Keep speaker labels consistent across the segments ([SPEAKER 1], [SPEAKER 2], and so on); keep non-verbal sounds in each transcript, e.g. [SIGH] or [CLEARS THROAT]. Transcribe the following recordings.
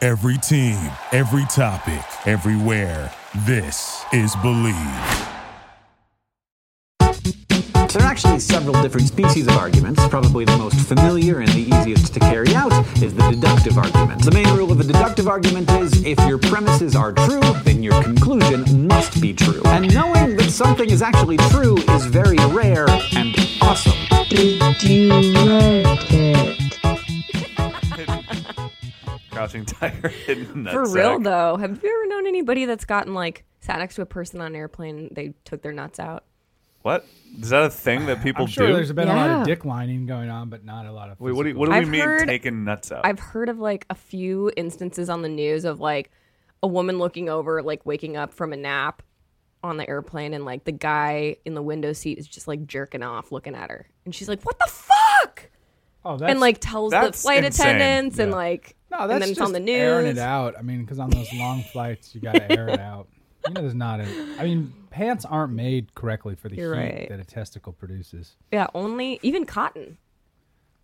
[SPEAKER 1] Every team, every topic, everywhere. This is Believe.
[SPEAKER 2] There are actually several different species of arguments. Probably the most familiar and the easiest to carry out is the deductive argument. The main rule of the deductive argument is if your premises are true, then your conclusion must be true. And knowing that something is actually true is very rare and awesome.
[SPEAKER 3] Did you like it?
[SPEAKER 4] Crouching [LAUGHS] Tiger, Hidden
[SPEAKER 5] For
[SPEAKER 4] Nutsack.
[SPEAKER 5] real though, have you ever known anybody that's gotten like sat next to a person on an airplane and they took their nuts out?
[SPEAKER 4] What is that a thing that people
[SPEAKER 6] I'm sure
[SPEAKER 4] do?
[SPEAKER 6] there's been a lot
[SPEAKER 5] Yeah.
[SPEAKER 6] of dick lining going on, but not a lot of.
[SPEAKER 4] Wait, what do, you-
[SPEAKER 6] physical-
[SPEAKER 4] what do we
[SPEAKER 5] I've
[SPEAKER 4] mean
[SPEAKER 5] heard-
[SPEAKER 4] taking nuts out?
[SPEAKER 5] I've heard of like a few instances on the news of like a woman looking over, like waking up from a nap on the airplane and like the guy in the window seat is just like jerking off looking at her. And she's like, What the fuck?
[SPEAKER 6] Oh, that's
[SPEAKER 5] and like tells the
[SPEAKER 4] that's
[SPEAKER 5] flight
[SPEAKER 4] insane.
[SPEAKER 5] attendants and like
[SPEAKER 6] no,
[SPEAKER 5] and
[SPEAKER 6] that's
[SPEAKER 5] then it's
[SPEAKER 6] just
[SPEAKER 5] on the
[SPEAKER 6] airing it
[SPEAKER 5] news.
[SPEAKER 6] out. I mean, because on
[SPEAKER 5] [LAUGHS]
[SPEAKER 6] those long flights, you got to air it out. You know, there's not a. I mean, pants aren't made correctly for the
[SPEAKER 5] You're
[SPEAKER 6] heat
[SPEAKER 5] right.
[SPEAKER 6] that a testicle produces.
[SPEAKER 5] Yeah, only even cotton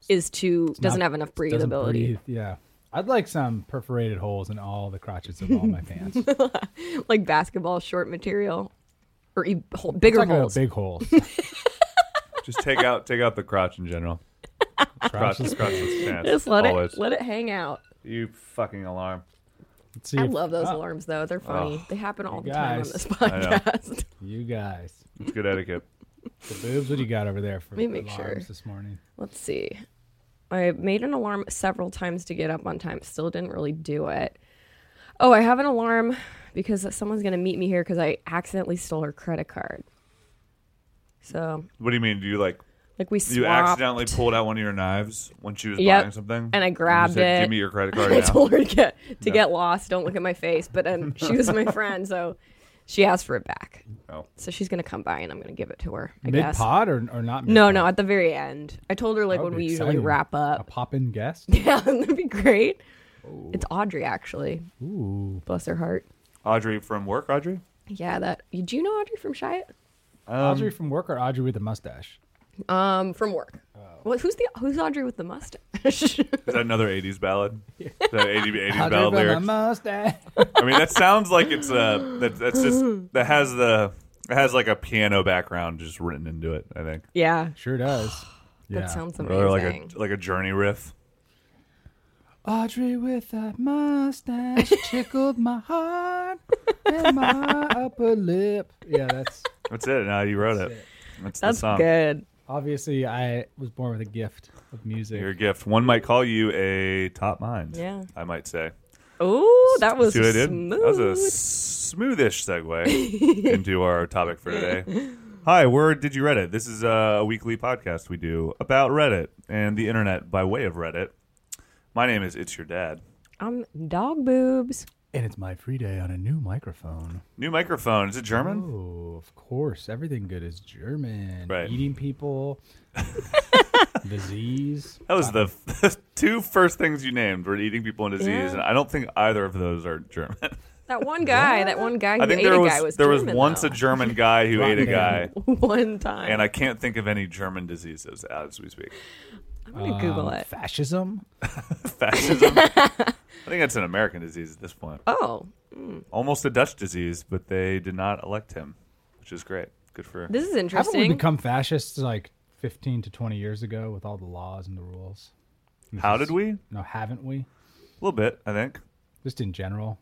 [SPEAKER 5] is too doesn't
[SPEAKER 6] not-
[SPEAKER 5] have enough
[SPEAKER 6] Doesn't
[SPEAKER 5] breathability.
[SPEAKER 6] breathe, Yeah, I'd like some perforated holes in all the crotches of all
[SPEAKER 5] [LAUGHS]
[SPEAKER 6] my pants.
[SPEAKER 5] Like basketball short material. Or e- hole, bigger
[SPEAKER 6] Talking about
[SPEAKER 5] holes. [LAUGHS]
[SPEAKER 6] big holes.
[SPEAKER 4] Just take out take out the crotch in
[SPEAKER 6] [LAUGHS]
[SPEAKER 4] general. Crotch, crotch,
[SPEAKER 5] [LAUGHS]
[SPEAKER 4] pants.
[SPEAKER 5] Just let
[SPEAKER 4] always.
[SPEAKER 5] it let it hang out.
[SPEAKER 4] You fucking alarm.
[SPEAKER 6] Let's see
[SPEAKER 5] I
[SPEAKER 6] if-
[SPEAKER 5] love those
[SPEAKER 6] oh,
[SPEAKER 5] alarms though. They're funny. they happen all the time on
[SPEAKER 6] guys. [LAUGHS]
[SPEAKER 5] this
[SPEAKER 4] know.
[SPEAKER 5] podcast.
[SPEAKER 6] You guys,
[SPEAKER 4] It's good etiquette.
[SPEAKER 6] the boobs. What do you got over there for
[SPEAKER 5] Let me make
[SPEAKER 6] alarms
[SPEAKER 5] sure.
[SPEAKER 6] this morning?
[SPEAKER 5] Let's see. I made an alarm several times to get up on time. Still didn't really do it. Oh, I have an alarm because someone's going to meet me here because I accidentally stole her credit card. So,
[SPEAKER 4] What do you mean? Do you like
[SPEAKER 5] like we
[SPEAKER 4] you
[SPEAKER 5] swapped.
[SPEAKER 4] accidentally pulled out one of your knives when she was
[SPEAKER 5] Yep.
[SPEAKER 4] buying something?
[SPEAKER 5] And I
[SPEAKER 4] You just
[SPEAKER 5] grabbed
[SPEAKER 4] said,
[SPEAKER 5] it.
[SPEAKER 4] Give me your credit card
[SPEAKER 5] [LAUGHS] I
[SPEAKER 4] now.
[SPEAKER 5] told her to get to
[SPEAKER 4] Oh, Yeah.
[SPEAKER 5] get lost. Don't look at my face.
[SPEAKER 4] [LAUGHS]
[SPEAKER 5] But um, she was my friend, so she asked for it back.
[SPEAKER 4] Oh.
[SPEAKER 5] So she's gonna come by and I'm gonna give it to her. I
[SPEAKER 6] Mid
[SPEAKER 5] guess.
[SPEAKER 6] pod or, or not?
[SPEAKER 5] No,
[SPEAKER 6] mid-pod?
[SPEAKER 5] no, at the very end. I told her like
[SPEAKER 6] That would
[SPEAKER 5] when
[SPEAKER 6] be
[SPEAKER 5] we usually
[SPEAKER 6] exciting.
[SPEAKER 5] wrap
[SPEAKER 6] A
[SPEAKER 5] up.
[SPEAKER 6] pop in guest?
[SPEAKER 5] [LAUGHS] Yeah, that'd be great. It's Audrey actually.
[SPEAKER 6] Ooh.
[SPEAKER 5] Bless her heart.
[SPEAKER 4] Audrey from work. Audrey.
[SPEAKER 5] Yeah, that you do you know Audrey from Shiat?
[SPEAKER 6] Audrey from work or Audrey with a mustache?
[SPEAKER 5] Um, from work.
[SPEAKER 4] Oh.
[SPEAKER 5] Well, who's the who's Audrey with the mustache? [LAUGHS]
[SPEAKER 4] Is that another '80s
[SPEAKER 6] [LAUGHS]
[SPEAKER 4] ballad? Is that 80, 80s
[SPEAKER 6] Audrey
[SPEAKER 4] ballad
[SPEAKER 6] with a
[SPEAKER 4] lyrics.
[SPEAKER 6] mustache.
[SPEAKER 4] I mean, that sounds like it's a that, that's
[SPEAKER 5] [LAUGHS]
[SPEAKER 4] just that has the it has like a piano background just written into it. I think.
[SPEAKER 5] yeah.
[SPEAKER 6] sure [LAUGHS] does.
[SPEAKER 5] That
[SPEAKER 6] Yeah.
[SPEAKER 5] sounds amazing.
[SPEAKER 4] Or like a like a journey riff.
[SPEAKER 6] Audrey with a [LAUGHS] mustache tickled my heart and [LAUGHS] my upper lip. Yeah, that's
[SPEAKER 4] That's it. Now you wrote it. That's,
[SPEAKER 5] That's
[SPEAKER 4] the song.
[SPEAKER 5] good.
[SPEAKER 6] obviously I was born with a gift of music.
[SPEAKER 4] Your gift. One might call you a top mind.
[SPEAKER 5] Yeah.
[SPEAKER 4] I might say.
[SPEAKER 5] Oh, that was
[SPEAKER 4] See what I did?
[SPEAKER 5] smooth.
[SPEAKER 4] That was a smoothish
[SPEAKER 5] [LAUGHS]
[SPEAKER 4] segue into our topic for today. Hi, where did you Reddit? This is uh, a weekly podcast we do about Reddit and the internet by way of Reddit. My name is It's Your Dad.
[SPEAKER 5] I'm dog boobs.
[SPEAKER 6] And it's my free day on a new microphone.
[SPEAKER 4] New microphone. Is it German?
[SPEAKER 6] Oh, of course. Everything good is German.
[SPEAKER 4] Right.
[SPEAKER 6] Eating
[SPEAKER 4] [LAUGHS]
[SPEAKER 6] people. disease.
[SPEAKER 4] That was [LAUGHS] the f- two first things you named were eating people and disease,
[SPEAKER 5] Yeah.
[SPEAKER 4] and I don't think either of those are
[SPEAKER 5] [LAUGHS]
[SPEAKER 4] German.
[SPEAKER 5] That one guy, that one guy who
[SPEAKER 4] I think
[SPEAKER 5] ate
[SPEAKER 4] there
[SPEAKER 5] a
[SPEAKER 4] was,
[SPEAKER 5] guy was
[SPEAKER 4] there was
[SPEAKER 5] German,
[SPEAKER 4] once
[SPEAKER 5] though.
[SPEAKER 4] a German guy who ate a guy,
[SPEAKER 5] [LAUGHS] one time.
[SPEAKER 4] and I can't think of any German diseases as we
[SPEAKER 5] [LAUGHS]
[SPEAKER 4] speak. [LAUGHS]
[SPEAKER 5] I'm gonna Google it.
[SPEAKER 6] Fascism.
[SPEAKER 4] Fascism. I think that's an American disease at this point.
[SPEAKER 5] Oh,
[SPEAKER 4] Almost a Dutch disease, but they did not elect him, which is great. Good for
[SPEAKER 5] this is
[SPEAKER 6] Haven't we
[SPEAKER 5] interesting.
[SPEAKER 6] become fascists like 15 to 20 years ago with all the laws and the rules?
[SPEAKER 4] How did we? A
[SPEAKER 6] No, haven't we?
[SPEAKER 4] little bit, I think.
[SPEAKER 6] Just in general.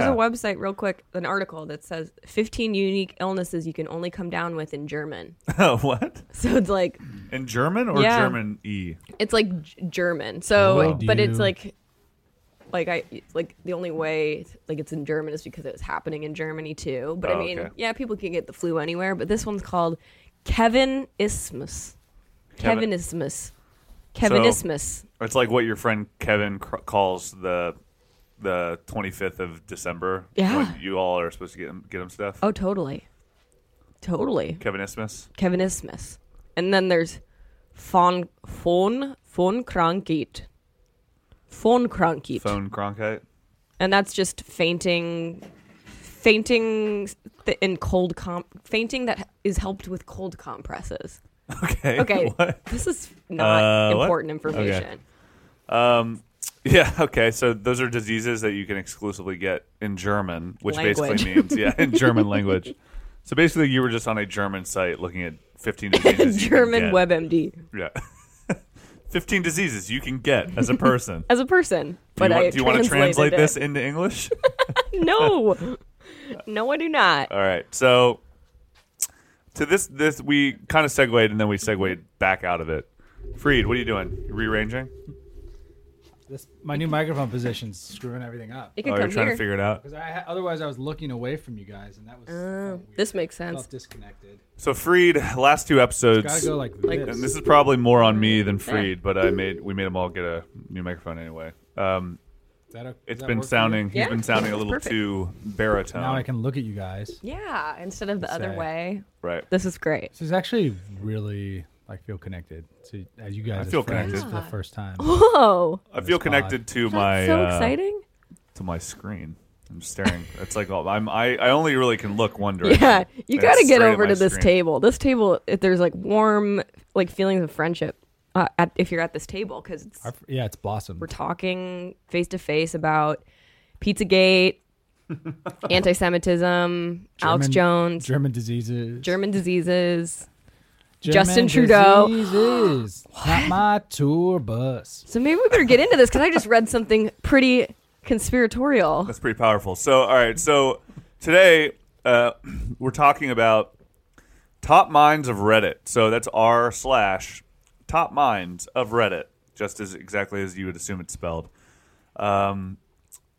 [SPEAKER 4] [LAUGHS] yeah.
[SPEAKER 5] a website, real quick, an article that says 15 unique illnesses you can only come down with in German. [LAUGHS]
[SPEAKER 4] what?
[SPEAKER 5] So it's like
[SPEAKER 4] In German or
[SPEAKER 5] Yeah.
[SPEAKER 4] German E?
[SPEAKER 5] it's like G- German. So,
[SPEAKER 6] Oh,
[SPEAKER 5] but it's
[SPEAKER 6] dude.
[SPEAKER 5] like. Like I like the only way like it's in German is because it was happening in Germany too. But
[SPEAKER 4] Oh,
[SPEAKER 5] I mean,
[SPEAKER 4] okay.
[SPEAKER 5] yeah, people can get the flu anywhere. But this one's called Kevinismus.
[SPEAKER 4] Kevin-
[SPEAKER 5] Kevinismus. Kevinismus.
[SPEAKER 4] It's like what your friend Kevin cr- calls the the 25th of December.
[SPEAKER 5] Yeah.
[SPEAKER 4] When you all are supposed to get him, get him stuff.
[SPEAKER 5] Oh, totally, totally.
[SPEAKER 4] Kevin Isthmus.
[SPEAKER 5] Kevin Isthmus. And then there's von von von Krankheit. Von Krankheit.
[SPEAKER 4] Phone Cronkite. [LAUGHS]
[SPEAKER 5] And that's just fainting fainting th- in cold comp fainting that is helped with cold compresses.
[SPEAKER 4] [LAUGHS] Okay.
[SPEAKER 5] Okay.
[SPEAKER 4] [LAUGHS] What?
[SPEAKER 5] This is not
[SPEAKER 4] Uh, what? [LAUGHS]
[SPEAKER 5] important information.
[SPEAKER 4] Um, Yeah. Okay. So those are diseases that you can exclusively get in German, which basically
[SPEAKER 5] Language.
[SPEAKER 4] means yeah, in German language. So basically, you were just on a German site looking at fifteen diseases. you can
[SPEAKER 5] [LAUGHS] German
[SPEAKER 4] get.
[SPEAKER 5] WebMD
[SPEAKER 4] Yeah. [LAUGHS] fifteen diseases you can get as a person.
[SPEAKER 5] as a person.
[SPEAKER 4] do
[SPEAKER 5] [LAUGHS] But
[SPEAKER 4] you, want,
[SPEAKER 5] I
[SPEAKER 4] do you want to translate
[SPEAKER 5] translated it.
[SPEAKER 4] this into English? [LAUGHS]
[SPEAKER 5] No, no, I do not.
[SPEAKER 4] All right. So to this, this we kind of segued and then we segued back out of it. Freed, what are you doing? You rearranging? Oh,
[SPEAKER 6] This, my new microphone position's screwing everything up.
[SPEAKER 5] It could
[SPEAKER 4] Oh, you're
[SPEAKER 5] come
[SPEAKER 4] trying
[SPEAKER 5] here.
[SPEAKER 4] to figure it out.
[SPEAKER 6] 'Cause I ha- otherwise, I was looking away from you guys, and that was kinda weird.
[SPEAKER 5] this makes sense.
[SPEAKER 6] felt disconnected.
[SPEAKER 4] So Freed, last two episodes.
[SPEAKER 6] Gotta go like,
[SPEAKER 5] Like-
[SPEAKER 6] this.
[SPEAKER 4] And this is probably more on me than Freed, but I made we made them all get a new microphone anyway. Um,
[SPEAKER 6] Is that o- does
[SPEAKER 4] it's
[SPEAKER 6] that
[SPEAKER 4] been
[SPEAKER 6] work for you?
[SPEAKER 4] sounding um, he's
[SPEAKER 5] Yeah,
[SPEAKER 4] been sounding a
[SPEAKER 5] it's
[SPEAKER 4] little
[SPEAKER 5] perfect.
[SPEAKER 4] too baritone.
[SPEAKER 6] Now I can look at you guys.
[SPEAKER 5] Yeah, instead of the
[SPEAKER 6] Let's
[SPEAKER 5] other
[SPEAKER 6] say.
[SPEAKER 5] way,
[SPEAKER 4] right.
[SPEAKER 5] this is great.
[SPEAKER 6] This is actually really I feel connected to as you guys.
[SPEAKER 4] I feel
[SPEAKER 6] as friends
[SPEAKER 4] connected.
[SPEAKER 6] for
[SPEAKER 5] Ah.
[SPEAKER 6] the first
[SPEAKER 5] [GASPS]
[SPEAKER 6] time.
[SPEAKER 5] Whoa,
[SPEAKER 4] I feel connected to my
[SPEAKER 5] that's so
[SPEAKER 4] uh, [LAUGHS]
[SPEAKER 5] exciting.
[SPEAKER 4] to my screen. I'm staring. It's like all, I'm I, I only really can look one direction.
[SPEAKER 5] [LAUGHS] Yeah,
[SPEAKER 4] and
[SPEAKER 5] you
[SPEAKER 4] it's
[SPEAKER 5] got to get
[SPEAKER 4] straight at
[SPEAKER 5] over
[SPEAKER 4] my
[SPEAKER 5] to this
[SPEAKER 4] screen.
[SPEAKER 5] table. This table, if there's like warm, like feelings of friendship, uh, at, if you're at this table, because
[SPEAKER 6] Our- yeah, it's blossomed.
[SPEAKER 5] we're talking face to face about
[SPEAKER 6] [LAUGHS]
[SPEAKER 5] Pizzagate, anti-Semitism, Alex
[SPEAKER 6] German-
[SPEAKER 5] Jones,
[SPEAKER 6] German diseases.
[SPEAKER 5] German diseases.
[SPEAKER 6] German
[SPEAKER 5] Justin Trudeau.
[SPEAKER 6] Diseases. Not my tour bus.
[SPEAKER 5] So maybe we better get into this because I just read something pretty
[SPEAKER 6] [LAUGHS]
[SPEAKER 5] conspiratorial. [LAUGHS]
[SPEAKER 4] That's pretty powerful. So, all right. So today uh, [CLEARS THROAT] we're talking about top minds of Reddit. So that's r slash top minds of Reddit, just as exactly as you would assume it's spelled. Um,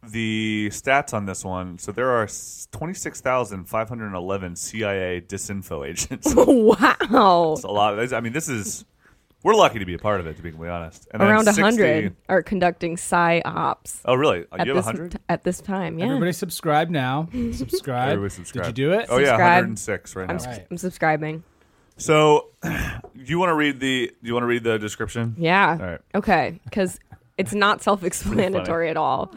[SPEAKER 4] the stats on this one. So there are twenty six thousand five hundred eleven CIA disinfo [LAUGHS] agents.
[SPEAKER 5] wow,
[SPEAKER 4] That's a lot. Of, I mean, this is we're lucky to be a part of it. To be completely honest, and then
[SPEAKER 5] around
[SPEAKER 4] 60
[SPEAKER 5] hundred are conducting psy ops.
[SPEAKER 4] Oh, really?
[SPEAKER 5] At
[SPEAKER 4] You have
[SPEAKER 5] this,
[SPEAKER 4] hundred.
[SPEAKER 5] t- at this time, yeah.
[SPEAKER 6] Everybody subscribe now. Subscribe.
[SPEAKER 4] Everybody subscribe.
[SPEAKER 6] Did you do it?
[SPEAKER 4] Oh yeah,
[SPEAKER 5] Subscribe.
[SPEAKER 4] 106 right now.
[SPEAKER 5] I'm, s-
[SPEAKER 6] Right.
[SPEAKER 5] I'm subscribing.
[SPEAKER 4] So, [CLEARS THROAT] do you want to read the? Do you want to read the description?
[SPEAKER 5] Yeah.
[SPEAKER 4] All right.
[SPEAKER 5] Okay. Because
[SPEAKER 4] [LAUGHS]
[SPEAKER 5] it's not self explanatory at all.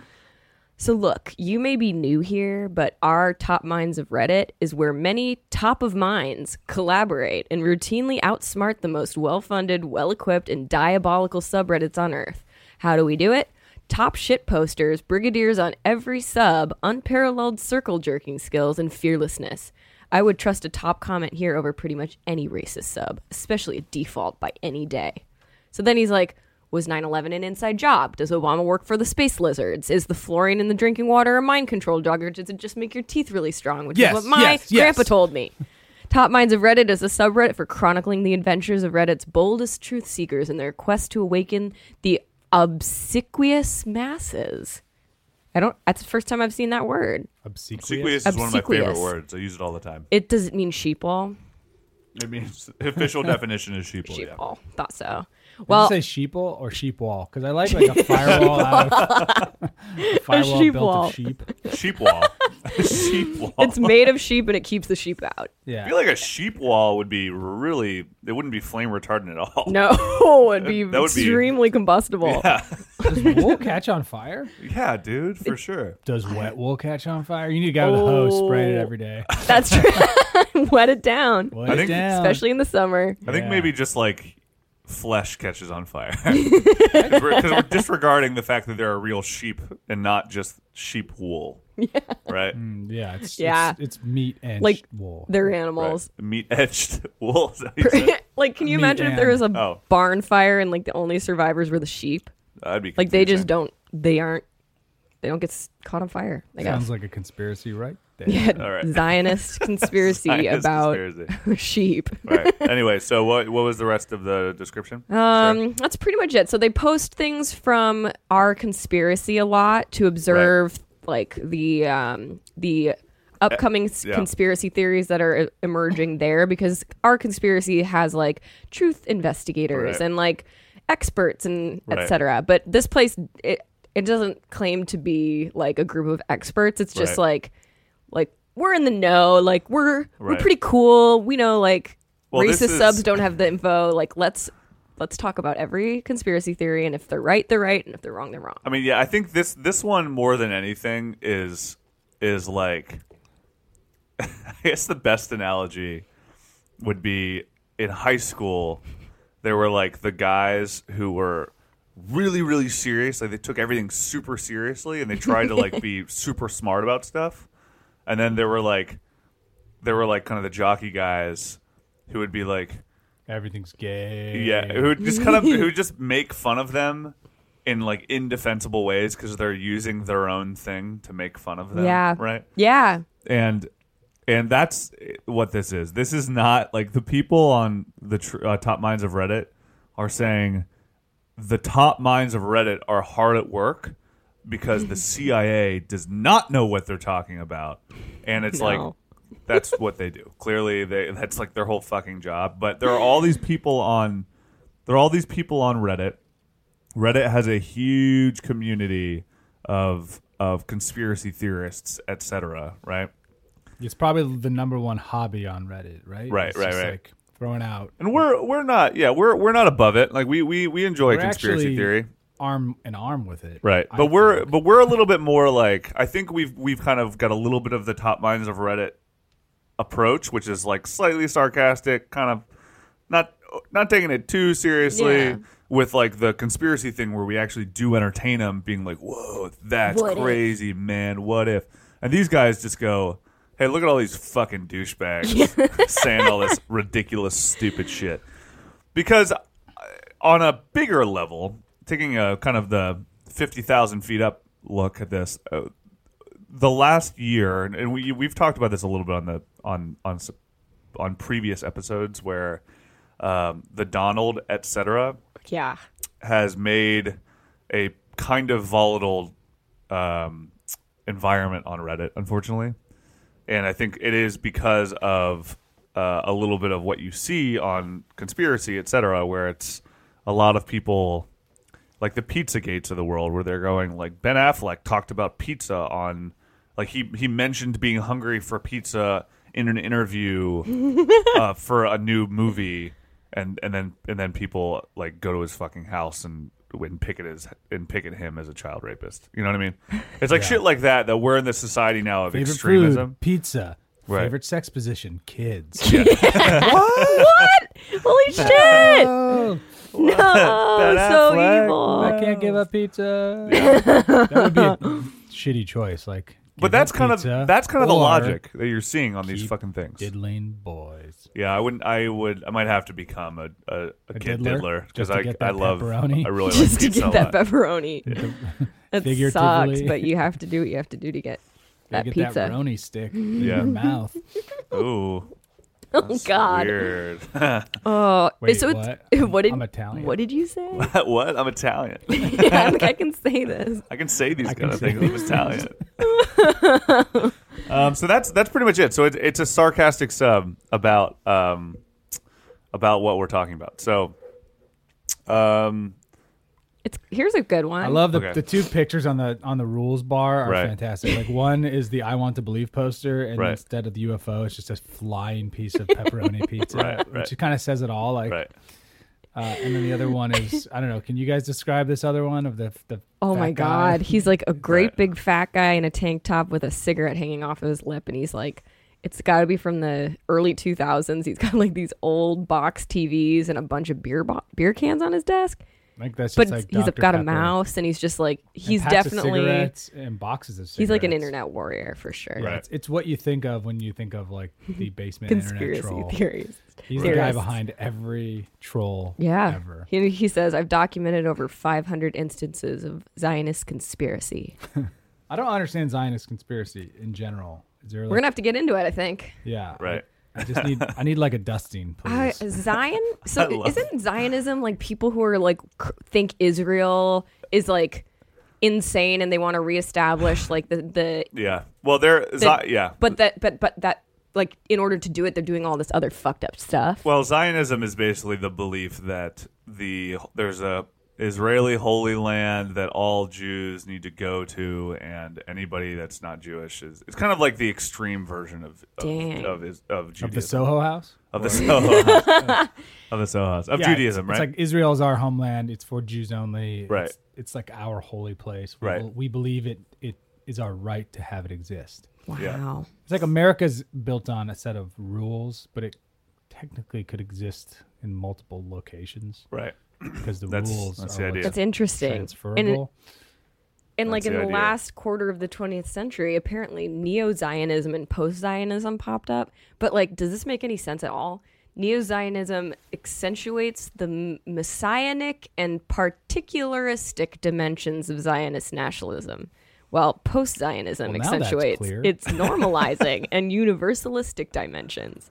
[SPEAKER 5] So, look, you may be new here, but our Top Minds of Reddit is where many top of minds collaborate and routinely outsmart the most well funded, well equipped, and diabolical subreddits on Earth. How do we do it? Top shit posters, brigadiers on every sub, unparalleled circle jerking skills, and fearlessness. I would trust a top comment here over pretty much any racist sub, especially a default by any day. So then he's like, was 9 11 an inside job? Does Obama work for the space lizards? Is the fluorine in the drinking water a mind control drug or does it just make your teeth really strong? Which
[SPEAKER 6] Yes,
[SPEAKER 5] is what my
[SPEAKER 6] yes, yes.
[SPEAKER 5] grandpa told me. Top Minds of Reddit is a subreddit for chronicling the adventures of Reddit's boldest truth seekers in their quest to awaken the obsequious masses. I don't, that's the first time I've seen that word.
[SPEAKER 6] Obsequious.
[SPEAKER 4] Obsequious is one of my favorite
[SPEAKER 5] Obsequious.
[SPEAKER 4] words. I use it all the time.
[SPEAKER 5] It doesn't mean sheeple.
[SPEAKER 4] It means [LAUGHS] the
[SPEAKER 5] [LAUGHS]
[SPEAKER 4] official definition is sheeple. yeah.
[SPEAKER 5] Sheeple. Thought so.
[SPEAKER 6] Did
[SPEAKER 5] Well,
[SPEAKER 6] you say sheeple or sheep wall? Because I like like a firewall out of
[SPEAKER 5] [LAUGHS]
[SPEAKER 6] [LAUGHS] a firewall
[SPEAKER 5] sheep
[SPEAKER 6] built
[SPEAKER 5] wall.
[SPEAKER 6] of sheep.
[SPEAKER 4] [LAUGHS] Sheep
[SPEAKER 5] [LAUGHS]
[SPEAKER 4] wall. sheep wall.
[SPEAKER 5] it's made
[SPEAKER 6] [LAUGHS]
[SPEAKER 5] of sheep and it keeps the sheep out.
[SPEAKER 4] I
[SPEAKER 6] Yeah.
[SPEAKER 4] feel like a sheep wall would be really. It wouldn't be flame retardant at all.
[SPEAKER 5] No, [LAUGHS] it'd be
[SPEAKER 4] That would be-
[SPEAKER 5] extremely combustible.
[SPEAKER 6] Does wool catch on fire?
[SPEAKER 4] [LAUGHS] Yeah, dude, for sure.
[SPEAKER 6] Does wet wool catch on fire? You need a guy with a hose spraying it
[SPEAKER 5] Oh.
[SPEAKER 6] every day.
[SPEAKER 5] That's true.
[SPEAKER 4] [LAUGHS]
[SPEAKER 5] [LAUGHS] Wet it down,
[SPEAKER 6] Wet
[SPEAKER 4] I
[SPEAKER 6] it
[SPEAKER 4] think-
[SPEAKER 6] down.
[SPEAKER 5] especially in the summer.
[SPEAKER 4] I think
[SPEAKER 6] Yeah.
[SPEAKER 4] maybe just like flesh catches on
[SPEAKER 5] [LAUGHS]
[SPEAKER 4] fire because we're, 'cause we're disregarding the fact that there are real sheep and not just sheep wool. Yeah. Right.
[SPEAKER 5] [LAUGHS]
[SPEAKER 6] Mm, Yeah, it's
[SPEAKER 5] Yeah.
[SPEAKER 6] it's, it's meat and
[SPEAKER 5] Like
[SPEAKER 6] wool.
[SPEAKER 5] They're
[SPEAKER 4] Right.
[SPEAKER 5] animals.
[SPEAKER 4] Meat edged wool. [LAUGHS] is that what you said?
[SPEAKER 5] [LAUGHS] like, can you
[SPEAKER 6] Meat
[SPEAKER 5] imagine if there was a
[SPEAKER 4] and- Oh.
[SPEAKER 5] barn fire and like the only survivors were the sheep?
[SPEAKER 4] That'd be
[SPEAKER 5] Like they
[SPEAKER 4] confusing.
[SPEAKER 5] just don't. They aren't. They don't get s- caught on fire. I guess.
[SPEAKER 6] Sounds like a conspiracy, right? There.
[SPEAKER 5] yeah,
[SPEAKER 4] All right. [LAUGHS]
[SPEAKER 5] Zionist conspiracy
[SPEAKER 4] Zionist
[SPEAKER 5] about
[SPEAKER 4] conspiracy.
[SPEAKER 5] [LAUGHS] sheep.
[SPEAKER 4] All
[SPEAKER 5] [LAUGHS]
[SPEAKER 4] right. Anyway, so what what was the rest of the description?
[SPEAKER 5] Um, that's pretty much it. So they post things from our conspiracy a lot to observe like the um, the upcoming s
[SPEAKER 4] yeah.
[SPEAKER 5] conspiracy theories that are e- emerging there because our conspiracy has like truth investigators
[SPEAKER 4] Right.
[SPEAKER 5] and like experts and
[SPEAKER 4] Right.
[SPEAKER 5] etc. But this place it it doesn't claim to be like a group of experts. It's just
[SPEAKER 4] Right.
[SPEAKER 5] like like we're in the know, like we're we're
[SPEAKER 4] Right.
[SPEAKER 5] pretty cool. We know like
[SPEAKER 4] Well, this
[SPEAKER 5] racist
[SPEAKER 4] is-
[SPEAKER 5] subs don't have the info. Like let's let's talk about every conspiracy theory and if they're right, they're right, and if they're wrong, they're wrong.
[SPEAKER 4] I mean, yeah, I think this this one more than anything is is like [LAUGHS] I guess the best analogy would be in high school there were like the guys who were really really serious like they took everything super seriously and they tried to
[SPEAKER 5] [LAUGHS]
[SPEAKER 4] like be super smart about stuff and then there were like there were like kind of the jockey guys who would be like
[SPEAKER 6] Everything's gay.
[SPEAKER 4] yeah who would just kind of who would just make fun of them in like indefensible ways because they're using their own thing to make fun of them
[SPEAKER 5] Yeah.
[SPEAKER 4] right
[SPEAKER 5] Yeah.
[SPEAKER 4] and and that's what this is. This is not like the people on the tr- uh, top minds of Reddit are saying the top minds of Reddit are hard at work because the CIA does not know what they're talking about, and it's like
[SPEAKER 5] No.
[SPEAKER 4] [LAUGHS] that's what they do. Clearly, they that's like their whole fucking job. But there are all these people on there are all these people on Reddit. Reddit has a huge community of of conspiracy theorists, etc. Right.
[SPEAKER 6] It's probably the number one hobby on Reddit, right?
[SPEAKER 4] Right,
[SPEAKER 6] It's
[SPEAKER 4] right,
[SPEAKER 6] just,
[SPEAKER 4] right.
[SPEAKER 6] Like throwing out
[SPEAKER 4] and we're we're not yeah we're we're not above it like we we we enjoy
[SPEAKER 6] We're
[SPEAKER 4] conspiracy
[SPEAKER 6] actually
[SPEAKER 4] theory
[SPEAKER 6] arm and arm with it.
[SPEAKER 4] right
[SPEAKER 6] I
[SPEAKER 4] but we're
[SPEAKER 6] think.
[SPEAKER 4] but we're a little bit more like I think we've we've kind of got a little bit of the top minds of Reddit approach which is like slightly sarcastic kind of not not taking it too seriously
[SPEAKER 5] Yeah.
[SPEAKER 4] with like the conspiracy thing where we actually do entertain them being like whoa that's
[SPEAKER 5] What if?
[SPEAKER 4] crazy man what if and these guys just go hey look at all these fucking
[SPEAKER 5] [LAUGHS]
[SPEAKER 4] douchebags saying all this ridiculous stupid shit because uh, on a bigger level, taking a kind of the fifty thousand feet up look at this, uh, the last year, and- and we we've talked about this a little bit on the on on s- on previous episodes where um, the Donald etc
[SPEAKER 5] Yeah.
[SPEAKER 4] has made a kind of volatile um, environment on Reddit, unfortunately. And I think it is because of uh, a little bit of what you see on conspiracy, et cetera, where it's a lot of people like the pizza gates of the world where they're going like Ben Affleck talked about pizza on like he he mentioned being hungry for pizza in an interview uh, for a new movie and and then and then people like go to his fucking house and and picket his and picket him as a child rapist. You know what I mean? It's like shit like that that we're in this society now of
[SPEAKER 6] favorite
[SPEAKER 4] extremism.
[SPEAKER 6] food, pizza.
[SPEAKER 4] Right.
[SPEAKER 6] Favorite sex position, kids.
[SPEAKER 5] [LAUGHS] Holy shit!
[SPEAKER 6] Oh,
[SPEAKER 5] No,
[SPEAKER 4] Ben
[SPEAKER 5] so
[SPEAKER 4] Affleck.
[SPEAKER 5] evil.
[SPEAKER 6] [LAUGHS] I can't give up pizza. that would
[SPEAKER 5] [LAUGHS]
[SPEAKER 6] be a shitty choice. Like,
[SPEAKER 4] But
[SPEAKER 6] give
[SPEAKER 4] that's
[SPEAKER 6] up
[SPEAKER 4] kind of
[SPEAKER 6] pizza
[SPEAKER 4] that's kind of the
[SPEAKER 6] or
[SPEAKER 4] logic that you're seeing on these
[SPEAKER 6] keep
[SPEAKER 4] fucking things.
[SPEAKER 6] Diddling boys.
[SPEAKER 4] Yeah, I wouldn't. I would. I might have to become a a, a, kid
[SPEAKER 6] diddler?
[SPEAKER 4] diddler because
[SPEAKER 6] Just to
[SPEAKER 4] I
[SPEAKER 6] get
[SPEAKER 4] I
[SPEAKER 6] that
[SPEAKER 4] love.
[SPEAKER 6] pepperoni?
[SPEAKER 4] I
[SPEAKER 5] [LAUGHS]
[SPEAKER 4] really
[SPEAKER 5] Just
[SPEAKER 4] like
[SPEAKER 5] to
[SPEAKER 4] pizza a
[SPEAKER 5] get that
[SPEAKER 4] lot. [LAUGHS]
[SPEAKER 5] pepperoni. It sucks,
[SPEAKER 6] Figuratively.
[SPEAKER 5] but you have to do what you have to do to get
[SPEAKER 6] Gotta
[SPEAKER 5] that
[SPEAKER 6] get
[SPEAKER 5] pizza.
[SPEAKER 6] that roni stick in
[SPEAKER 4] Yeah.
[SPEAKER 6] your mouth.
[SPEAKER 4] Ooh,
[SPEAKER 5] [LAUGHS] oh God!
[SPEAKER 4] weird. [LAUGHS]
[SPEAKER 5] Oh,
[SPEAKER 6] Wait,
[SPEAKER 5] so it's,
[SPEAKER 6] what?
[SPEAKER 5] [LAUGHS] what did
[SPEAKER 6] I'm Italian.
[SPEAKER 5] What did you say?
[SPEAKER 4] [LAUGHS]
[SPEAKER 5] [LAUGHS]
[SPEAKER 4] what? I'm Italian.
[SPEAKER 5] yeah, like I can say this.
[SPEAKER 4] I can say these
[SPEAKER 6] I
[SPEAKER 4] kind
[SPEAKER 6] can
[SPEAKER 4] of
[SPEAKER 6] say
[SPEAKER 4] things. I'm Italian.
[SPEAKER 6] [LAUGHS]
[SPEAKER 4] um, so that's that's pretty much it. So it's it's a sarcastic sub about um about what we're talking about. So um
[SPEAKER 5] It's here's a good one.
[SPEAKER 6] I love the,
[SPEAKER 4] Okay.
[SPEAKER 6] the two pictures on the on the rules bar are
[SPEAKER 4] Right.
[SPEAKER 6] fantastic. Like one is the I want to believe poster, and
[SPEAKER 4] Right.
[SPEAKER 6] instead of the UFO, it's just a flying piece
[SPEAKER 4] [LAUGHS]
[SPEAKER 6] of pepperoni pizza,
[SPEAKER 4] Right, right.
[SPEAKER 6] which kind of says it all. Like,
[SPEAKER 4] right.
[SPEAKER 6] uh, and then the other one
[SPEAKER 4] [LAUGHS]
[SPEAKER 6] is I don't know. Can you guys describe this other one of the the?
[SPEAKER 5] Oh
[SPEAKER 6] fat
[SPEAKER 5] my
[SPEAKER 6] guy?
[SPEAKER 5] God. He's like a great
[SPEAKER 4] Right.
[SPEAKER 5] big fat guy in a tank top with a cigarette hanging off of his lip. And he's like, it's got to be from the early 2000s. He's got like these old box TVs and a bunch of beer bo- beer cans on his desk.
[SPEAKER 6] Like that's
[SPEAKER 5] But
[SPEAKER 6] just like
[SPEAKER 5] he's
[SPEAKER 6] Dr.
[SPEAKER 5] got a
[SPEAKER 6] Pepper.
[SPEAKER 5] mouse and he's just like,
[SPEAKER 6] And
[SPEAKER 5] he's
[SPEAKER 6] packs of
[SPEAKER 5] definitely,
[SPEAKER 6] cigarettes and boxes of cigarettes.
[SPEAKER 5] he's like an internet warrior for sure.
[SPEAKER 6] Yeah, it's, it's what you think of when you think of like the basement internet
[SPEAKER 5] [LAUGHS] Conspiracy
[SPEAKER 6] troll.
[SPEAKER 5] theories.
[SPEAKER 6] He's the guy
[SPEAKER 5] Theorists.
[SPEAKER 6] behind every troll.
[SPEAKER 5] Yeah.
[SPEAKER 6] ever.
[SPEAKER 5] He, he says, I've documented over 500 instances of Zionist conspiracy.
[SPEAKER 6] I don't understand Zionist conspiracy in general. Is there like,
[SPEAKER 5] We're going to have to get into it, I think.
[SPEAKER 6] yeah,
[SPEAKER 4] Right.
[SPEAKER 6] I, I just need I need like a dusting,
[SPEAKER 5] [LAUGHS] I,
[SPEAKER 4] [LAUGHS]
[SPEAKER 6] please.
[SPEAKER 5] Uh, Zion.
[SPEAKER 4] I
[SPEAKER 5] So
[SPEAKER 4] love-
[SPEAKER 5] isn't Zionism like people who are like cr- think Israel is like insane and they want
[SPEAKER 4] [SIGHS]
[SPEAKER 5] to reestablish like the the,
[SPEAKER 4] Yeah. Well, there.
[SPEAKER 5] the-
[SPEAKER 4] Zi- yeah.
[SPEAKER 5] But that but but that like in order to do it, they're doing all this other fucked up stuff.
[SPEAKER 4] Well, Zionism is basically the belief that the there's a Israeli holy land that all Jews need to go to, and anybody that's not Jewish is it's kind of like the extreme version of of
[SPEAKER 5] Dang.
[SPEAKER 4] of, is- of
[SPEAKER 6] of the
[SPEAKER 4] Judaism
[SPEAKER 6] Soho House.
[SPEAKER 4] of the
[SPEAKER 6] [LAUGHS]
[SPEAKER 4] Soho house. of the Soho house of
[SPEAKER 6] Yeah,
[SPEAKER 4] Judaism,
[SPEAKER 6] it's-
[SPEAKER 4] right?
[SPEAKER 6] It's like Israel is our homeland. It's for Jews only.
[SPEAKER 4] Right.
[SPEAKER 6] It's, it's like our holy place. We,
[SPEAKER 4] Right.
[SPEAKER 6] We believe it. It is our right to have it exist.
[SPEAKER 5] wow.
[SPEAKER 4] yeah.
[SPEAKER 6] It's like America's built on a set of rules, but it technically could exist in multiple locations.
[SPEAKER 4] right.
[SPEAKER 6] because the
[SPEAKER 4] That's-
[SPEAKER 6] rules
[SPEAKER 4] that's
[SPEAKER 6] are
[SPEAKER 4] the
[SPEAKER 6] what's
[SPEAKER 4] idea.
[SPEAKER 5] That's interesting. And,
[SPEAKER 6] transferable.
[SPEAKER 5] and like
[SPEAKER 4] That's
[SPEAKER 5] in
[SPEAKER 4] the
[SPEAKER 5] the
[SPEAKER 4] idea.
[SPEAKER 5] last quarter of the 20th century, apparently neo Zionism and post Zionism popped up. But like, does this make any sense at all? Neo Zionism accentuates the m- messianic and particularistic dimensions of Zionist nationalism. While post Zionism
[SPEAKER 6] Well, now that's
[SPEAKER 5] accentuates
[SPEAKER 6] clear.
[SPEAKER 5] its
[SPEAKER 6] [LAUGHS]
[SPEAKER 5] normalizing and universalistic dimensions.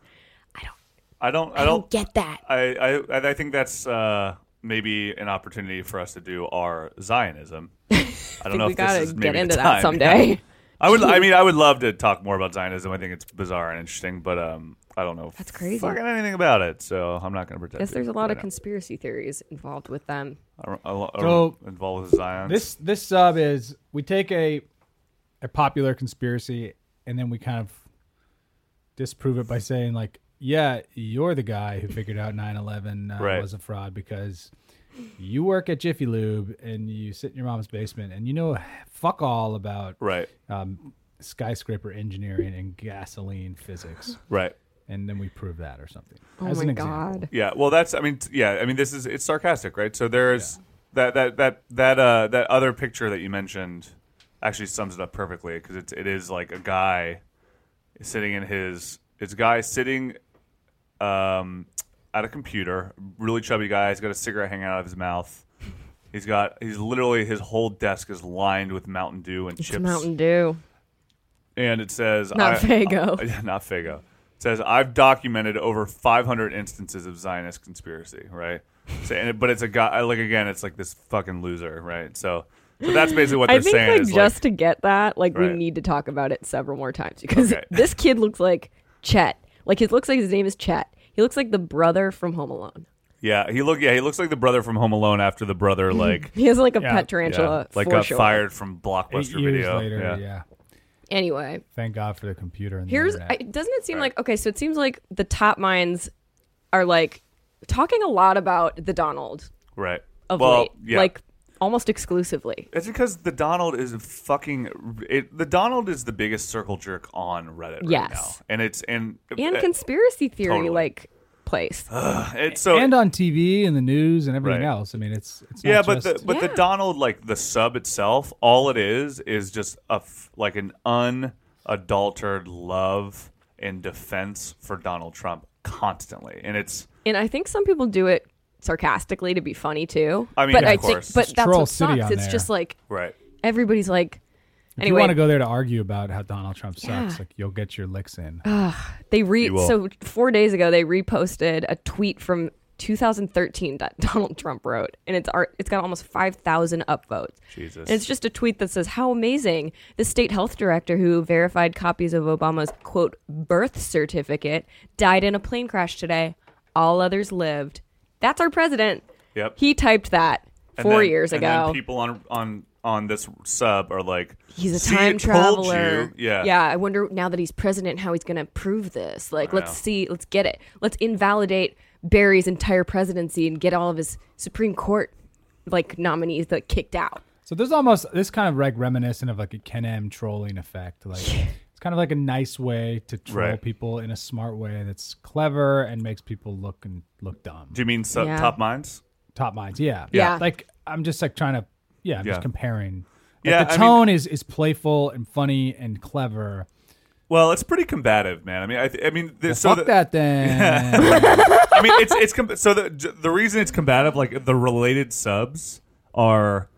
[SPEAKER 4] I don't. I
[SPEAKER 5] I
[SPEAKER 4] don't.
[SPEAKER 5] don't get that.
[SPEAKER 4] I, I I think that's uh, maybe an opportunity for us to do our
[SPEAKER 5] [LAUGHS]
[SPEAKER 4] Zionism. I don't know
[SPEAKER 5] we
[SPEAKER 4] if this
[SPEAKER 5] gotta
[SPEAKER 4] is maybe
[SPEAKER 5] get
[SPEAKER 4] the
[SPEAKER 5] into
[SPEAKER 4] time.
[SPEAKER 5] that someday.
[SPEAKER 4] [LAUGHS] I would. I mean, I would love to talk more about Zionism. I think it's bizarre and interesting, but um, I don't know.
[SPEAKER 5] That's crazy.
[SPEAKER 4] Fucking anything about it, so I'm not going to pretend.
[SPEAKER 5] I guess there's a lot of
[SPEAKER 4] cons-
[SPEAKER 5] conspiracy theories involved with them.
[SPEAKER 6] So-
[SPEAKER 4] involved with Zion.
[SPEAKER 6] This this sub is we take a a popular conspiracy and then we kind of disprove it by saying like, yeah, you're the guy who figured out 9/11 uh,
[SPEAKER 4] Right.
[SPEAKER 6] was a fraud because you work at Jiffy Lube and you sit in your mom's basement and you know fuck all about
[SPEAKER 4] right,
[SPEAKER 6] um, skyscraper engineering and gasoline physics.
[SPEAKER 4] right.
[SPEAKER 6] And then we prove that or something.
[SPEAKER 5] Oh
[SPEAKER 6] As
[SPEAKER 5] my
[SPEAKER 6] an example.
[SPEAKER 5] god.
[SPEAKER 4] Yeah. Well, that's. I mean, t- yeah. I mean, this is. It's sarcastic, right? So there's that that that that uh that other picture that you mentioned actually sums it up perfectly because it's it is like a guy sitting in his it's a guy sitting um at a computer, really chubby guy. He's got a cigarette hanging out of his mouth. He's got he's literally his whole desk is lined with Mountain Dew and
[SPEAKER 5] It's
[SPEAKER 4] chips,
[SPEAKER 5] Mountain Dew.
[SPEAKER 4] and it says
[SPEAKER 5] Not
[SPEAKER 4] I-
[SPEAKER 5] Faygo.
[SPEAKER 4] I- [LAUGHS] yeah, not Fago. It says I've documented over 500 instances of Zionist conspiracy, right? So, and it, but it's a guy like again, it's like this fucking loser, right? So, so that's basically what
[SPEAKER 5] [LAUGHS] I
[SPEAKER 4] they're
[SPEAKER 5] think
[SPEAKER 4] saying.
[SPEAKER 5] like
[SPEAKER 4] is
[SPEAKER 5] just to get that, like we
[SPEAKER 4] Right.
[SPEAKER 5] need to talk about it several more times because
[SPEAKER 4] Okay.
[SPEAKER 5] [LAUGHS] this kid looks like Chet. Like it looks like his name is Chet. He looks like the brother from Home Alone. [LAUGHS]
[SPEAKER 4] yeah, he look yeah he looks like the brother from Home Alone after the
[SPEAKER 5] [LAUGHS]
[SPEAKER 4] brother like
[SPEAKER 5] He has like a
[SPEAKER 6] Yeah.
[SPEAKER 5] pet
[SPEAKER 4] yeah,
[SPEAKER 5] tarantula
[SPEAKER 4] like
[SPEAKER 5] for
[SPEAKER 4] got
[SPEAKER 5] sure.
[SPEAKER 4] fired from
[SPEAKER 6] Eight
[SPEAKER 4] Blockbuster
[SPEAKER 6] years
[SPEAKER 4] Video.
[SPEAKER 6] later, yeah.
[SPEAKER 5] Anyway,
[SPEAKER 6] Thank God for the computer and the
[SPEAKER 5] here's
[SPEAKER 6] internet.
[SPEAKER 5] I, doesn't it seem
[SPEAKER 4] Right.
[SPEAKER 5] like okay? So it seems like the top minds are like talking a lot about the Donald
[SPEAKER 4] right.
[SPEAKER 5] of
[SPEAKER 4] well,
[SPEAKER 5] late,
[SPEAKER 4] yeah.
[SPEAKER 5] like almost exclusively.
[SPEAKER 4] It's because the Donald is fucking. It, the Donald is the biggest circle jerk on Reddit right
[SPEAKER 5] Yes.
[SPEAKER 4] now, and it's and
[SPEAKER 5] and
[SPEAKER 4] uh,
[SPEAKER 5] conspiracy theory
[SPEAKER 4] totally.
[SPEAKER 5] like place.
[SPEAKER 4] it's so
[SPEAKER 6] and on TV and the news and everything
[SPEAKER 4] Right.
[SPEAKER 6] else. I mean, it's it's not
[SPEAKER 4] yeah, but
[SPEAKER 6] just-
[SPEAKER 4] the but the
[SPEAKER 5] Yeah.
[SPEAKER 4] Donald like the sub itself, all it is is just a f- like an unadulterated love and defense for Donald Trump constantly, and it's
[SPEAKER 5] and I think some people do it sarcastically to be funny too.
[SPEAKER 4] I mean,
[SPEAKER 5] but
[SPEAKER 4] of
[SPEAKER 5] I
[SPEAKER 4] course.
[SPEAKER 5] think but that's
[SPEAKER 6] Troll
[SPEAKER 5] what
[SPEAKER 6] City
[SPEAKER 5] sucks.
[SPEAKER 6] on
[SPEAKER 5] It's
[SPEAKER 6] there.
[SPEAKER 5] just like
[SPEAKER 4] right.
[SPEAKER 5] everybody's like
[SPEAKER 6] if you
[SPEAKER 5] anyway,
[SPEAKER 6] want to go there to argue about how Donald Trump sucks,
[SPEAKER 5] Yeah. Uh,
[SPEAKER 6] like you'll get your licks in.
[SPEAKER 5] they re
[SPEAKER 4] You will.
[SPEAKER 5] so 4 days ago they reposted a tweet from 2013 that [LAUGHS] Donald Trump wrote and it's art it's got almost 5,000 upvotes.
[SPEAKER 4] Jesus.
[SPEAKER 5] And it's just a tweet that says how amazing the state health director who verified copies of Obama's quote birth certificate died in a plane crash today. All others lived. That's our president.
[SPEAKER 4] Yep.
[SPEAKER 5] He typed that
[SPEAKER 4] And
[SPEAKER 5] 4
[SPEAKER 4] then-
[SPEAKER 5] years
[SPEAKER 4] and
[SPEAKER 5] ago.
[SPEAKER 4] then people on on on this sub are like,
[SPEAKER 5] He's a
[SPEAKER 4] "See,
[SPEAKER 5] time
[SPEAKER 4] I told
[SPEAKER 5] traveler.
[SPEAKER 4] you." Yeah,
[SPEAKER 5] Yeah. I wonder now that he's president how he's going to prove this. Like, let's
[SPEAKER 4] know.
[SPEAKER 5] see. Let's get it. Let's invalidate Barry's entire presidency and get all of his Supreme Court like nominees that kicked out.
[SPEAKER 6] So there's almost this kind of like reminiscent of like a Ken M trolling effect. Like it's kind of like a nice way to troll
[SPEAKER 4] Right.
[SPEAKER 6] people in a smart way that's clever and makes people look and look dumb.
[SPEAKER 4] Do you mean sub,
[SPEAKER 5] Yeah.
[SPEAKER 4] top minds?
[SPEAKER 6] Top minds, yeah.
[SPEAKER 5] Yeah.
[SPEAKER 6] Like I'm just like trying to yeah, I'm
[SPEAKER 4] Yeah.
[SPEAKER 6] just comparing. Like,
[SPEAKER 4] Yeah,
[SPEAKER 6] the
[SPEAKER 4] I mean-
[SPEAKER 6] tone is is playful and funny and clever.
[SPEAKER 4] Well, it's pretty combative, man. I mean, I, th- I mean, th- so
[SPEAKER 6] Fuck
[SPEAKER 4] the-
[SPEAKER 6] that then.
[SPEAKER 4] [LAUGHS] I mean, it's it's com- so the j- the reason it's combative, like the related subs are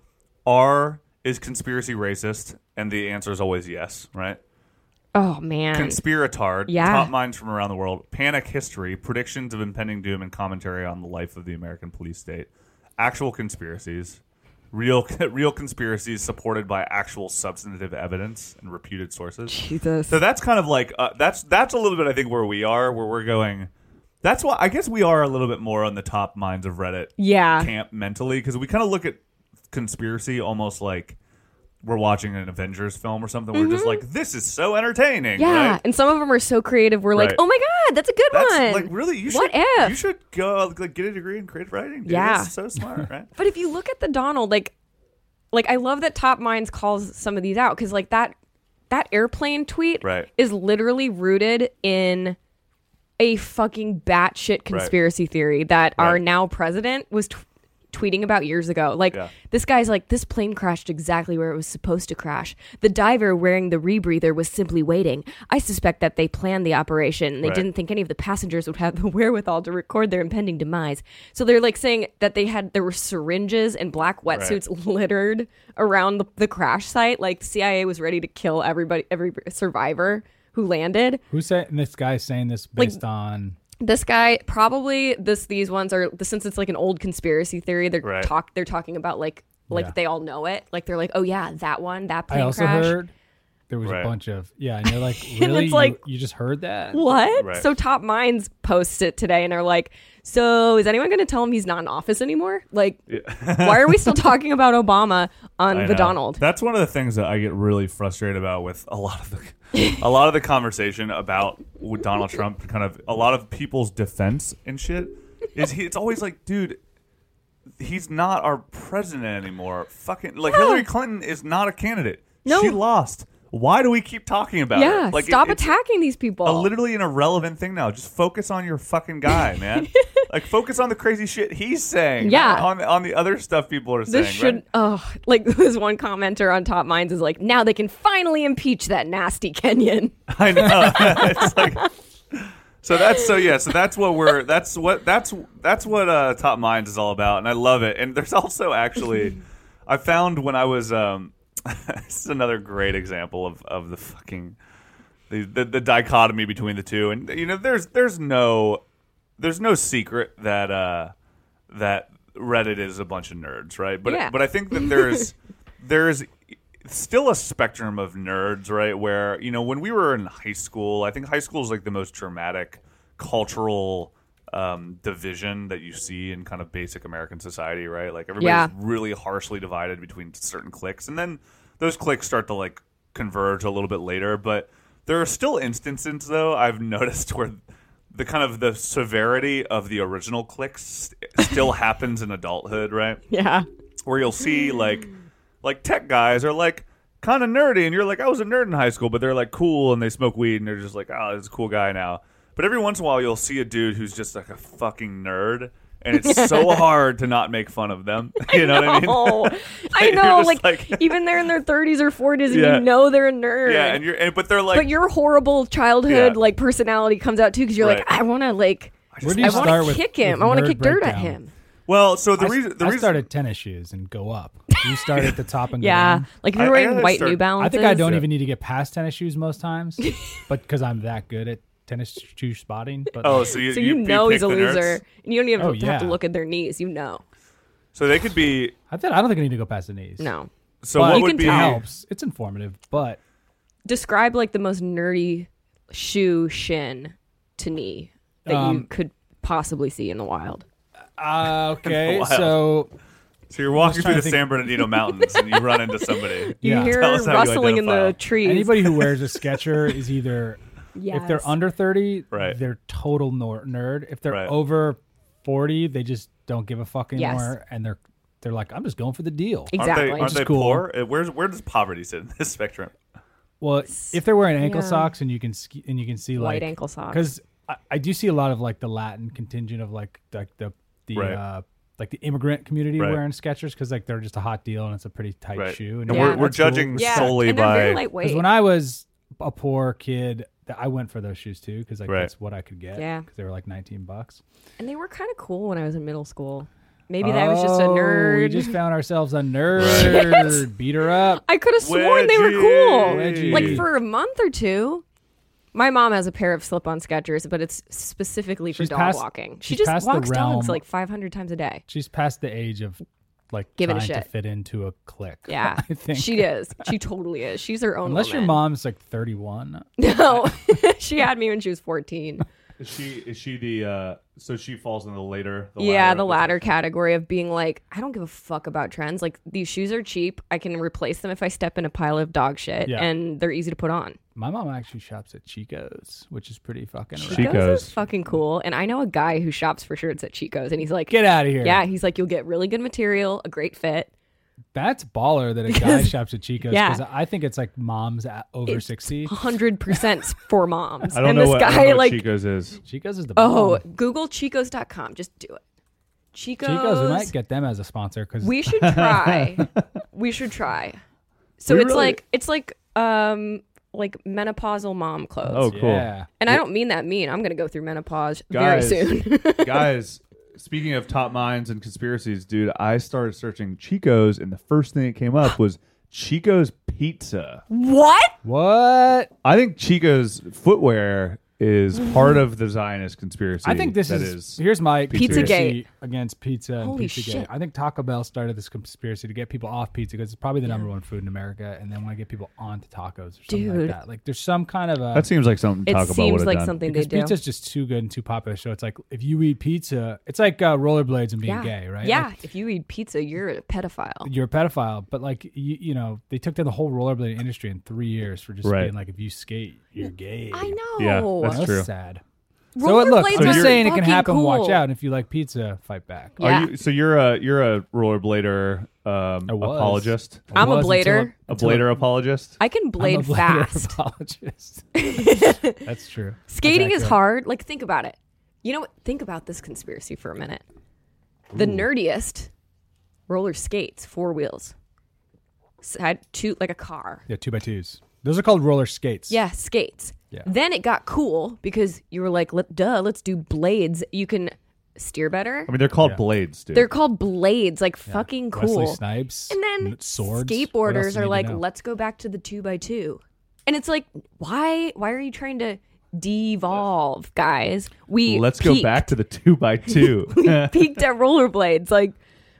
[SPEAKER 4] R is conspiracy racist, and the answer is always yes, right?
[SPEAKER 5] Oh man.
[SPEAKER 4] Conspiratard,
[SPEAKER 5] Yeah.
[SPEAKER 4] top minds from around the world, panic history, predictions of impending doom, and commentary on the life of the American police state, actual conspiracies. Real, [LAUGHS] real conspiracies supported by actual substantive evidence and reputed sources.
[SPEAKER 5] Jesus.
[SPEAKER 4] So that's kind of like uh, that's that's a little bit I think where we are, where we're going. That's why I guess we are a little bit more on the top minds of Reddit
[SPEAKER 5] Yeah.
[SPEAKER 4] camp mentally because we kind of look at conspiracy almost like we're watching an Avengers film or something. We're just like, this is so entertaining.
[SPEAKER 5] Mm-hmm. Yeah.
[SPEAKER 4] right?
[SPEAKER 5] And some of them are so creative. We're like,
[SPEAKER 4] Right.
[SPEAKER 5] oh my god, that's a good
[SPEAKER 4] That's
[SPEAKER 5] one.
[SPEAKER 4] like really you
[SPEAKER 5] What
[SPEAKER 4] should
[SPEAKER 5] if?
[SPEAKER 4] you should go like get a degree in creative writing. Dude.
[SPEAKER 5] Yeah.
[SPEAKER 4] That's so smart, right?
[SPEAKER 5] But if you look at the Donald, like, like I love that Top Minds calls some of these out because like that that airplane tweet
[SPEAKER 4] Right.
[SPEAKER 5] is literally rooted in a fucking batshit conspiracy theory that our
[SPEAKER 4] Right.
[SPEAKER 5] now president was. Tw- tweeting about years ago. Like
[SPEAKER 4] Yeah.
[SPEAKER 5] this guy's like this plane crashed exactly where it was supposed to crash. The diver wearing the rebreather was simply waiting. I suspect that they planned the operation. They
[SPEAKER 4] Right.
[SPEAKER 5] didn't think any of the passengers would have the [LAUGHS] wherewithal to record their impending demise. So they're like saying that they had there were syringes and black wetsuits littered around the, the crash site. Like CIA was ready to kill everybody every survivor who landed
[SPEAKER 6] Who said and this guy's saying this
[SPEAKER 5] Like-
[SPEAKER 6] based on
[SPEAKER 5] this guy probably this these ones are since it's like an old conspiracy theory they're
[SPEAKER 4] Right.
[SPEAKER 5] talk they're talking about like like
[SPEAKER 6] Yeah.
[SPEAKER 5] they all know it like they're like oh yeah that one that plane
[SPEAKER 6] I also
[SPEAKER 5] crash
[SPEAKER 6] heard there was
[SPEAKER 4] Right.
[SPEAKER 6] a bunch of yeah, and you're like,
[SPEAKER 5] [LAUGHS]
[SPEAKER 6] really?
[SPEAKER 5] it's
[SPEAKER 6] You-
[SPEAKER 5] like-
[SPEAKER 6] you, just heard that?
[SPEAKER 5] what
[SPEAKER 4] Right.
[SPEAKER 5] so top minds post it today and are like so is anyone going to tell him he's not in office anymore like why are
[SPEAKER 4] [LAUGHS]
[SPEAKER 5] we still talking about obama on
[SPEAKER 4] I
[SPEAKER 5] the
[SPEAKER 4] know.
[SPEAKER 5] donald
[SPEAKER 4] That's one of the things that I get really frustrated about with a lot of the, a lot of the conversation about with Donald Trump. Kind of a lot of people's defense and shit is he, it's always like, dude, he's not our president anymore. Fucking like Hillary Clinton is not a candidate.
[SPEAKER 5] No.
[SPEAKER 4] she lost. Why do we keep talking about it?
[SPEAKER 5] yeah
[SPEAKER 4] Like, it-
[SPEAKER 5] stop
[SPEAKER 4] it's
[SPEAKER 5] attacking these people
[SPEAKER 4] A literally an irrelevant thing now. Just focus on your fucking guy,
[SPEAKER 5] [LAUGHS]
[SPEAKER 4] man. like focus on the crazy shit he's saying.
[SPEAKER 5] Yeah.
[SPEAKER 4] not On on the other stuff people are saying.
[SPEAKER 5] this should
[SPEAKER 4] right?
[SPEAKER 5] oh like [LAUGHS] this one commenter on top minds is like now they can finally impeach that nasty kenyan [LAUGHS]
[SPEAKER 4] [LAUGHS] I know. it's like, so that's so yeah. So that's what we're that's what that's that's what uh, Top Minds is all about, and I love it. And there's also actually, I found when I was um, [LAUGHS] this is another great example of of the fucking the, the the dichotomy between the two. And you know, there's there's no there's no secret that uh that Reddit is a bunch of nerds, right? But
[SPEAKER 5] Yeah.
[SPEAKER 4] but I think that there's there's still a spectrum of nerds, right? Where you know when we were in high school, I think high school is like the most dramatic cultural um, division that you see in kind of basic American society, right? Like everybody's
[SPEAKER 5] Yeah.
[SPEAKER 4] really harshly divided between certain cliques, and then those cliques start to like converge a little bit later. But there are still instances, though, I've noticed where the kind of the severity of the original cliques st- still happens in adulthood, right?
[SPEAKER 5] yeah
[SPEAKER 4] where you'll see like like tech guys are like kind of nerdy and you're like I was a nerd in high school but they're like cool and they smoke weed and they're just like oh this is a cool guy now but every once in a while you'll see a dude who's just like a fucking nerd and it's so hard to not make fun of them [LAUGHS] you know, what I mean [LAUGHS]
[SPEAKER 5] Oh, I
[SPEAKER 4] You're
[SPEAKER 5] know.
[SPEAKER 4] just
[SPEAKER 5] Like,
[SPEAKER 4] like- [LAUGHS]
[SPEAKER 5] even they're in their 30s or 40s, and
[SPEAKER 4] Yeah.
[SPEAKER 5] you know they're a nerd.
[SPEAKER 4] yeah and you're and, but they're like
[SPEAKER 5] but your horrible childhood
[SPEAKER 4] Yeah.
[SPEAKER 5] like personality comes out too because you're like,
[SPEAKER 4] Right.
[SPEAKER 5] I want to like,
[SPEAKER 6] Where do
[SPEAKER 5] I
[SPEAKER 6] you
[SPEAKER 5] want
[SPEAKER 6] start
[SPEAKER 5] to
[SPEAKER 6] with
[SPEAKER 5] kick him.
[SPEAKER 6] with
[SPEAKER 5] I want to
[SPEAKER 6] nerd
[SPEAKER 5] kick dirt at
[SPEAKER 6] breakdown?
[SPEAKER 5] him.
[SPEAKER 4] well so the
[SPEAKER 6] I,
[SPEAKER 4] reason the
[SPEAKER 6] I
[SPEAKER 4] reason
[SPEAKER 6] started tennis shoes and go up.
[SPEAKER 5] [LAUGHS]
[SPEAKER 6] You start at the top and go
[SPEAKER 5] Yeah,
[SPEAKER 6] down.
[SPEAKER 5] like if you're
[SPEAKER 4] I- I
[SPEAKER 5] wearing
[SPEAKER 4] gotta
[SPEAKER 5] white
[SPEAKER 4] start-
[SPEAKER 5] New Balances.
[SPEAKER 6] I think I don't even need to get past tennis shoes most
[SPEAKER 5] [LAUGHS]
[SPEAKER 6] times, but because I'm that good at tennis shoe spotting. But
[SPEAKER 4] oh so you,
[SPEAKER 5] So you, know
[SPEAKER 4] pick
[SPEAKER 5] he's a
[SPEAKER 4] the nerds?
[SPEAKER 5] loser, and you don't even
[SPEAKER 6] Oh,
[SPEAKER 5] have to
[SPEAKER 6] yeah.
[SPEAKER 5] look at their knees. You know,
[SPEAKER 4] so they could be
[SPEAKER 6] I, thought, I don't think I need to go past the knees.
[SPEAKER 5] no.
[SPEAKER 4] so
[SPEAKER 6] But
[SPEAKER 4] what
[SPEAKER 5] You
[SPEAKER 4] would
[SPEAKER 5] can
[SPEAKER 4] be
[SPEAKER 6] It
[SPEAKER 5] tell.
[SPEAKER 6] helps. It's informative,
[SPEAKER 4] [LAUGHS]
[SPEAKER 6] but
[SPEAKER 5] Describe like the most nerdy shoe shin to knee that you
[SPEAKER 6] Um,
[SPEAKER 5] could possibly see in the wild.
[SPEAKER 6] uh, okay.
[SPEAKER 4] Wild.
[SPEAKER 6] so
[SPEAKER 4] so you're walking through
[SPEAKER 6] trying
[SPEAKER 4] the
[SPEAKER 6] to think-
[SPEAKER 4] San Bernardino mountains and you run into somebody
[SPEAKER 6] yeah.
[SPEAKER 5] You hear
[SPEAKER 4] Tell us how you
[SPEAKER 5] rustling in the
[SPEAKER 4] identify.
[SPEAKER 5] trees.
[SPEAKER 6] anybody who wears a Sketcher is either if
[SPEAKER 5] Yes.
[SPEAKER 6] they're under thirty,
[SPEAKER 4] Right.
[SPEAKER 6] they're total nor- nerd. If they're
[SPEAKER 4] Right.
[SPEAKER 6] over forty, they just don't give a fuck
[SPEAKER 5] Yes.
[SPEAKER 6] anymore, and they're they're like, I'm just going for the deal.
[SPEAKER 5] Ex-
[SPEAKER 4] aren't
[SPEAKER 5] Exactly.
[SPEAKER 4] they, aren't
[SPEAKER 5] Which
[SPEAKER 6] is
[SPEAKER 4] they
[SPEAKER 6] cool.
[SPEAKER 4] poor Uh, where's where does poverty sit in this [LAUGHS] spectrum
[SPEAKER 6] Well, if they're wearing ankle
[SPEAKER 5] yeah.
[SPEAKER 6] socks and you can ski, and you can see
[SPEAKER 5] White
[SPEAKER 6] like
[SPEAKER 5] ankle socks.
[SPEAKER 6] because I, I do see a lot of like the Latin contingent of like like the the
[SPEAKER 4] Right.
[SPEAKER 6] uh, like the immigrant community
[SPEAKER 4] Right.
[SPEAKER 6] wearing Skechers because like they're just a hot deal and it's a pretty tight
[SPEAKER 4] right
[SPEAKER 6] shoe.
[SPEAKER 4] and
[SPEAKER 6] you're
[SPEAKER 4] we're,
[SPEAKER 6] like,
[SPEAKER 5] Yeah.
[SPEAKER 4] we're
[SPEAKER 6] "That's cool."
[SPEAKER 4] judging solely
[SPEAKER 5] and they're very
[SPEAKER 4] by
[SPEAKER 5] lightweight.
[SPEAKER 6] Because when I was a poor kid, th- I went for those shoes too because like
[SPEAKER 4] Right.
[SPEAKER 6] that's what I could get.
[SPEAKER 5] Yeah.
[SPEAKER 6] because they were like nineteen bucks.
[SPEAKER 5] And they were kind of cool when I was in middle school. Maybe that was just a
[SPEAKER 6] Oh, We
[SPEAKER 5] nerd.
[SPEAKER 6] just found ourselves a nerd.
[SPEAKER 5] [LAUGHS]
[SPEAKER 6] Beat her up.
[SPEAKER 5] I could have sworn they were cool.
[SPEAKER 4] Wedgies.
[SPEAKER 6] Wedgies.
[SPEAKER 5] Like for a month or two. My mom has a pair of slip-on Skechers, but it's specifically for
[SPEAKER 6] She's
[SPEAKER 5] dog
[SPEAKER 6] past-
[SPEAKER 5] walking. She
[SPEAKER 6] she's
[SPEAKER 5] just
[SPEAKER 6] past the
[SPEAKER 5] walks
[SPEAKER 6] realm.
[SPEAKER 5] dogs like 500 times a
[SPEAKER 6] [LAUGHS]
[SPEAKER 5] day.
[SPEAKER 6] She's past the age of like
[SPEAKER 5] Giving a
[SPEAKER 6] trying to
[SPEAKER 5] shit.
[SPEAKER 6] fit into a clique.
[SPEAKER 5] Yeah,
[SPEAKER 6] [LAUGHS] I think.
[SPEAKER 5] she is. She totally is. She's her own.
[SPEAKER 6] Unless your
[SPEAKER 5] woman.
[SPEAKER 6] mom's like thirty-one.
[SPEAKER 5] [LAUGHS]
[SPEAKER 6] [LAUGHS]
[SPEAKER 5] No, [LAUGHS] she had me when she was 14.
[SPEAKER 4] Is she is she the uh so she falls in the later the
[SPEAKER 5] yeah,
[SPEAKER 4] latter
[SPEAKER 5] the latter category of being like, I don't give a fuck about trends. Like these shoes are cheap. I can replace them if I step in a pile of dog shit,
[SPEAKER 6] Yeah.
[SPEAKER 5] and they're easy to put on.
[SPEAKER 6] My mom actually shops at Chico's, which is pretty fucking. rad.
[SPEAKER 5] Chico's, is fucking cool. And I know a guy who shops for shirts at Chico's, and he's like,
[SPEAKER 6] Get out of here.
[SPEAKER 5] yeah, he's like, you'll get really good material, a great fit.
[SPEAKER 6] that's baller
[SPEAKER 5] [LAUGHS]
[SPEAKER 6] that a guy shops at Chico's.
[SPEAKER 5] Yeah.
[SPEAKER 6] 'cause I think it's like moms at
[SPEAKER 5] [LAUGHS]
[SPEAKER 6] over sixty. [LAUGHS]
[SPEAKER 5] 100% for moms. and this guy, like,
[SPEAKER 4] Chico's is.
[SPEAKER 6] Chico's is the
[SPEAKER 5] oh,
[SPEAKER 6] bomb.
[SPEAKER 5] Google Chico's.com. Just do it. Chico's.
[SPEAKER 6] Chico's, we might get them as a sponsor because
[SPEAKER 5] We should
[SPEAKER 4] [LAUGHS]
[SPEAKER 5] try. we should try. So
[SPEAKER 6] We
[SPEAKER 5] it's
[SPEAKER 6] really-
[SPEAKER 5] like it's like um like menopausal mom clothes.
[SPEAKER 4] Oh, cool.
[SPEAKER 6] yeah,
[SPEAKER 5] And I don't mean that mean. I'm gonna go through menopause
[SPEAKER 4] Guys.
[SPEAKER 5] very
[SPEAKER 4] [LAUGHS]
[SPEAKER 5] soon.
[SPEAKER 4] Guys, speaking of top minds and conspiracies, dude, I started searching Chico's, and the first thing that came up was Chico's pizza.
[SPEAKER 5] [LAUGHS] what?
[SPEAKER 6] what?
[SPEAKER 4] I think Chico's footwear is part of the Zionist conspiracy.
[SPEAKER 6] I think this
[SPEAKER 4] that
[SPEAKER 6] is,
[SPEAKER 4] is
[SPEAKER 6] here's
[SPEAKER 4] Pizzagate.
[SPEAKER 6] my conspiracy against pizza and
[SPEAKER 5] Holy
[SPEAKER 6] pizza
[SPEAKER 5] shit.
[SPEAKER 6] I think Taco Bell started this conspiracy to get people off pizza because it's probably the number one food in America, and then want to get people onto tacos or something
[SPEAKER 5] Dude.
[SPEAKER 6] like that. Like there's some kind of a
[SPEAKER 4] That seems like something
[SPEAKER 5] It
[SPEAKER 4] Taco Bell would
[SPEAKER 5] seems
[SPEAKER 4] have
[SPEAKER 5] like
[SPEAKER 4] done.
[SPEAKER 5] something they
[SPEAKER 6] because
[SPEAKER 5] do.
[SPEAKER 6] pizza's just too good and too popular. So it's like if you eat pizza, it's like uh, rollerblades and being
[SPEAKER 5] yeah.
[SPEAKER 6] gay, right?
[SPEAKER 5] Yeah.
[SPEAKER 6] Like,
[SPEAKER 5] if you eat pizza, you're a pedophile.
[SPEAKER 6] you're a pedophile, but like you, you know, they took down the whole rollerblade industry in three years for just
[SPEAKER 4] Right.
[SPEAKER 6] being like, if you skate, you're gay.
[SPEAKER 5] I
[SPEAKER 4] Yeah,
[SPEAKER 5] know.
[SPEAKER 4] that's true.
[SPEAKER 6] sad. So
[SPEAKER 5] Rollerblades
[SPEAKER 6] it, look, I'm
[SPEAKER 5] are
[SPEAKER 6] just saying it can
[SPEAKER 5] fucking
[SPEAKER 6] happen.
[SPEAKER 5] Cool.
[SPEAKER 6] Watch out. And if you like pizza, fight back.
[SPEAKER 5] Yeah.
[SPEAKER 4] Are you so you're a you're a rollerblader um,
[SPEAKER 6] I was.
[SPEAKER 4] apologist,
[SPEAKER 6] I
[SPEAKER 5] I'm a
[SPEAKER 6] was until-
[SPEAKER 5] blader.
[SPEAKER 4] a blader apologist?
[SPEAKER 5] I can blade
[SPEAKER 6] I'm a blader [LAUGHS]
[SPEAKER 5] fast. [LAUGHS]
[SPEAKER 6] apologist. That's true. That's
[SPEAKER 5] Skating is
[SPEAKER 6] accurate.
[SPEAKER 5] hard. Like, think about it. You know what? Think about this conspiracy for a minute. The nerdiest roller skates, four wheels, side two, like a car.
[SPEAKER 6] Yeah, two by twos. Those are called roller skates.
[SPEAKER 5] Yeah, skates.
[SPEAKER 6] Yeah.
[SPEAKER 5] Then it got cool because you were like, "Let- duh, let's do blades. You can steer better.
[SPEAKER 4] I mean, they're called blades, dude.
[SPEAKER 5] They're called blades, like fucking cool.
[SPEAKER 6] Wesley Snipes.
[SPEAKER 5] And then
[SPEAKER 6] n- swords. What else
[SPEAKER 5] skateboarders
[SPEAKER 6] do you
[SPEAKER 5] are
[SPEAKER 6] need to
[SPEAKER 5] like,
[SPEAKER 6] know?
[SPEAKER 5] let's go back to the two by two. And it's like, why why are you trying to devolve, guys? We
[SPEAKER 4] Let's
[SPEAKER 5] peaked,
[SPEAKER 4] go back to the two
[SPEAKER 5] [LAUGHS]
[SPEAKER 4] by two. [LAUGHS]
[SPEAKER 5] peaked at rollerblades. Like,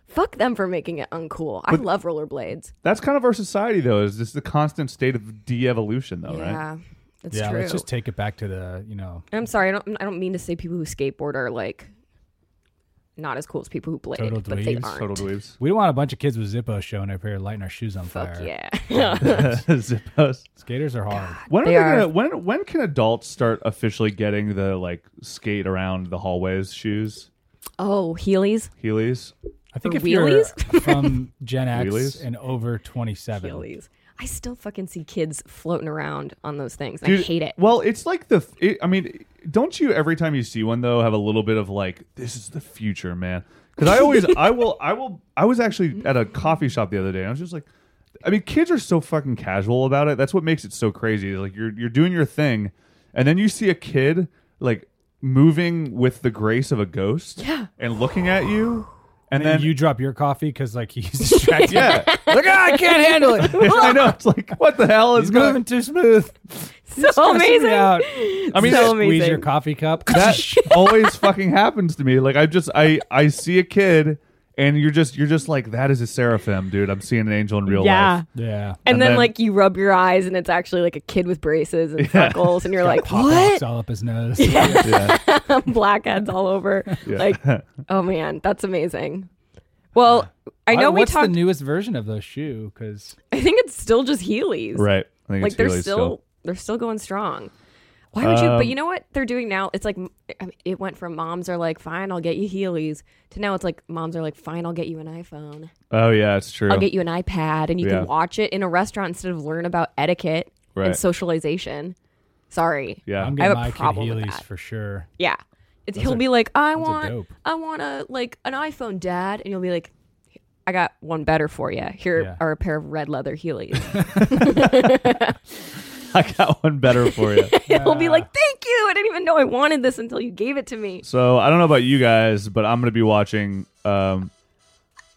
[SPEAKER 5] fuck them for making it uncool. I love rollerblades.
[SPEAKER 4] That's kind of our society, though. Is just the constant state of de-evolution, though, right?
[SPEAKER 5] Yeah. That's
[SPEAKER 6] yeah,
[SPEAKER 5] true.
[SPEAKER 6] let's just take it back to the you know
[SPEAKER 5] I'm sorry, I don't I don't mean to say people who skateboard are like not as cool as people who blade,
[SPEAKER 6] Total
[SPEAKER 5] but they
[SPEAKER 6] dweebs.
[SPEAKER 5] aren't.
[SPEAKER 4] Total
[SPEAKER 5] [LAUGHS]
[SPEAKER 4] dweebs.
[SPEAKER 6] we don't want a bunch of kids with Zippo showing up here lighting our shoes on
[SPEAKER 5] Fuck
[SPEAKER 6] fire.
[SPEAKER 5] yeah.
[SPEAKER 4] [LAUGHS] Zippos.
[SPEAKER 6] Skaters are hard.
[SPEAKER 4] When are
[SPEAKER 5] They
[SPEAKER 4] they
[SPEAKER 5] are-
[SPEAKER 4] gonna, when when can adults start officially getting the like skate around the hallways shoes?
[SPEAKER 5] [LAUGHS] oh, Heelys.
[SPEAKER 4] Heelys.
[SPEAKER 6] I think
[SPEAKER 5] Or
[SPEAKER 6] if you're
[SPEAKER 5] wheelies?
[SPEAKER 6] [LAUGHS] from Gen X
[SPEAKER 4] Wheelies?
[SPEAKER 6] and over 27,
[SPEAKER 5] Heelys. I still fucking see kids floating around on those things. I
[SPEAKER 4] Dude,
[SPEAKER 5] hate it.
[SPEAKER 4] Well, it's like the. It, I mean, don't you every time you see one though have a little bit of like this is the future, man? Because I always, I will, I will. I was actually at a coffee shop the other day. and I was just like, I mean, kids are so fucking casual about it. That's what makes it so crazy. Is like you're you're doing your thing, and then you see a kid like moving with the grace of a ghost,
[SPEAKER 5] Yeah.
[SPEAKER 4] and looking at you, and
[SPEAKER 6] and
[SPEAKER 4] then [LAUGHS]
[SPEAKER 6] you drop your coffee because like [LAUGHS] he's distracted.
[SPEAKER 4] yeah,
[SPEAKER 6] [LAUGHS] like ah, I can't handle it.
[SPEAKER 4] [LAUGHS] I know. It's like what the hell is
[SPEAKER 6] It's
[SPEAKER 4] going?
[SPEAKER 6] moving too smooth.
[SPEAKER 5] [LAUGHS] so
[SPEAKER 6] Stressing me
[SPEAKER 5] amazing. [LAUGHS]
[SPEAKER 6] out.
[SPEAKER 4] I mean,
[SPEAKER 5] So
[SPEAKER 6] Squeeze
[SPEAKER 5] amazing.
[SPEAKER 6] your
[SPEAKER 5] [LAUGHS]
[SPEAKER 6] coffee cup.
[SPEAKER 4] that always fucking happens to me. Like I just I I see a kid and you're just you're just like that is a seraphim, dude. I'm seeing an angel in real life.
[SPEAKER 6] yeah.
[SPEAKER 5] And,
[SPEAKER 4] And
[SPEAKER 5] then,
[SPEAKER 4] then-
[SPEAKER 5] like you rub your eyes and it's actually like a kid with
[SPEAKER 4] [LAUGHS]
[SPEAKER 5] braces and freckles and you're like,
[SPEAKER 6] Box
[SPEAKER 5] What?
[SPEAKER 6] all up his nose.
[SPEAKER 5] [LAUGHS] Blackheads
[SPEAKER 4] [LAUGHS]
[SPEAKER 5] all over. Like oh man, that's amazing. Well, I know we
[SPEAKER 6] What's
[SPEAKER 5] talked
[SPEAKER 6] the newest version of those shoe? Because
[SPEAKER 5] I think it's still just Heelys.
[SPEAKER 4] Right. I think
[SPEAKER 5] Like
[SPEAKER 4] it's
[SPEAKER 5] they're
[SPEAKER 4] Heelys
[SPEAKER 5] still, they're still going strong. Why would you?
[SPEAKER 4] Um,
[SPEAKER 5] But you know what they're doing now? It's like I mean, it went from moms are like, "Fine, I'll get you Heelys," to now it's like moms are like, "Fine, I'll get you an iPhone.
[SPEAKER 4] Oh yeah, it's true.
[SPEAKER 5] I'll get you an iPad, and you
[SPEAKER 4] Yeah.
[SPEAKER 5] can watch it in a restaurant instead of learn about etiquette
[SPEAKER 4] Right.
[SPEAKER 5] and socialization." Sorry.
[SPEAKER 4] yeah. [LAUGHS]
[SPEAKER 6] I'm
[SPEAKER 5] I
[SPEAKER 6] getting
[SPEAKER 5] have a
[SPEAKER 6] my kid
[SPEAKER 5] problem with
[SPEAKER 6] Heelys
[SPEAKER 5] that.
[SPEAKER 6] for sure.
[SPEAKER 5] Yeah. It's,
[SPEAKER 6] Those
[SPEAKER 5] he'll
[SPEAKER 6] are-
[SPEAKER 5] be like, I
[SPEAKER 6] those are
[SPEAKER 5] want,
[SPEAKER 6] dope.
[SPEAKER 5] I want a like an iPhone, Dad, and you'll be like, I got one better for you. Here
[SPEAKER 6] Yeah.
[SPEAKER 5] are a pair of red
[SPEAKER 4] [LAUGHS]
[SPEAKER 5] leather Heelys. [LAUGHS]
[SPEAKER 4] I got one better for
[SPEAKER 5] [LAUGHS]
[SPEAKER 4] you.
[SPEAKER 5] he'll be like, Thank you. I didn't even know I wanted this until you gave it to me.
[SPEAKER 4] so I don't know about you guys, but I'm gonna be watching um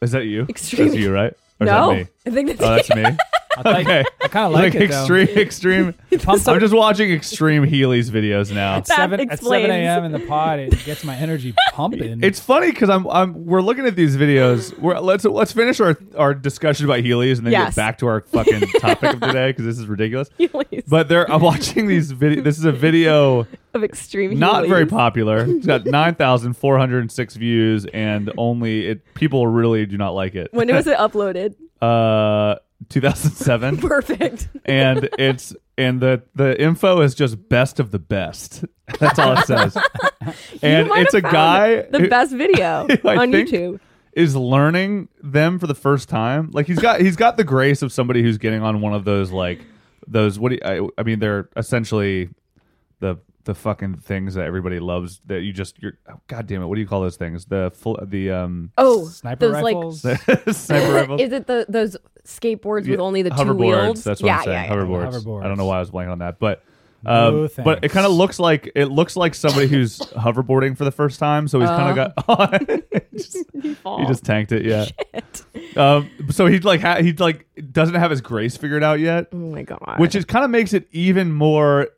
[SPEAKER 4] Is that you?
[SPEAKER 5] Extreme-
[SPEAKER 4] That's you, right? Or
[SPEAKER 5] no,
[SPEAKER 4] is that me?
[SPEAKER 5] I think that's
[SPEAKER 4] Oh, that's me. [LAUGHS] okay.
[SPEAKER 6] I kind of like, it though.
[SPEAKER 4] extreme
[SPEAKER 5] [LAUGHS]
[SPEAKER 4] extreme
[SPEAKER 6] Pumps
[SPEAKER 4] I'm
[SPEAKER 6] up
[SPEAKER 4] just watching extreme Heelys videos now.
[SPEAKER 5] That
[SPEAKER 6] seven, at
[SPEAKER 5] explains.
[SPEAKER 6] 7 a.m. in the pod. It gets my
[SPEAKER 4] [LAUGHS]
[SPEAKER 6] energy pumping.
[SPEAKER 4] It's funny because I'm I'm we're looking at these videos. We're let's let's finish our our discussion about Heelys and then
[SPEAKER 5] Yes.
[SPEAKER 4] get back to our
[SPEAKER 5] [LAUGHS]
[SPEAKER 4] fucking topic of today because this is ridiculous.
[SPEAKER 5] [LAUGHS] Heelys
[SPEAKER 4] But they're I'm watching these video. This is a
[SPEAKER 5] [LAUGHS]
[SPEAKER 4] video
[SPEAKER 5] of extreme.
[SPEAKER 4] not very
[SPEAKER 5] Heelys.
[SPEAKER 4] popular. It's
[SPEAKER 5] [LAUGHS]
[SPEAKER 4] got nine thousand four hundred six views and only it people really do not like it.
[SPEAKER 5] When
[SPEAKER 4] [LAUGHS]
[SPEAKER 5] was it uploaded? [LAUGHS]
[SPEAKER 4] Uh, 2007
[SPEAKER 5] Perfect. [LAUGHS]
[SPEAKER 4] and it's and the the info is just best of the best. [LAUGHS] That's all it says. and
[SPEAKER 5] [LAUGHS] You might
[SPEAKER 4] it's a
[SPEAKER 5] have found
[SPEAKER 4] guy
[SPEAKER 5] The
[SPEAKER 4] who-
[SPEAKER 5] best video
[SPEAKER 4] [LAUGHS] I
[SPEAKER 5] on
[SPEAKER 4] think-
[SPEAKER 5] YouTube.
[SPEAKER 4] is learning them for the first time. Like he's got he's got the grace of somebody who's getting on one of those like those what do you, I, I mean they're essentially the the fucking things that everybody loves that you just you're oh, god damn it what do you call those things the full the um [LAUGHS]
[SPEAKER 5] Oh,
[SPEAKER 6] Sniper
[SPEAKER 5] those
[SPEAKER 6] rifles.
[SPEAKER 5] like [LAUGHS]
[SPEAKER 4] sniper rifles
[SPEAKER 5] is it the those skateboards
[SPEAKER 4] Yeah,
[SPEAKER 5] with only the two
[SPEAKER 4] hoverboards
[SPEAKER 5] wheels?
[SPEAKER 4] that's what
[SPEAKER 5] yeah,
[SPEAKER 4] I'm saying
[SPEAKER 5] yeah, yeah.
[SPEAKER 4] hoverboards.
[SPEAKER 6] Hoverboards.
[SPEAKER 4] I don't know why I was blanking on that but um, but it
[SPEAKER 6] thanks.
[SPEAKER 4] kind of looks like it looks like somebody who's [LAUGHS] hoverboarding for the first time so he's kind of
[SPEAKER 5] Uh-huh.
[SPEAKER 4] got [LAUGHS] He
[SPEAKER 5] [LAUGHS]
[SPEAKER 4] just tanked it, yeah. Um, so he like ha- he like doesn't have his grace figured out yet,
[SPEAKER 5] Oh my god.
[SPEAKER 4] which is kind of makes it even more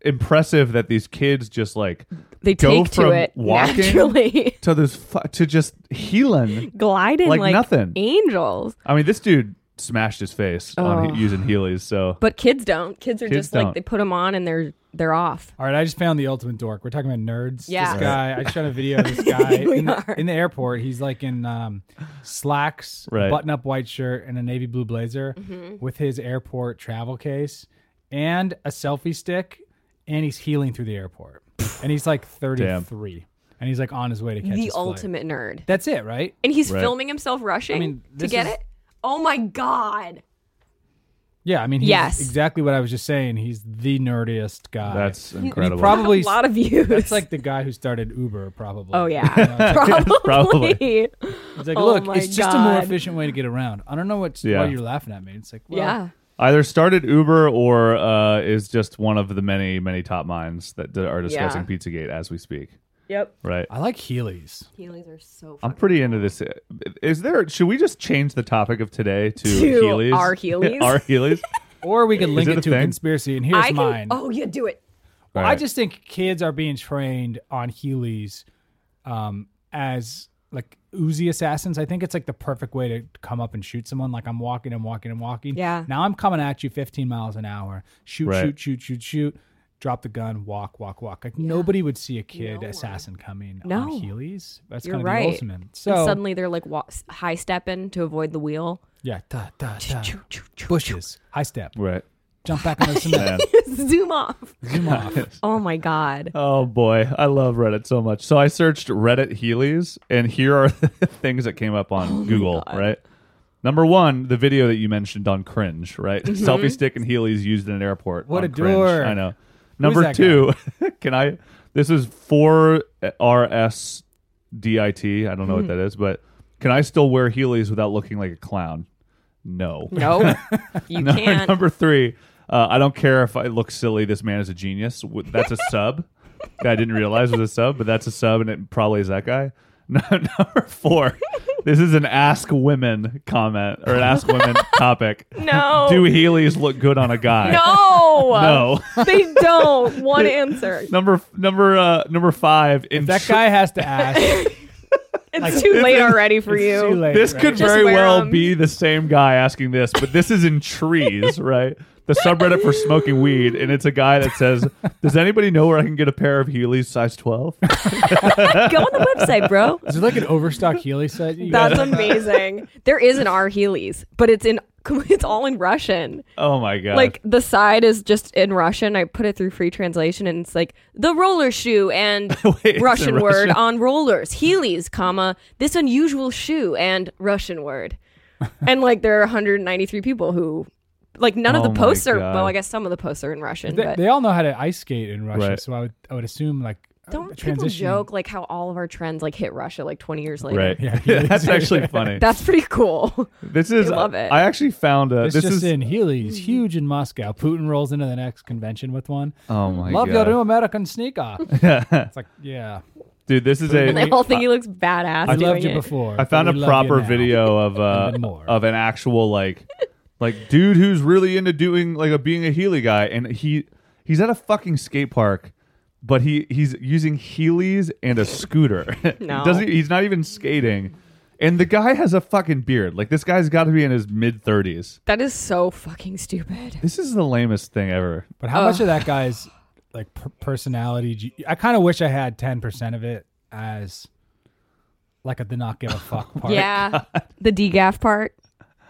[SPEAKER 4] impressive that these kids just like
[SPEAKER 5] they
[SPEAKER 4] go
[SPEAKER 5] take to
[SPEAKER 4] from
[SPEAKER 5] it
[SPEAKER 4] walking-
[SPEAKER 5] naturally, [LAUGHS]
[SPEAKER 4] to this fu- to just healing.
[SPEAKER 5] gliding
[SPEAKER 4] Like
[SPEAKER 5] like,
[SPEAKER 4] nothing.
[SPEAKER 5] angels.
[SPEAKER 4] I mean, this dude smashed his face on
[SPEAKER 5] Oh.
[SPEAKER 4] he- using heelys. So
[SPEAKER 5] But kids don't. Kids are
[SPEAKER 4] Kids
[SPEAKER 5] just
[SPEAKER 4] don't.
[SPEAKER 5] like they put them on and they're they're off.
[SPEAKER 6] All right, I just found the ultimate dork. We're talking about nerds.
[SPEAKER 5] Yeah.
[SPEAKER 6] This guy, I just shot a video of
[SPEAKER 5] [LAUGHS]
[SPEAKER 6] this guy
[SPEAKER 5] We
[SPEAKER 6] in, the,
[SPEAKER 5] are.
[SPEAKER 6] in the airport. He's like in um, slacks,
[SPEAKER 4] Right.
[SPEAKER 6] button up white shirt, and a navy blue blazer
[SPEAKER 5] Mm-hmm.
[SPEAKER 6] with his airport travel case and a selfie stick. And he's healing through the airport. and he's like 33. And he's like on his way to catch
[SPEAKER 5] the
[SPEAKER 6] his flight.
[SPEAKER 5] ultimate nerd.
[SPEAKER 6] That's it, right?
[SPEAKER 5] And he's
[SPEAKER 4] Right.
[SPEAKER 5] filming himself rushing
[SPEAKER 6] I mean,
[SPEAKER 5] to
[SPEAKER 6] this
[SPEAKER 5] get
[SPEAKER 6] is-
[SPEAKER 5] it. Oh my god.
[SPEAKER 6] Yeah, I mean, he's
[SPEAKER 5] Yes.
[SPEAKER 6] exactly what I was just saying. He's the nerdiest guy.
[SPEAKER 4] that's
[SPEAKER 6] And he
[SPEAKER 4] incredible.
[SPEAKER 6] Probably
[SPEAKER 5] a lot of views.
[SPEAKER 6] That's like the guy who started Uber, probably.
[SPEAKER 5] [LAUGHS]
[SPEAKER 4] [LAUGHS]
[SPEAKER 5] Oh
[SPEAKER 6] [LAUGHS]
[SPEAKER 5] yeah. [LAUGHS] Probably.
[SPEAKER 6] It's like,
[SPEAKER 5] Oh
[SPEAKER 6] look,
[SPEAKER 5] my
[SPEAKER 6] it's just a more
[SPEAKER 5] God.
[SPEAKER 6] efficient way to get around. I don't know what's
[SPEAKER 4] Yeah.
[SPEAKER 6] why you're laughing at me. It's like, well,
[SPEAKER 5] yeah.
[SPEAKER 4] Either started Uber or uh, is just one of the many many top minds that, that are discussing
[SPEAKER 5] Yeah.
[SPEAKER 4] Pizzagate as we speak.
[SPEAKER 5] Yep.
[SPEAKER 4] Right.
[SPEAKER 6] I like Heelys.
[SPEAKER 5] Healings are so
[SPEAKER 4] I'm
[SPEAKER 5] fun.
[SPEAKER 4] pretty into this. Is there? Should we just change the topic of today to,
[SPEAKER 5] To
[SPEAKER 4] Heelys?
[SPEAKER 5] our Heelys?
[SPEAKER 4] [LAUGHS] our
[SPEAKER 5] [LAUGHS]
[SPEAKER 4] Heelys.
[SPEAKER 6] Or we could link
[SPEAKER 4] it
[SPEAKER 6] it,
[SPEAKER 4] a
[SPEAKER 6] to a
[SPEAKER 4] thing?
[SPEAKER 6] conspiracy, and here's
[SPEAKER 5] I can
[SPEAKER 6] mine.
[SPEAKER 5] Oh yeah, do it.
[SPEAKER 4] All
[SPEAKER 6] I
[SPEAKER 4] right.
[SPEAKER 6] just think kids are being trained on Heelys um, as like Uzi assassins. I think it's like the perfect way to come up and shoot someone. Like I'm walking, I'm walking, I'm walking.
[SPEAKER 5] Yeah.
[SPEAKER 6] Now I'm coming at you 15 miles an hour. Shoot,
[SPEAKER 4] Right.
[SPEAKER 6] shoot, shoot, shoot, shoot. Drop the gun, walk, walk, walk. Like nobody would see a kid assassin coming
[SPEAKER 5] No.
[SPEAKER 6] on Heelys. That's
[SPEAKER 5] You're
[SPEAKER 6] gonna
[SPEAKER 5] right.
[SPEAKER 6] be ultimate. So
[SPEAKER 5] and suddenly they're like wa- high stepping to avoid
[SPEAKER 4] [LAUGHS]
[SPEAKER 5] the wheel.
[SPEAKER 6] yeah, da, da, da. bushes, high step,
[SPEAKER 4] right.
[SPEAKER 6] jump back
[SPEAKER 5] [LAUGHS]
[SPEAKER 6] on the cement.
[SPEAKER 4] Man.
[SPEAKER 5] Zoom off.
[SPEAKER 6] Zoom off.
[SPEAKER 4] [LAUGHS]
[SPEAKER 5] Oh my god.
[SPEAKER 4] Oh boy, I love Reddit so much. So I searched Reddit Heelys, and here are [LAUGHS] the things that came up on
[SPEAKER 6] Oh,
[SPEAKER 4] Google. Right. Number one, the video that you mentioned on Cringe. Right. Selfie stick and Heelys used in an airport.
[SPEAKER 6] Mm-hmm. What
[SPEAKER 4] on
[SPEAKER 6] a
[SPEAKER 4] Cringe.
[SPEAKER 6] dork.
[SPEAKER 4] I know. Number
[SPEAKER 6] that
[SPEAKER 4] two, [LAUGHS] can I? This is four R S D I T. I don't
[SPEAKER 6] Hmm.
[SPEAKER 4] know what that is, but can I still wear Heelys without looking like a clown? No. [LAUGHS]
[SPEAKER 5] No. You
[SPEAKER 4] Number-
[SPEAKER 5] can't.
[SPEAKER 4] Number three, uh, I don't care if I look silly. This man is a genius. W- That's a sub. That I didn't realize was a sub, but that's a sub, and it probably is that guy. [LAUGHS] No, number four, this is an ask women comment or an ask
[SPEAKER 5] [LAUGHS]
[SPEAKER 4] women topic.
[SPEAKER 5] No.
[SPEAKER 4] Do Heelys look good on a guy?
[SPEAKER 5] [LAUGHS] no.
[SPEAKER 4] No.
[SPEAKER 5] They don't. One answer.
[SPEAKER 4] number number uh, number five. In
[SPEAKER 6] that
[SPEAKER 4] tr-
[SPEAKER 6] guy has
[SPEAKER 5] [LAUGHS]
[SPEAKER 6] to ask.
[SPEAKER 5] It's too late already for you.
[SPEAKER 6] Too late,
[SPEAKER 4] This
[SPEAKER 6] right?
[SPEAKER 4] could
[SPEAKER 5] Just
[SPEAKER 4] very
[SPEAKER 5] wear
[SPEAKER 4] well
[SPEAKER 5] 'em.
[SPEAKER 4] be the same guy asking this, but this is in trees, right? The subreddit for smoking weed, and it's a guy that says, "Does anybody know where I can get a pair of Heelys size 12?
[SPEAKER 5] Go on the
[SPEAKER 4] [LAUGHS]
[SPEAKER 5] website, bro.
[SPEAKER 6] Is it like an overstock Healy set? You
[SPEAKER 5] That's
[SPEAKER 6] guys-
[SPEAKER 5] amazing. There is an R Heelys, but it's in [LAUGHS] it's all in Russian.
[SPEAKER 4] Oh my god!
[SPEAKER 5] Like the side is just in Russian. I put it through free translation and it's like the roller
[SPEAKER 4] [LAUGHS]
[SPEAKER 5] shoe and
[SPEAKER 4] it's
[SPEAKER 5] Russian
[SPEAKER 4] in
[SPEAKER 5] word
[SPEAKER 4] Russian?
[SPEAKER 5] on rollers, Heelys, comma, this unusual shoe and Russian word. and like there are 193 people who like none
[SPEAKER 4] Oh
[SPEAKER 5] of the
[SPEAKER 4] my
[SPEAKER 5] posts are
[SPEAKER 4] God.
[SPEAKER 5] well, I guess some of the posts are in Russian,
[SPEAKER 6] They,
[SPEAKER 5] but
[SPEAKER 6] they all know how to ice skate in Russia,
[SPEAKER 4] Right.
[SPEAKER 6] so I would I would assume like a- a
[SPEAKER 5] don't people
[SPEAKER 6] Uh, transition.
[SPEAKER 5] joke like how all of our trends like hit Russia like 20 years later?
[SPEAKER 4] right?
[SPEAKER 6] Yeah,
[SPEAKER 4] [LAUGHS]
[SPEAKER 6] Heelys.
[SPEAKER 4] that's actually funny.
[SPEAKER 5] [LAUGHS] That's pretty cool.
[SPEAKER 4] this is.
[SPEAKER 5] I love it.
[SPEAKER 4] I actually found a.
[SPEAKER 6] This,
[SPEAKER 4] This
[SPEAKER 6] just
[SPEAKER 4] is.
[SPEAKER 6] in Heelys,
[SPEAKER 5] Mm-hmm.
[SPEAKER 6] huge in Moscow. Putin rolls into the next convention with one.
[SPEAKER 4] Oh my
[SPEAKER 6] Love your
[SPEAKER 4] god,
[SPEAKER 6] new
[SPEAKER 4] [LAUGHS]
[SPEAKER 6] American sneaker. it's like yeah,
[SPEAKER 4] dude! This is
[SPEAKER 5] And they
[SPEAKER 4] a.
[SPEAKER 5] all think he looks badass.
[SPEAKER 6] I
[SPEAKER 5] doing
[SPEAKER 6] loved you
[SPEAKER 5] it.
[SPEAKER 6] before.
[SPEAKER 4] I found
[SPEAKER 6] but we
[SPEAKER 4] a
[SPEAKER 6] love you
[SPEAKER 4] proper
[SPEAKER 6] now.
[SPEAKER 4] video of uh
[SPEAKER 6] And more.
[SPEAKER 4] of an actual like like dude who's really into doing like a being a Healy guy and he he's at a fucking skate park but he he's using Heelys and a scooter. [LAUGHS]
[SPEAKER 5] No.
[SPEAKER 4] he doesn't he's not even skating. And the guy has a fucking beard. Like this guy's got to be in his mid 30s.
[SPEAKER 5] That is so fucking
[SPEAKER 6] [LAUGHS] Oh
[SPEAKER 5] stupid.
[SPEAKER 4] This is the lamest thing ever.
[SPEAKER 6] But how much of that guy's like per- personality? do you- I kind of wish I had ten percent of it as like a the not give a fuck part.
[SPEAKER 5] yeah. The degaff part.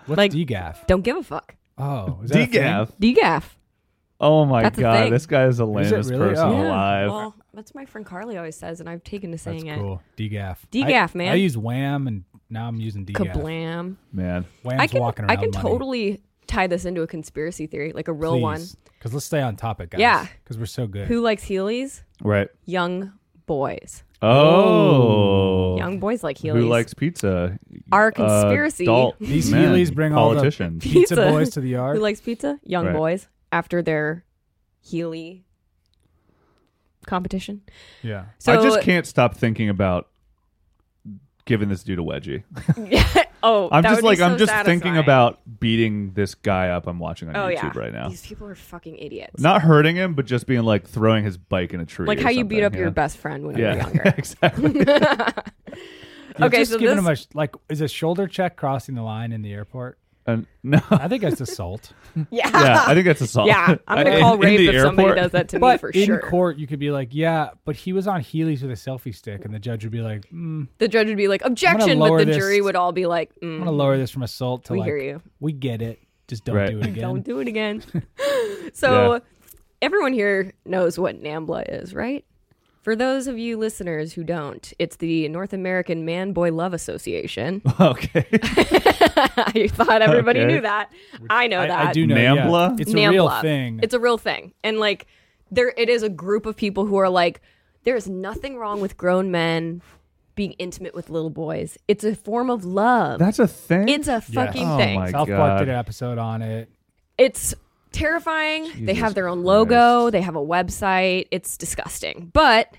[SPEAKER 6] what's
[SPEAKER 5] like-
[SPEAKER 6] degaff?
[SPEAKER 5] Don't give a fuck.
[SPEAKER 6] Oh, is that a thing?
[SPEAKER 4] Degav.
[SPEAKER 5] Degaff.
[SPEAKER 4] Oh my
[SPEAKER 5] That's a
[SPEAKER 4] god,
[SPEAKER 5] thing.
[SPEAKER 4] this guy is the
[SPEAKER 6] Is it
[SPEAKER 4] lamest
[SPEAKER 6] really?
[SPEAKER 4] person
[SPEAKER 6] Oh.
[SPEAKER 4] alive.
[SPEAKER 5] Well, that's what my friend Carly always says, and I've taken to
[SPEAKER 6] That's
[SPEAKER 5] saying it.
[SPEAKER 6] cool. Degaff.
[SPEAKER 5] Degaff,
[SPEAKER 6] I,
[SPEAKER 5] man.
[SPEAKER 6] I use Wham, and now I'm using Degaff.
[SPEAKER 5] Kablam.
[SPEAKER 4] Man.
[SPEAKER 6] Wham's
[SPEAKER 5] I can,
[SPEAKER 6] walking around.
[SPEAKER 5] I can
[SPEAKER 6] money.
[SPEAKER 5] totally tie this into a conspiracy theory, like a real one.
[SPEAKER 6] Because let's stay on topic, guys.
[SPEAKER 5] Yeah.
[SPEAKER 6] Because we're so good.
[SPEAKER 5] Who likes Heelys?
[SPEAKER 4] Right.
[SPEAKER 5] Young boys.
[SPEAKER 4] Oh.
[SPEAKER 5] Young boys like Heelys.
[SPEAKER 4] Who likes pizza?
[SPEAKER 5] Our
[SPEAKER 4] Uh,
[SPEAKER 5] conspiracy.
[SPEAKER 4] adult
[SPEAKER 6] These
[SPEAKER 4] men,
[SPEAKER 6] Heelys bring all the-
[SPEAKER 4] politicians.
[SPEAKER 6] pizza boys
[SPEAKER 5] [LAUGHS]
[SPEAKER 6] to the yard?
[SPEAKER 5] Who likes pizza? Young
[SPEAKER 4] Right.
[SPEAKER 5] boys after their Healy competition.
[SPEAKER 6] yeah.
[SPEAKER 5] So
[SPEAKER 4] I just can't stop thinking about giving this dude a wedgie.
[SPEAKER 5] oh,
[SPEAKER 4] I'm
[SPEAKER 5] that
[SPEAKER 4] just
[SPEAKER 5] would be
[SPEAKER 4] like I'm
[SPEAKER 5] so
[SPEAKER 4] just
[SPEAKER 5] satisfying.
[SPEAKER 4] thinking about beating this guy up. I'm watching on
[SPEAKER 5] oh
[SPEAKER 4] YouTube
[SPEAKER 5] yeah
[SPEAKER 4] right now.
[SPEAKER 5] These people are fucking idiots.
[SPEAKER 4] Not hurting him, but just being like throwing his bike in a tree.
[SPEAKER 5] like
[SPEAKER 4] or
[SPEAKER 5] how you beat
[SPEAKER 4] something,
[SPEAKER 5] up
[SPEAKER 4] yeah.
[SPEAKER 5] your best friend when you
[SPEAKER 4] [LAUGHS]
[SPEAKER 5] were
[SPEAKER 4] Yeah,
[SPEAKER 5] younger.
[SPEAKER 4] exactly.
[SPEAKER 5] [LAUGHS]
[SPEAKER 6] You're
[SPEAKER 5] Okay,
[SPEAKER 6] just
[SPEAKER 5] so
[SPEAKER 6] giving
[SPEAKER 5] this- [LAUGHS]
[SPEAKER 6] him a sh- like is a shoulder check crossing the line in the airport?
[SPEAKER 4] And, no,
[SPEAKER 6] I think that's assault.
[SPEAKER 5] yeah.
[SPEAKER 4] yeah, I think that's assault.
[SPEAKER 5] Yeah, I'm
[SPEAKER 4] [LAUGHS]
[SPEAKER 5] gonna
[SPEAKER 4] In-
[SPEAKER 5] call
[SPEAKER 4] in
[SPEAKER 5] rape
[SPEAKER 4] the
[SPEAKER 5] if somebody
[SPEAKER 4] airport.
[SPEAKER 5] does that to me
[SPEAKER 6] but
[SPEAKER 5] for
[SPEAKER 6] in
[SPEAKER 5] sure.
[SPEAKER 6] court, you could be like, "Yeah, but he was on Heelys with a selfie stick," and the judge would be like, mm,
[SPEAKER 5] the judge would be like, "Objection," but
[SPEAKER 6] lower
[SPEAKER 5] the
[SPEAKER 6] this-
[SPEAKER 5] jury would all be like, mm,
[SPEAKER 6] "I'm gonna lower this from assault to
[SPEAKER 5] We
[SPEAKER 6] like,
[SPEAKER 5] hear you.
[SPEAKER 6] we get it, just don't
[SPEAKER 4] Right.
[SPEAKER 6] do it again."
[SPEAKER 5] "Don't do it
[SPEAKER 6] [LAUGHS]
[SPEAKER 5] again." [LAUGHS] so
[SPEAKER 4] Yeah.
[SPEAKER 5] everyone here knows what NAMBLA is, right? For those of you listeners who don't, it's the North American Man Boy Love Association. [LAUGHS]
[SPEAKER 4] [LAUGHS] Okay.
[SPEAKER 5] I thought everybody
[SPEAKER 4] Okay.
[SPEAKER 5] knew that. I know
[SPEAKER 6] I,
[SPEAKER 5] that.
[SPEAKER 6] I do know. yeah.
[SPEAKER 4] NAMBLA?
[SPEAKER 6] It's a real
[SPEAKER 5] NAMBLA.
[SPEAKER 6] thing.
[SPEAKER 5] It's a real thing. And like there it is a group of people who are like there is nothing wrong with grown men being intimate with little boys. It's a form of love.
[SPEAKER 4] That's a thing.
[SPEAKER 5] it's a fucking
[SPEAKER 4] Oh
[SPEAKER 5] thing.
[SPEAKER 4] my
[SPEAKER 6] South
[SPEAKER 4] God.
[SPEAKER 6] Park did an episode on it.
[SPEAKER 5] It's terrifying. they
[SPEAKER 4] Jesus
[SPEAKER 5] have their own logo,
[SPEAKER 4] Christ.
[SPEAKER 5] they have a website. It's disgusting. But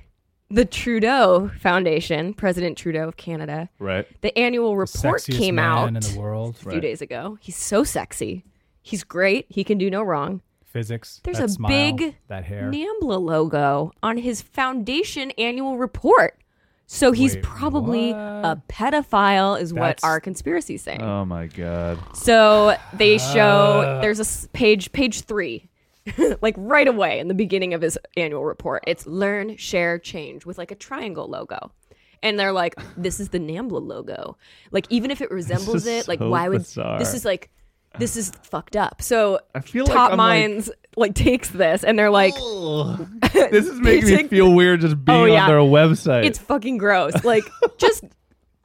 [SPEAKER 5] the Trudeau Foundation, President Trudeau of Canada,
[SPEAKER 4] right.
[SPEAKER 5] the annual report
[SPEAKER 6] Sexiest
[SPEAKER 5] came
[SPEAKER 6] man
[SPEAKER 5] out
[SPEAKER 6] in the world.
[SPEAKER 5] a few
[SPEAKER 4] Right.
[SPEAKER 5] days ago. He's so sexy. He's great. He can do no wrong.
[SPEAKER 6] Physics.
[SPEAKER 5] There's
[SPEAKER 6] that
[SPEAKER 5] a
[SPEAKER 6] smile,
[SPEAKER 5] big
[SPEAKER 6] that hair.
[SPEAKER 5] NAMBLA logo on his foundation annual report. So he's
[SPEAKER 6] Wait,
[SPEAKER 5] probably
[SPEAKER 6] what?
[SPEAKER 5] a pedophile, is
[SPEAKER 6] That's-
[SPEAKER 5] what our conspiracy's saying.
[SPEAKER 4] Oh my god.
[SPEAKER 5] so they
[SPEAKER 4] Ah.
[SPEAKER 5] show there's a s- page, page three, [LAUGHS] like right away in the beginning of his annual report. It's learn, share, change with like a triangle logo. And they're like, this is the NAMBLA logo. Like, even if it resembles
[SPEAKER 4] is
[SPEAKER 5] it, like,
[SPEAKER 4] so
[SPEAKER 5] why would
[SPEAKER 4] bizarre.
[SPEAKER 5] this is like, this is fucked up. So
[SPEAKER 4] I feel like
[SPEAKER 5] top
[SPEAKER 4] I'm, like-
[SPEAKER 5] minds like takes this and they're like,
[SPEAKER 4] [LAUGHS] This
[SPEAKER 5] [LAUGHS]
[SPEAKER 4] is making me
[SPEAKER 5] Basic-
[SPEAKER 4] feel weird just being
[SPEAKER 5] Oh, yeah.
[SPEAKER 4] on their website.
[SPEAKER 5] It's fucking gross. Like
[SPEAKER 4] [LAUGHS]
[SPEAKER 5] just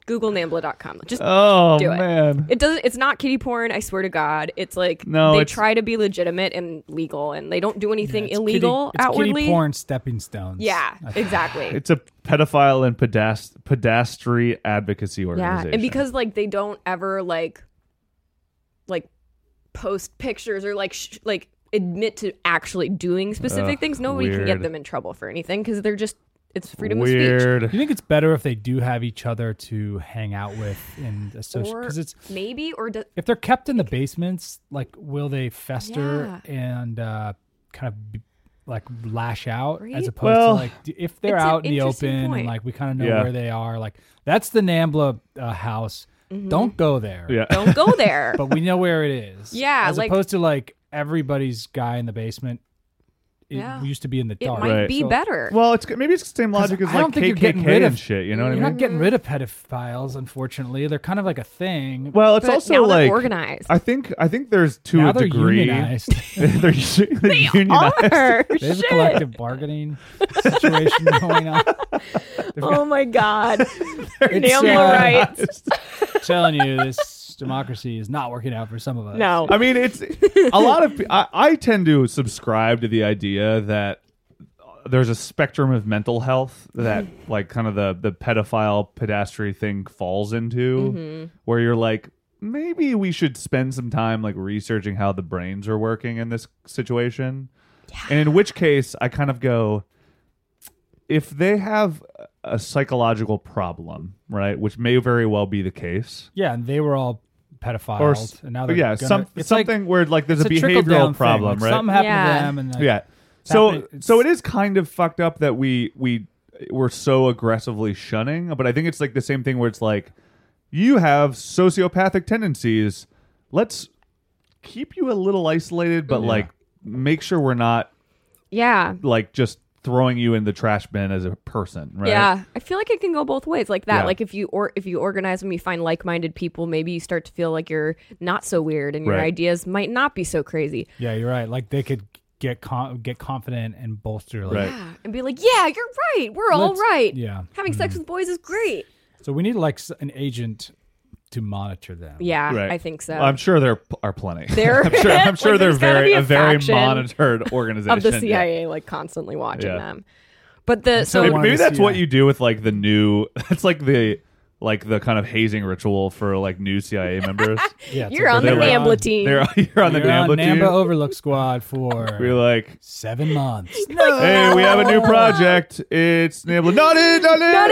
[SPEAKER 5] Google Nambla.com. Just
[SPEAKER 4] oh
[SPEAKER 5] do it.
[SPEAKER 4] man.
[SPEAKER 5] It doesn't it's not kitty porn, I swear to God. It's like
[SPEAKER 4] No,
[SPEAKER 5] they
[SPEAKER 4] it's-
[SPEAKER 5] try to be legitimate and legal and they don't do anything
[SPEAKER 6] It's kitty-
[SPEAKER 5] illegal
[SPEAKER 6] it's
[SPEAKER 5] outwardly.
[SPEAKER 6] Kitty porn stepping stones.
[SPEAKER 5] Yeah,
[SPEAKER 4] [LAUGHS]
[SPEAKER 5] exactly.
[SPEAKER 4] It's a pedophile and pedast- pedastry advocacy
[SPEAKER 5] Yeah.
[SPEAKER 4] organization.
[SPEAKER 5] And because like they don't ever like like post pictures or like sh- like admit to actually doing specific
[SPEAKER 4] Ugh,
[SPEAKER 5] things, nobody can
[SPEAKER 4] weird.
[SPEAKER 5] get them in trouble for anything because they're just it's freedom of speech.
[SPEAKER 4] weird.
[SPEAKER 6] Do you think it's better if they do have each other to hang out with and associate?
[SPEAKER 5] Or
[SPEAKER 6] Because it's
[SPEAKER 5] maybe or do,
[SPEAKER 6] if they're kept in the basements, like will they fester
[SPEAKER 5] Yeah.
[SPEAKER 6] and uh, kind of be, like lash out
[SPEAKER 5] Right?
[SPEAKER 6] as opposed
[SPEAKER 4] Well-
[SPEAKER 6] to like d- if they're
[SPEAKER 5] It's an
[SPEAKER 6] out in the
[SPEAKER 5] interesting
[SPEAKER 6] open
[SPEAKER 5] point.
[SPEAKER 6] and like we kind of know
[SPEAKER 4] Yeah.
[SPEAKER 6] where they are. Like that's the Nambla uh, house.
[SPEAKER 5] Mm-hmm.
[SPEAKER 6] Don't go there.
[SPEAKER 4] Yeah.
[SPEAKER 5] don't go there.
[SPEAKER 6] but we know where it
[SPEAKER 5] [LAUGHS]
[SPEAKER 6] is.
[SPEAKER 5] Yeah,
[SPEAKER 6] as
[SPEAKER 5] like-
[SPEAKER 6] opposed to like everybody's guy in the basement. It
[SPEAKER 5] Yeah.
[SPEAKER 6] used to be in the
[SPEAKER 5] it
[SPEAKER 6] dark.
[SPEAKER 5] might
[SPEAKER 4] Right.
[SPEAKER 5] be
[SPEAKER 6] So-
[SPEAKER 5] better.
[SPEAKER 4] [LAUGHS] Well, it's maybe it's the same logic as
[SPEAKER 6] I
[SPEAKER 4] like
[SPEAKER 6] don't think you're getting
[SPEAKER 4] KKK
[SPEAKER 6] rid
[SPEAKER 4] and
[SPEAKER 6] of-
[SPEAKER 4] shit. You know what I
[SPEAKER 6] You're
[SPEAKER 4] mean?
[SPEAKER 6] not getting rid of pedophiles, unfortunately. They're kind of like a thing.
[SPEAKER 4] well, it's
[SPEAKER 5] But
[SPEAKER 4] also
[SPEAKER 5] now they're
[SPEAKER 4] like
[SPEAKER 5] organized.
[SPEAKER 4] I think I think there's to
[SPEAKER 6] now
[SPEAKER 4] a
[SPEAKER 6] they're
[SPEAKER 4] degree.
[SPEAKER 6] unionized.
[SPEAKER 4] [LAUGHS]
[SPEAKER 6] [LAUGHS]
[SPEAKER 4] they're u- they're [LAUGHS] unionized.
[SPEAKER 5] are.
[SPEAKER 6] They have a
[SPEAKER 5] Shit.
[SPEAKER 6] collective bargaining
[SPEAKER 5] [LAUGHS]
[SPEAKER 6] situation going on.
[SPEAKER 5] Oh
[SPEAKER 4] [LAUGHS]
[SPEAKER 5] my god. Nail
[SPEAKER 6] uh,
[SPEAKER 5] rights.
[SPEAKER 6] telling you, this democracy is not working out for some of us.
[SPEAKER 4] [LAUGHS]
[SPEAKER 5] No.
[SPEAKER 4] I mean, it's a lot of. pe- I, I tend to subscribe to the idea that there's a spectrum of mental health that, like, kind of the the pedophile pedastry thing falls into, where you're like, maybe we should spend some time like researching how the brains are working in this situation, and in which case, I kind of go, if they have a psychological problem, right, which may very well be the case
[SPEAKER 6] Yeah, and they were all pedophiles.
[SPEAKER 4] or s-
[SPEAKER 6] and now
[SPEAKER 4] or
[SPEAKER 6] they're
[SPEAKER 4] yeah,
[SPEAKER 6] gonna-
[SPEAKER 4] some,
[SPEAKER 6] it's like-
[SPEAKER 4] something where like there's
[SPEAKER 6] it's
[SPEAKER 4] a
[SPEAKER 6] a trickle-down
[SPEAKER 4] behavioral
[SPEAKER 6] thing.
[SPEAKER 4] problem,
[SPEAKER 6] Like,
[SPEAKER 4] right?
[SPEAKER 6] Something happened
[SPEAKER 5] Yeah.
[SPEAKER 6] to them, and like,
[SPEAKER 4] yeah.
[SPEAKER 6] it's
[SPEAKER 4] So
[SPEAKER 6] happening-
[SPEAKER 4] so it
[SPEAKER 6] it's-
[SPEAKER 4] is kind of fucked up that we we were so aggressively shunning, but I think it's like the same thing where it's like you have sociopathic tendencies. Let's keep you a little isolated, but like make sure we're not
[SPEAKER 5] yeah.
[SPEAKER 4] like just throwing you in the trash bin as a person, right?
[SPEAKER 5] Yeah. I feel like it can go both ways like that.
[SPEAKER 4] Yeah.
[SPEAKER 5] Like if you or if you organize them, you find like-minded people, maybe you start to feel like you're not so weird and your
[SPEAKER 4] Right.
[SPEAKER 5] ideas might not be so crazy.
[SPEAKER 6] Yeah, you're right. Like they could get con- get confident and bolster. Like,
[SPEAKER 4] Right.
[SPEAKER 5] Yeah. And be like, "Yeah, you're right. We're all
[SPEAKER 6] Let's-
[SPEAKER 5] right.
[SPEAKER 4] Mm-hmm.
[SPEAKER 6] yeah.
[SPEAKER 5] Having sex with boys is great."
[SPEAKER 6] So we need like s- an agent to monitor them.
[SPEAKER 5] Yeah,
[SPEAKER 4] Right.
[SPEAKER 5] I think so.
[SPEAKER 4] Well, I'm sure there p- are plenty.
[SPEAKER 5] There-
[SPEAKER 4] [LAUGHS] I'm
[SPEAKER 5] [LAUGHS]
[SPEAKER 4] sure, I'm sure [LAUGHS]
[SPEAKER 5] like,
[SPEAKER 4] they're
[SPEAKER 5] there's gotta
[SPEAKER 4] very
[SPEAKER 5] be a
[SPEAKER 4] a, very
[SPEAKER 5] faction
[SPEAKER 4] monitored [LAUGHS] organization
[SPEAKER 5] of the
[SPEAKER 4] yeah.
[SPEAKER 5] CIA, like constantly watching
[SPEAKER 4] Yeah.
[SPEAKER 5] them. But the
[SPEAKER 6] So
[SPEAKER 5] so
[SPEAKER 4] Maybe,
[SPEAKER 6] wanted
[SPEAKER 4] maybe
[SPEAKER 6] to
[SPEAKER 4] that's
[SPEAKER 6] see
[SPEAKER 4] what
[SPEAKER 6] that.
[SPEAKER 4] you do with like the new. [LAUGHS] That's like the like the kind of hazing ritual for like new
[SPEAKER 5] [LAUGHS]
[SPEAKER 4] CIA members.
[SPEAKER 6] Yeah, it's
[SPEAKER 5] you're
[SPEAKER 6] like
[SPEAKER 5] on the
[SPEAKER 4] they're like-
[SPEAKER 5] Nambla team.
[SPEAKER 4] They're, you're on [LAUGHS] the
[SPEAKER 6] You're on
[SPEAKER 4] Namba team.
[SPEAKER 6] Namba Overlook Squad for
[SPEAKER 4] We're like,
[SPEAKER 6] seven months.
[SPEAKER 4] [LAUGHS] hey, we have a
[SPEAKER 5] [LAUGHS]
[SPEAKER 4] new project. It's Nambla. Not it. Not it.
[SPEAKER 5] Not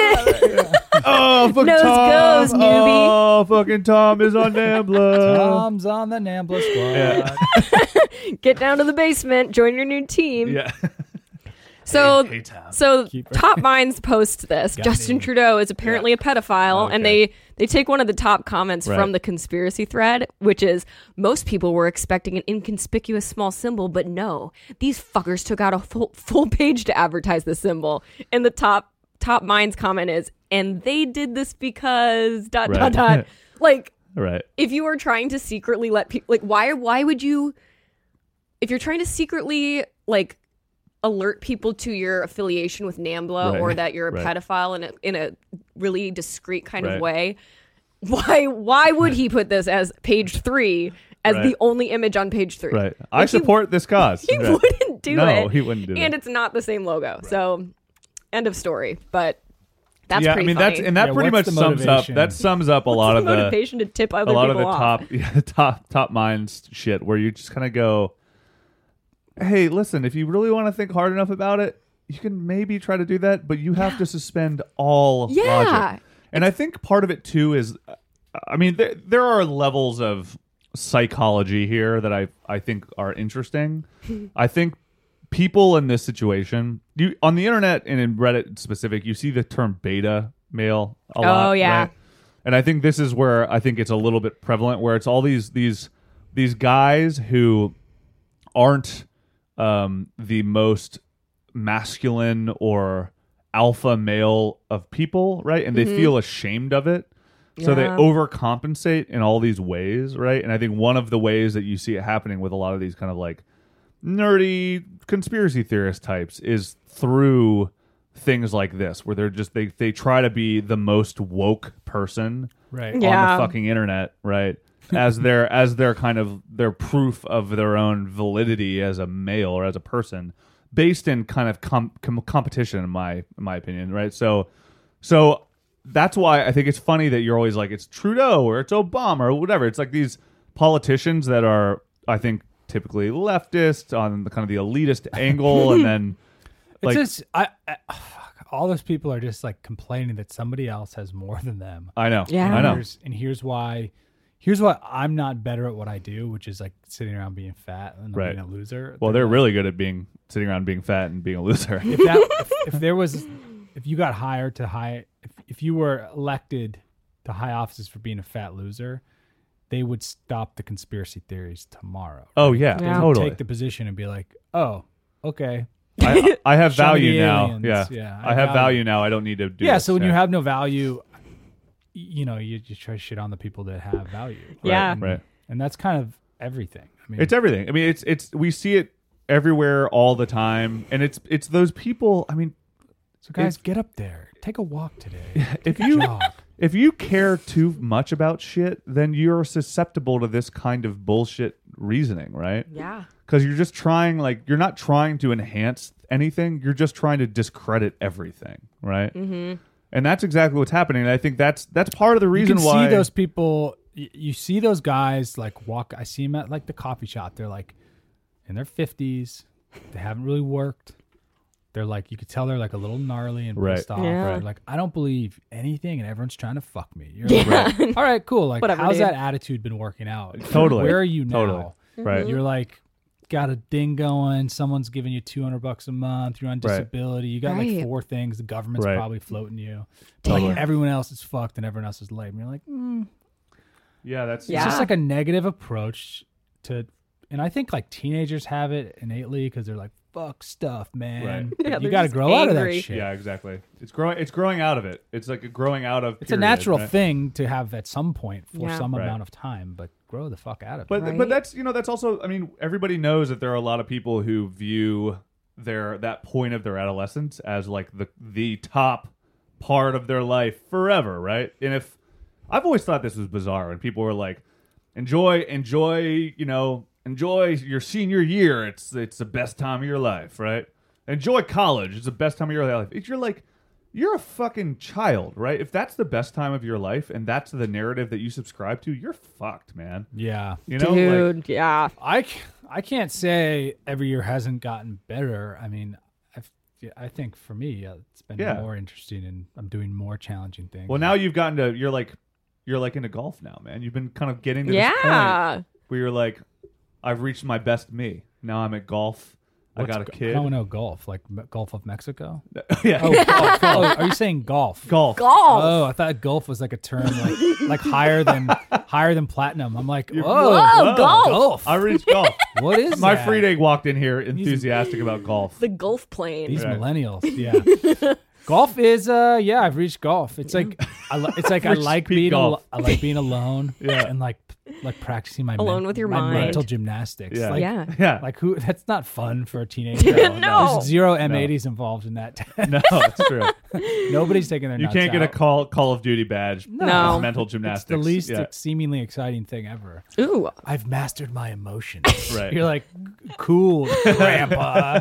[SPEAKER 5] it.
[SPEAKER 4] [LAUGHS] Oh, fucking
[SPEAKER 5] Nose
[SPEAKER 4] Tom.
[SPEAKER 5] goes, newbie.
[SPEAKER 4] Oh, fucking Tom is on Nambla.
[SPEAKER 6] Tom's on the Nambla Squad.
[SPEAKER 4] Uh, [LAUGHS] Yeah.
[SPEAKER 5] [LAUGHS] Get down to the basement. Join your new team.
[SPEAKER 4] yeah.
[SPEAKER 5] So
[SPEAKER 4] Hey, Tom.
[SPEAKER 5] So
[SPEAKER 6] Keep-
[SPEAKER 5] top minds post this. Justin
[SPEAKER 6] me.
[SPEAKER 5] Trudeau is apparently a pedophile, and
[SPEAKER 4] Okay.
[SPEAKER 5] they they take one of the top comments
[SPEAKER 4] Right.
[SPEAKER 5] from the conspiracy thread, which is most people were expecting an inconspicuous small symbol, but no, these fuckers took out a full full page to advertise the symbol. And the top top minds comment is, and they did this because dot
[SPEAKER 4] Right. [LAUGHS]
[SPEAKER 5] dot dot. like
[SPEAKER 4] Right.
[SPEAKER 5] if you are trying to secretly let people like why why would you if you're trying to secretly like alert people to your affiliation with Nambla
[SPEAKER 4] Right.
[SPEAKER 5] or that you're a
[SPEAKER 4] Right.
[SPEAKER 5] pedophile in a, in a really discreet kind
[SPEAKER 4] Right.
[SPEAKER 5] of way why why would he put this as page 3 as
[SPEAKER 4] Right.
[SPEAKER 5] the only image on page 3
[SPEAKER 4] Right. I support this cause.
[SPEAKER 5] [LAUGHS] he
[SPEAKER 4] Right.
[SPEAKER 5] wouldn't do
[SPEAKER 4] No,
[SPEAKER 5] it
[SPEAKER 4] he wouldn't do
[SPEAKER 5] and
[SPEAKER 4] it.
[SPEAKER 5] it's not the same logo so end of story but that's
[SPEAKER 4] yeah, I
[SPEAKER 5] pretty
[SPEAKER 4] mean
[SPEAKER 5] funny.
[SPEAKER 4] that's
[SPEAKER 5] [LAUGHS]
[SPEAKER 4] and that
[SPEAKER 6] Yeah,
[SPEAKER 4] pretty much
[SPEAKER 6] what's the
[SPEAKER 4] sums up.
[SPEAKER 6] motivation?
[SPEAKER 4] That sums up a
[SPEAKER 5] What's
[SPEAKER 4] lot of the
[SPEAKER 5] motivation to tip other
[SPEAKER 4] a lot of
[SPEAKER 5] people
[SPEAKER 4] the
[SPEAKER 5] off?
[SPEAKER 4] top [LAUGHS] yeah, top top minds shit where you just kind of go, hey, listen, if you really want to think hard enough about it, you can maybe try to do that, but you have to suspend all
[SPEAKER 5] Yeah.
[SPEAKER 4] logic. And I think part of it too is, I mean, there there are levels of psychology here that I I think are interesting. I think people in this situation, you on the internet and in Reddit specific, you see the term beta male a lot.
[SPEAKER 5] yeah.
[SPEAKER 4] right? And I think this is where I think it's a little bit prevalent, where it's all these these these guys who aren't um, the most masculine or alpha male of people, right? And they feel ashamed of it. So they
[SPEAKER 5] Yeah.
[SPEAKER 4] overcompensate in all these ways, right? And I think one of the ways that you see it happening with a lot of these kind of like nerdy conspiracy theorist types is through things like this where they're just they they try to be the most woke person
[SPEAKER 6] Right.
[SPEAKER 4] on
[SPEAKER 5] Yeah.
[SPEAKER 4] the fucking internet, right? As their [LAUGHS] as their kind of their proof of their own validity as a male or as a person, based in kind of com- com- competition, in my in my opinion, right? So, so that's why I think it's funny that you're always like it's Trudeau or it's Obama or whatever. It's like these politicians that are, I think, typically leftist on the kind of the elitist angle,
[SPEAKER 5] [LAUGHS]
[SPEAKER 4] and then like
[SPEAKER 6] it's just I, I fuck, all those people are just like complaining that somebody else has more than them.
[SPEAKER 4] I know,
[SPEAKER 5] Yeah.
[SPEAKER 4] I know,
[SPEAKER 6] Here's, and here's why. Here's why I'm not better at what I do, which is like sitting around being fat and
[SPEAKER 4] Right.
[SPEAKER 6] being a loser.
[SPEAKER 4] Well, they're really good at being sitting around being fat and being a loser. [LAUGHS]
[SPEAKER 6] if that if, if there was if you got hired to high if, if you were elected to high offices for being a fat loser, they would stop the conspiracy theories tomorrow.
[SPEAKER 4] Oh yeah,
[SPEAKER 5] Yeah.
[SPEAKER 4] totally.
[SPEAKER 6] Take the position and be like, "Oh, okay, [LAUGHS]
[SPEAKER 4] I, I have
[SPEAKER 6] Show me
[SPEAKER 4] value
[SPEAKER 6] the
[SPEAKER 4] now.
[SPEAKER 6] aliens.
[SPEAKER 4] Yeah.
[SPEAKER 6] Yeah,
[SPEAKER 4] I, have value now. I don't need to do.
[SPEAKER 6] yeah."
[SPEAKER 4] this.
[SPEAKER 6] So when you have no value, y- you know, you just try to shit on the people that have value.
[SPEAKER 5] Yeah.
[SPEAKER 4] right, right.
[SPEAKER 6] and that's kind of everything. I mean,
[SPEAKER 4] It's everything. I mean, it's it's we see it everywhere all the time, and it's it's those people. I mean,
[SPEAKER 6] so guys, get up there, take a walk today.
[SPEAKER 4] if you
[SPEAKER 6] Jog.
[SPEAKER 4] if you care too much about shit, then you're susceptible to this kind of bullshit reasoning, right?
[SPEAKER 5] yeah
[SPEAKER 4] Because you're just trying, like, you're not trying to enhance anything. You're just trying to discredit everything, right? Mm-hmm. And that's exactly what's happening. And I think that's that's part of the
[SPEAKER 6] you
[SPEAKER 4] reason
[SPEAKER 6] can
[SPEAKER 4] why
[SPEAKER 6] see those people. y- You see those guys like walk. I see them at like the coffee shop. They're like in their fifties. They haven't really worked. They're like you could tell they're like a little gnarly and
[SPEAKER 4] Right.
[SPEAKER 6] pissed off.
[SPEAKER 5] Yeah.
[SPEAKER 6] They're like I don't believe anything, and everyone's trying to fuck me. You're
[SPEAKER 5] [LAUGHS]
[SPEAKER 6] like, all right, cool. Like
[SPEAKER 5] Whatever,
[SPEAKER 6] how's
[SPEAKER 5] dude.
[SPEAKER 6] that attitude been working out?
[SPEAKER 4] Totally.
[SPEAKER 6] Where are you now?
[SPEAKER 4] Totally.
[SPEAKER 5] Mm-hmm.
[SPEAKER 4] Right.
[SPEAKER 6] You're like got a thing going. Someone's giving you two hundred bucks a month. You're on
[SPEAKER 4] Right.
[SPEAKER 6] disability. You got
[SPEAKER 5] Right.
[SPEAKER 6] like four things. The government's
[SPEAKER 4] Right.
[SPEAKER 6] probably floating you. But, Like everyone else is fucked and everyone else is lame. And you're like, "Mm,
[SPEAKER 4] Yeah, that's
[SPEAKER 5] Yeah.
[SPEAKER 6] it's just like a negative approach to, and I think like teenagers have it innately because they're like, fuck stuff, man.
[SPEAKER 4] Right.
[SPEAKER 6] But
[SPEAKER 5] Yeah,
[SPEAKER 6] you
[SPEAKER 5] they're
[SPEAKER 6] got to
[SPEAKER 5] just
[SPEAKER 6] grow out of
[SPEAKER 5] angry.
[SPEAKER 6] that shit.
[SPEAKER 4] Yeah, exactly. It's growing. It's growing out of it. It's like a growing out of.
[SPEAKER 6] It's
[SPEAKER 4] period,
[SPEAKER 6] a natural
[SPEAKER 4] right?
[SPEAKER 6] thing to have at some point for
[SPEAKER 5] Yeah.
[SPEAKER 6] some
[SPEAKER 4] Right.
[SPEAKER 6] amount of time, but grow the fuck out of
[SPEAKER 4] But
[SPEAKER 6] it.
[SPEAKER 4] but
[SPEAKER 5] Right.
[SPEAKER 4] that's you know that's also I mean everybody knows that there are a lot of people who view their that point of their adolescence as like the the top part of their life forever, right? And if I've always thought this was bizarre when people were like, "Enjoy, enjoy, you know, enjoy your senior year. It's it's the best time of your life, right? Enjoy college. It's the best time of your life." If you're like, you're a fucking child, right? If that's the best time of your life and that's the narrative that you subscribe to, you're fucked, man.
[SPEAKER 6] Yeah.
[SPEAKER 4] You know, like,
[SPEAKER 5] Dude, yeah.
[SPEAKER 6] I, c- I can't say every year hasn't gotten better. I mean, I've, yeah, I think for me, uh, it's been
[SPEAKER 4] Yeah.
[SPEAKER 6] more interesting and I'm doing more challenging things.
[SPEAKER 4] Well, now you've gotten to you're like you're like into golf now, man. You've been kind of getting to this
[SPEAKER 5] Yeah.
[SPEAKER 4] point where you're like, I've reached my best me. Now I'm at golf. I got a
[SPEAKER 6] I
[SPEAKER 4] kid.
[SPEAKER 6] don't know golf, like Me- Gulf of Mexico.
[SPEAKER 4] [LAUGHS] yeah,
[SPEAKER 6] Oh,
[SPEAKER 5] [LAUGHS]
[SPEAKER 6] golf, golf. are you saying golf?
[SPEAKER 4] golf.
[SPEAKER 5] Golf.
[SPEAKER 6] Oh, I thought golf was like a term like like
[SPEAKER 4] [LAUGHS]
[SPEAKER 6] higher than higher than platinum. I'm like, whoa,
[SPEAKER 5] Whoa, golf.
[SPEAKER 6] golf.
[SPEAKER 4] I reached
[SPEAKER 5] [LAUGHS]
[SPEAKER 4] golf.
[SPEAKER 6] what is
[SPEAKER 4] My
[SPEAKER 6] that?
[SPEAKER 4] free day walked in here enthusiastic
[SPEAKER 6] [LAUGHS]
[SPEAKER 4] about golf.
[SPEAKER 5] The golf plane.
[SPEAKER 6] These
[SPEAKER 4] Right. [LAUGHS]
[SPEAKER 6] millennials, yeah. golf is, uh, yeah. I've reached golf. It's like, I li- it's like
[SPEAKER 4] [LAUGHS]
[SPEAKER 6] I
[SPEAKER 4] Reached
[SPEAKER 6] like
[SPEAKER 4] peak
[SPEAKER 6] being, al-
[SPEAKER 4] golf.
[SPEAKER 6] I like
[SPEAKER 4] [LAUGHS]
[SPEAKER 6] being alone, yeah, and like, p- like practicing my
[SPEAKER 5] Alone with your
[SPEAKER 6] my
[SPEAKER 5] mind.
[SPEAKER 6] mental gymnastics.
[SPEAKER 4] Yeah.
[SPEAKER 6] Like,
[SPEAKER 5] yeah.
[SPEAKER 4] Yeah,
[SPEAKER 6] like who? That's not fun for
[SPEAKER 5] [LAUGHS]
[SPEAKER 6] a teenager.
[SPEAKER 5] No.
[SPEAKER 6] There's zero M80s involved in that. [LAUGHS]
[SPEAKER 4] no, it's true.
[SPEAKER 6] Nobody's taking their.
[SPEAKER 4] You
[SPEAKER 6] nuts
[SPEAKER 4] can't get a
[SPEAKER 6] out.
[SPEAKER 4] call Call of Duty badge.
[SPEAKER 5] No.
[SPEAKER 4] It's mental
[SPEAKER 6] It's
[SPEAKER 4] gymnastics.
[SPEAKER 6] the least
[SPEAKER 4] Yeah.
[SPEAKER 6] seemingly exciting thing ever.
[SPEAKER 5] Ooh.
[SPEAKER 6] [LAUGHS] I've mastered my emotions.
[SPEAKER 4] Right.
[SPEAKER 6] You're like,
[SPEAKER 4] [LAUGHS]
[SPEAKER 6] cool, grandpa.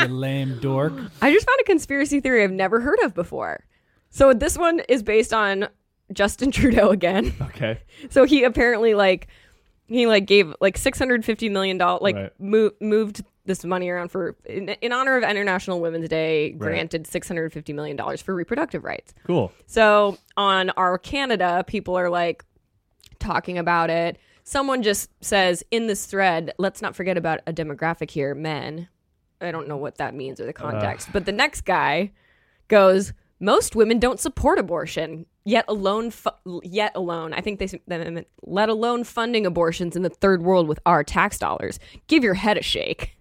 [SPEAKER 6] you lame dork.
[SPEAKER 5] I just found a conspiracy theory I've never heard of before. So this one is based on Justin [LAUGHS] Trudeau again.
[SPEAKER 4] Okay.
[SPEAKER 5] So he apparently like he like gave like six hundred fifty million dollars like
[SPEAKER 4] Right.
[SPEAKER 5] mo- moved this money around for in, in honor of International Women's Day. Granted six hundred fifty million dollars for reproductive rights. [LAUGHS]
[SPEAKER 4] Cool.
[SPEAKER 5] So on our Canada, people are like talking about it. Someone just says in this thread, let's not forget about a demographic here, men. I don't know what that means or the context. but the next guy goes, most women don't support abortion, yet alone, fu- yet alone. I think they, s- they meant, let alone funding abortions in the third world with our tax dollars. Give your head a shake.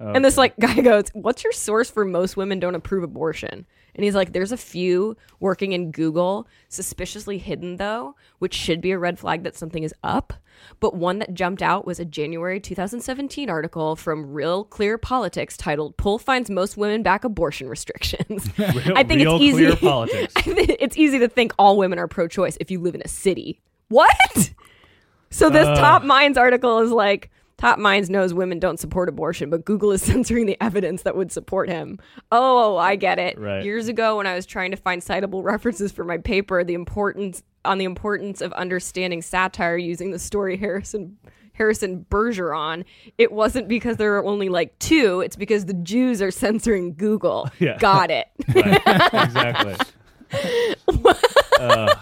[SPEAKER 5] And this like [LAUGHS] guy goes, "What's your source for most women don't approve abortion?" And he's like, "There's a few working in Google, suspiciously hidden though, which should be a red flag that something is up. But one that jumped out was a January 2017 article from Real Clear Politics titled "Poll Finds Most Women Back Abortion Restrictions." I
[SPEAKER 4] [LAUGHS]
[SPEAKER 5] think
[SPEAKER 4] Real
[SPEAKER 5] it's easy. [LAUGHS]
[SPEAKER 4] clear politics.
[SPEAKER 5] I think it's easy to think all women are pro-choice if you live in a city. What? So this
[SPEAKER 4] Uh.
[SPEAKER 5] Top Minds article is like Top Minds knows women don't support abortion, but Google is [LAUGHS] censoring the evidence that would support him. Oh, I get it.
[SPEAKER 4] Right.
[SPEAKER 5] Years ago, when I was trying to find citable [LAUGHS] references for my paper, the importance on the importance of understanding satire using the story Harrison Harrison Bergeron, it wasn't because there were only like two. It's because the Jews are [LAUGHS] censoring Google.
[SPEAKER 4] [LAUGHS] Yeah.
[SPEAKER 5] Got it. [LAUGHS]
[SPEAKER 4] exactly. Uh,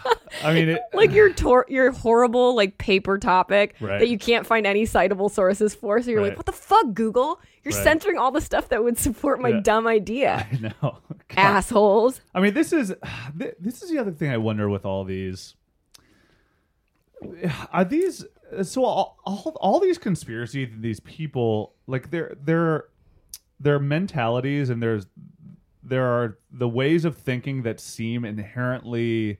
[SPEAKER 4] I mean, it, [LAUGHS]
[SPEAKER 5] like your tor- your horrible like paper topic
[SPEAKER 4] Right.
[SPEAKER 5] that you can't find any citable sources for. So you're
[SPEAKER 4] Right.
[SPEAKER 5] like, what the fuck, Google? You're
[SPEAKER 4] Right.
[SPEAKER 5] censoring all the stuff that would support my
[SPEAKER 4] Yeah.
[SPEAKER 5] dumb idea,
[SPEAKER 4] no. God.
[SPEAKER 5] assholes.
[SPEAKER 4] I mean, this is [SIGHS] th- this is the other thing I wonder with all these. Are these so all all, all these conspiracy these people like their their their mentalities and there's there are the ways of thinking that seem inherently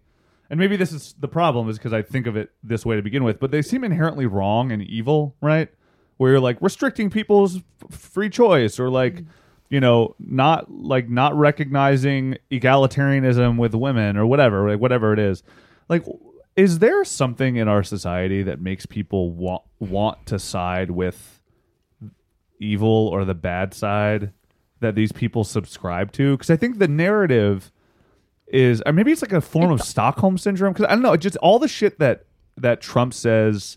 [SPEAKER 4] and maybe this is the problem is because I think of it this way to begin with, but they seem inherently wrong and evil, right? Where you're like restricting people's f- free choice or like, you know, not like not recognizing egalitarianism with women or whatever, like whatever it is. Like, is there something in our society that makes people want want to side with evil or the bad side that these people subscribe to? Because I think the narrative is or maybe it's like a form of Stockholm syndrome because I don't know just all the shit that that Trump says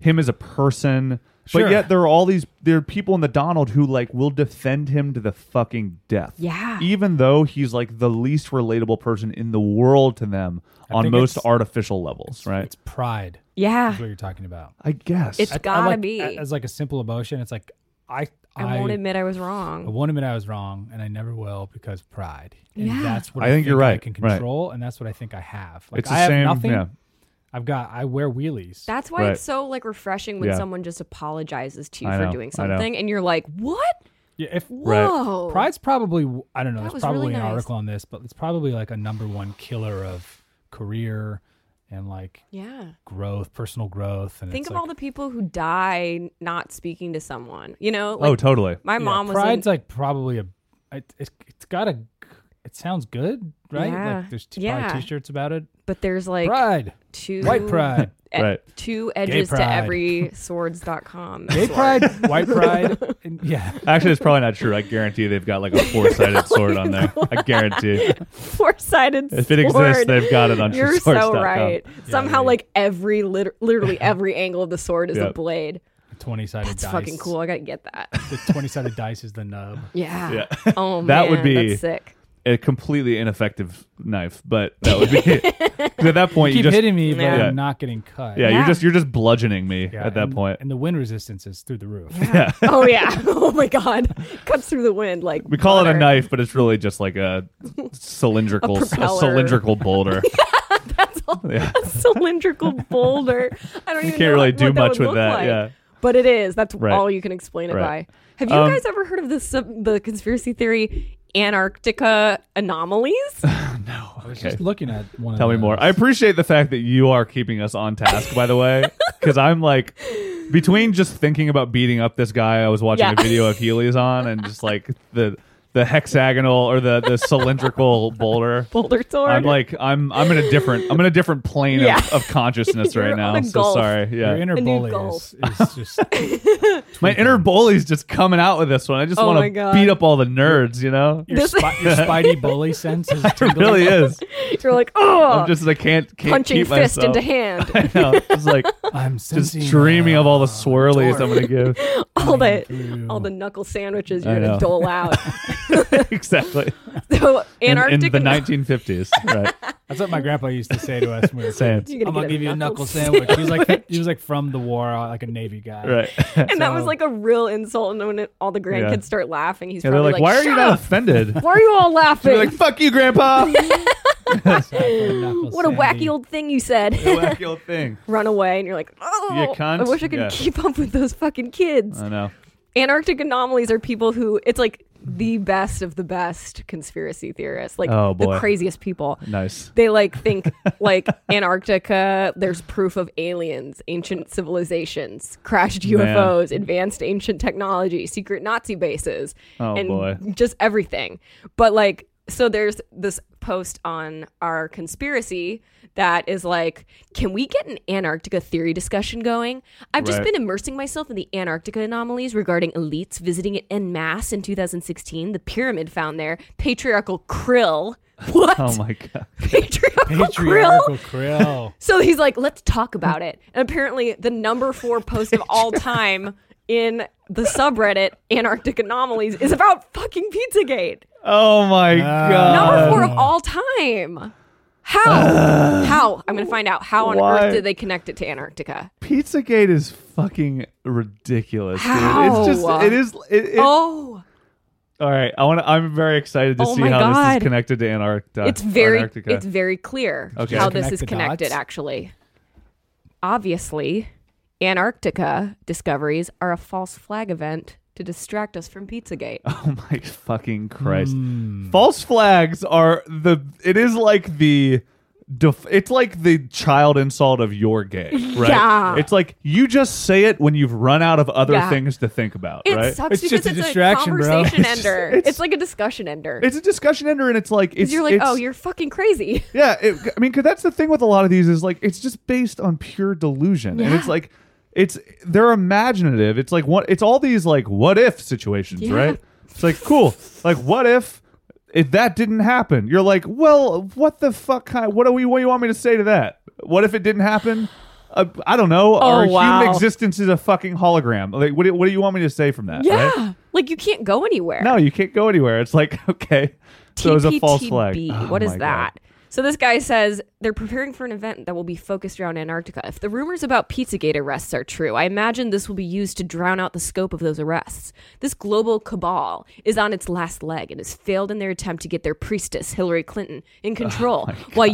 [SPEAKER 4] him as a person
[SPEAKER 6] Sure.
[SPEAKER 4] but yet there are all these there are people in the Donald who like will defend him to the fucking death
[SPEAKER 5] Yeah.
[SPEAKER 4] even though he's like the least relatable person in the world to them on
[SPEAKER 6] think
[SPEAKER 4] most
[SPEAKER 6] it's-
[SPEAKER 4] artificial levels right
[SPEAKER 6] It's pride.
[SPEAKER 5] Yeah,
[SPEAKER 6] Is what you're talking about.
[SPEAKER 4] I guess
[SPEAKER 5] it's
[SPEAKER 6] I- I
[SPEAKER 5] gotta
[SPEAKER 6] like-
[SPEAKER 5] be.
[SPEAKER 6] As like a simple emotion. It's like I
[SPEAKER 5] I won't
[SPEAKER 6] I-
[SPEAKER 5] admit I was
[SPEAKER 6] I
[SPEAKER 5] wrong.
[SPEAKER 6] won't admit I was wrong, and I never will because pride. And
[SPEAKER 5] Yeah.
[SPEAKER 6] that's what
[SPEAKER 4] I
[SPEAKER 6] I,
[SPEAKER 4] think you're
[SPEAKER 6] I
[SPEAKER 4] right,
[SPEAKER 6] can
[SPEAKER 4] right.
[SPEAKER 6] control, and that's what I think I have. Like
[SPEAKER 4] It's the
[SPEAKER 6] I have
[SPEAKER 4] same-
[SPEAKER 6] nothing.
[SPEAKER 4] yeah.
[SPEAKER 6] I've got. I wear wheelies.
[SPEAKER 5] That's why
[SPEAKER 4] Right.
[SPEAKER 5] it's so like refreshing when
[SPEAKER 4] Yeah.
[SPEAKER 5] someone just apologizes to you
[SPEAKER 4] I
[SPEAKER 5] for
[SPEAKER 4] know,
[SPEAKER 5] doing
[SPEAKER 4] I know.
[SPEAKER 5] something, and you're like, what?
[SPEAKER 6] yeah, if
[SPEAKER 4] Right.
[SPEAKER 5] Whoa.
[SPEAKER 6] pride's probably. I don't know.
[SPEAKER 5] Oh. That
[SPEAKER 6] There's
[SPEAKER 5] was
[SPEAKER 6] probably
[SPEAKER 5] really
[SPEAKER 6] an
[SPEAKER 5] nice.
[SPEAKER 6] article on this, but it's probably like a number one killer of career and like
[SPEAKER 5] Yeah.
[SPEAKER 6] growth, personal growth. And
[SPEAKER 5] Think
[SPEAKER 6] it's
[SPEAKER 5] of
[SPEAKER 6] like,
[SPEAKER 5] all the people who die not speaking to someone. You know,
[SPEAKER 4] oh
[SPEAKER 5] like
[SPEAKER 4] totally
[SPEAKER 5] my
[SPEAKER 6] yeah,
[SPEAKER 5] mom was in-
[SPEAKER 6] pride's like probably a. It, it's it's got a. it sounds good, right?
[SPEAKER 5] Yeah.
[SPEAKER 6] Like there's t-
[SPEAKER 5] Yeah.
[SPEAKER 6] probably t-shirts about it.
[SPEAKER 5] But there's like
[SPEAKER 6] pride,
[SPEAKER 5] two
[SPEAKER 6] white pride,
[SPEAKER 5] e-
[SPEAKER 4] Right.
[SPEAKER 5] two edges to
[SPEAKER 6] pride.
[SPEAKER 4] [LAUGHS]
[SPEAKER 5] every swords.com.
[SPEAKER 6] gay pride, white pride. And yeah, [LAUGHS]
[SPEAKER 4] Actually, it's probably not true. I guarantee they've got like a four sided sword on there. I
[SPEAKER 5] [LAUGHS]
[SPEAKER 4] guarantee.
[SPEAKER 5] [LAUGHS] Four-sided
[SPEAKER 4] If it exists,
[SPEAKER 5] sword.
[SPEAKER 4] they've got it on
[SPEAKER 5] You're so
[SPEAKER 4] swords.com.
[SPEAKER 5] right. Somehow, like every lit-
[SPEAKER 4] [LAUGHS]
[SPEAKER 5] literally every angle of the sword is a
[SPEAKER 4] Yep.
[SPEAKER 5] blade.
[SPEAKER 6] twenty sided.
[SPEAKER 5] It's fucking cool. I gotta get
[SPEAKER 4] [LAUGHS]
[SPEAKER 5] that.
[SPEAKER 6] The twenty sided dice is the nub.
[SPEAKER 5] Yeah.
[SPEAKER 4] Yeah.
[SPEAKER 5] Oh man,
[SPEAKER 4] That would be- [LAUGHS]
[SPEAKER 5] that's sick.
[SPEAKER 4] A completely ineffective knife, but that
[SPEAKER 5] [LAUGHS]
[SPEAKER 4] would be. 'Cause at that point, you,
[SPEAKER 6] Keep
[SPEAKER 4] just
[SPEAKER 6] hitting me, but
[SPEAKER 5] Yeah.
[SPEAKER 6] I'm not getting cut.
[SPEAKER 4] Yeah,
[SPEAKER 5] Yeah.
[SPEAKER 4] you're just you're just bludgeoning me
[SPEAKER 6] Yeah,
[SPEAKER 4] at that
[SPEAKER 6] and-
[SPEAKER 4] point.
[SPEAKER 6] and the wind resistance is through the roof.
[SPEAKER 5] Oh yeah. [LAUGHS] Oh my god. Cuts through the wind like
[SPEAKER 4] we call it a
[SPEAKER 5] butter.
[SPEAKER 4] knife, but it's really just like
[SPEAKER 5] [LAUGHS]
[SPEAKER 4] a cylindrical
[SPEAKER 5] A
[SPEAKER 4] a,
[SPEAKER 5] propeller.
[SPEAKER 4] cylindrical
[SPEAKER 5] [LAUGHS]
[SPEAKER 4] boulder.
[SPEAKER 5] That's all, [LAUGHS] a
[SPEAKER 4] [LAUGHS]
[SPEAKER 5] cylindrical boulder. I don't even
[SPEAKER 4] can't
[SPEAKER 5] know
[SPEAKER 4] really
[SPEAKER 5] what
[SPEAKER 4] do
[SPEAKER 5] that
[SPEAKER 4] much with
[SPEAKER 5] would look
[SPEAKER 4] that,
[SPEAKER 5] Like.
[SPEAKER 4] yeah.
[SPEAKER 5] But it is. That's
[SPEAKER 4] Right.
[SPEAKER 5] all you can explain it
[SPEAKER 4] Right.
[SPEAKER 5] by. Have you
[SPEAKER 4] Um,
[SPEAKER 5] guys ever heard of the sub, the conspiracy theory Antarctica
[SPEAKER 4] [LAUGHS]
[SPEAKER 5] anomalies?
[SPEAKER 6] I was
[SPEAKER 4] Okay.
[SPEAKER 6] just looking at one.
[SPEAKER 4] Tell
[SPEAKER 6] of
[SPEAKER 4] me more.
[SPEAKER 6] those.
[SPEAKER 4] I appreciate the fact that you are keeping us on task, by the
[SPEAKER 5] [LAUGHS]
[SPEAKER 4] way, because I'm like between just thinking about beating up this guy. I was watching
[SPEAKER 5] Yeah.
[SPEAKER 4] a video of Healy's on, and just like the the hexagonal or the the
[SPEAKER 5] [LAUGHS]
[SPEAKER 4] cylindrical boulder.
[SPEAKER 5] Boulder sword.
[SPEAKER 4] I'm like I'm I'm in a different I'm in a different plane
[SPEAKER 5] Yeah.
[SPEAKER 4] of, of consciousness
[SPEAKER 5] [LAUGHS] You're
[SPEAKER 4] right
[SPEAKER 5] on
[SPEAKER 4] now.
[SPEAKER 5] a
[SPEAKER 4] So
[SPEAKER 5] gulf.
[SPEAKER 4] sorry. Yeah.
[SPEAKER 6] Your inner
[SPEAKER 5] new
[SPEAKER 6] bully
[SPEAKER 5] golf.
[SPEAKER 6] is,
[SPEAKER 5] [LAUGHS]
[SPEAKER 6] is just
[SPEAKER 4] My inner bully's just coming out with this one. I just
[SPEAKER 5] Oh
[SPEAKER 4] want
[SPEAKER 5] my
[SPEAKER 4] to
[SPEAKER 5] God.
[SPEAKER 4] beat up all the nerds, you know?
[SPEAKER 6] your, spi- your
[SPEAKER 5] [LAUGHS]
[SPEAKER 6] spidey bully sense is
[SPEAKER 4] It
[SPEAKER 6] tingling.
[SPEAKER 4] really is.
[SPEAKER 5] you're like [LAUGHS] oh,
[SPEAKER 4] I'm just I can't, can't
[SPEAKER 5] punching
[SPEAKER 4] keep
[SPEAKER 5] fist
[SPEAKER 4] myself.
[SPEAKER 5] into hand.
[SPEAKER 4] [LAUGHS] I know. It's
[SPEAKER 5] [LAUGHS]
[SPEAKER 4] like
[SPEAKER 6] I'm
[SPEAKER 4] just
[SPEAKER 6] sensing
[SPEAKER 4] dreaming
[SPEAKER 6] uh,
[SPEAKER 4] of all the swirlies I'm gonna give.
[SPEAKER 5] all
[SPEAKER 6] Thank
[SPEAKER 5] the
[SPEAKER 6] you.
[SPEAKER 5] all the knuckle sandwiches
[SPEAKER 4] I
[SPEAKER 5] you're gonna
[SPEAKER 4] know. [LAUGHS]
[SPEAKER 5] dole out. [LAUGHS]
[SPEAKER 4] exactly.
[SPEAKER 5] so
[SPEAKER 4] In, in
[SPEAKER 5] Antarctica.
[SPEAKER 4] the 1950s, right?
[SPEAKER 6] That's what my grandpa used to say to us when we were
[SPEAKER 4] Same.
[SPEAKER 5] [LAUGHS]
[SPEAKER 6] kids.
[SPEAKER 5] You're gonna
[SPEAKER 6] I'm gonna
[SPEAKER 5] get a
[SPEAKER 6] give you a
[SPEAKER 5] knuckle
[SPEAKER 6] knuckle sandwich. He was like he
[SPEAKER 5] [LAUGHS]
[SPEAKER 6] was like from the war, uh, like a navy guy.
[SPEAKER 4] Right. [LAUGHS] Yeah,
[SPEAKER 5] and that was
[SPEAKER 6] so-
[SPEAKER 5] like a real insult. And when it, all the grandkids start laughing, he's
[SPEAKER 4] they're
[SPEAKER 5] probably
[SPEAKER 4] like, "Why are you
[SPEAKER 5] "Shut
[SPEAKER 4] not
[SPEAKER 5] up!
[SPEAKER 4] offended?"
[SPEAKER 5] [LAUGHS] Why are you all laughing?
[SPEAKER 4] [LAUGHS] They're like, "Fuck you,
[SPEAKER 5] [LAUGHS]
[SPEAKER 4] Grandpa."
[SPEAKER 6] So for knuckle
[SPEAKER 5] What a
[SPEAKER 6] sandy.
[SPEAKER 5] wacky old thing you said.
[SPEAKER 4] Wacky old thing.
[SPEAKER 5] [LAUGHS] Run away, and you're like, oh,
[SPEAKER 4] cunt."
[SPEAKER 5] I wish I could
[SPEAKER 4] Yeah. Uh,
[SPEAKER 5] keep up with those fucking kids.
[SPEAKER 4] I know.
[SPEAKER 5] Antarctic anomalies are people who, it's like the best of the best conspiracy theorists, like
[SPEAKER 4] Oh,
[SPEAKER 5] the
[SPEAKER 4] boy.
[SPEAKER 5] craziest people.
[SPEAKER 4] Nice.
[SPEAKER 5] They like think like [LAUGHS] Antarctica. There's proof of aliens, ancient civilizations, crashed UFOs, advanced ancient technology, secret Nazi bases,
[SPEAKER 4] Oh,
[SPEAKER 5] and
[SPEAKER 4] boy.
[SPEAKER 5] just everything. But like, so there's this post on our conspiracy that is like, can we get an Antarctica theory discussion going? I've just
[SPEAKER 4] Right.
[SPEAKER 5] been immersing myself in the Antarctica anomalies regarding elites visiting it en masse in 2016, the pyramid found there, patriarchal krill. [LAUGHS] What?
[SPEAKER 4] Oh my god.
[SPEAKER 5] patriarchal, krill.
[SPEAKER 6] patriarchal krill.
[SPEAKER 5] So he's like, let's talk about it. And apparently, the number four post of all time in the subreddit Antarctic Anomalies is about fucking Pizzagate.
[SPEAKER 4] Oh my god.
[SPEAKER 5] Number four of all time. How? How? I'm going to find out. How on
[SPEAKER 4] Why?
[SPEAKER 5] earth did they connect it to Antarctica?
[SPEAKER 4] Pizzagate is fucking ridiculous, dude.
[SPEAKER 5] How?
[SPEAKER 4] It's just it is it, it-
[SPEAKER 5] Oh,
[SPEAKER 4] all right. I want to I'm very excited to
[SPEAKER 5] Oh
[SPEAKER 4] see
[SPEAKER 5] my
[SPEAKER 4] how this
[SPEAKER 5] God.
[SPEAKER 4] is connected to Antarctica.
[SPEAKER 5] it's very
[SPEAKER 4] Uh, Antarctica.
[SPEAKER 5] it's very clear
[SPEAKER 4] Okay.
[SPEAKER 5] how
[SPEAKER 4] Just
[SPEAKER 5] this
[SPEAKER 6] connect
[SPEAKER 5] is
[SPEAKER 6] the
[SPEAKER 5] connected
[SPEAKER 6] dots.
[SPEAKER 5] actually. Obviously, Antarctica discoveries are a false flag event to distract us from Pizzagate.
[SPEAKER 4] [LAUGHS] Oh my fucking Christ.
[SPEAKER 6] Hmm.
[SPEAKER 4] False flags are the it is like the def- it's like the child insult of you're gay,
[SPEAKER 5] [LAUGHS]
[SPEAKER 4] right?
[SPEAKER 5] Yeah.
[SPEAKER 4] It's like you just say it when you've run out of other
[SPEAKER 5] Yeah.
[SPEAKER 4] things to think about,
[SPEAKER 5] It
[SPEAKER 4] right?
[SPEAKER 5] sucks
[SPEAKER 6] It's
[SPEAKER 5] because
[SPEAKER 6] just a
[SPEAKER 5] it's
[SPEAKER 6] distraction,
[SPEAKER 5] a
[SPEAKER 6] bro.
[SPEAKER 4] [LAUGHS]
[SPEAKER 5] conversation
[SPEAKER 4] It's just-
[SPEAKER 5] ender. It's,
[SPEAKER 4] it's-
[SPEAKER 5] like a discussion ender.
[SPEAKER 4] It's a discussion ender and it's like it's
[SPEAKER 5] Because you're like,
[SPEAKER 4] it's-
[SPEAKER 5] oh, you're fucking crazy.
[SPEAKER 4] Yeah, it, I mean, because that's the thing with a lot of these is like it's just based on pure delusion, and it's like it's they're imaginative. It's like what it's all these like what if situations,
[SPEAKER 5] Yeah.
[SPEAKER 4] right? It's like cool, like what if if that didn't happen? You're like, well, what the fuck? Kind what do we? What do you want me to say to that? What if it didn't happen? Uh, I don't know. Our
[SPEAKER 5] Oh, wow.
[SPEAKER 4] human existence is a fucking hologram. Like, what do, what do you want me to say from that?
[SPEAKER 5] Yeah.
[SPEAKER 4] right?
[SPEAKER 5] Like you can't go anywhere.
[SPEAKER 4] No, you can't go anywhere. It's like [LAUGHS] okay, so it's a false flag.
[SPEAKER 5] TPTB.
[SPEAKER 4] Oh
[SPEAKER 5] what is
[SPEAKER 4] my God.
[SPEAKER 5] that? So this guy says they're preparing for an event that will be focused around Antarctica. If the rumors about Pizzagate arrests are true, I imagine this will be used to drown out the scope of those arrests. This global cabal is on its last leg and has failed in their attempt to get their priestess Hillary Clinton
[SPEAKER 4] [LAUGHS] Oh
[SPEAKER 5] in control, while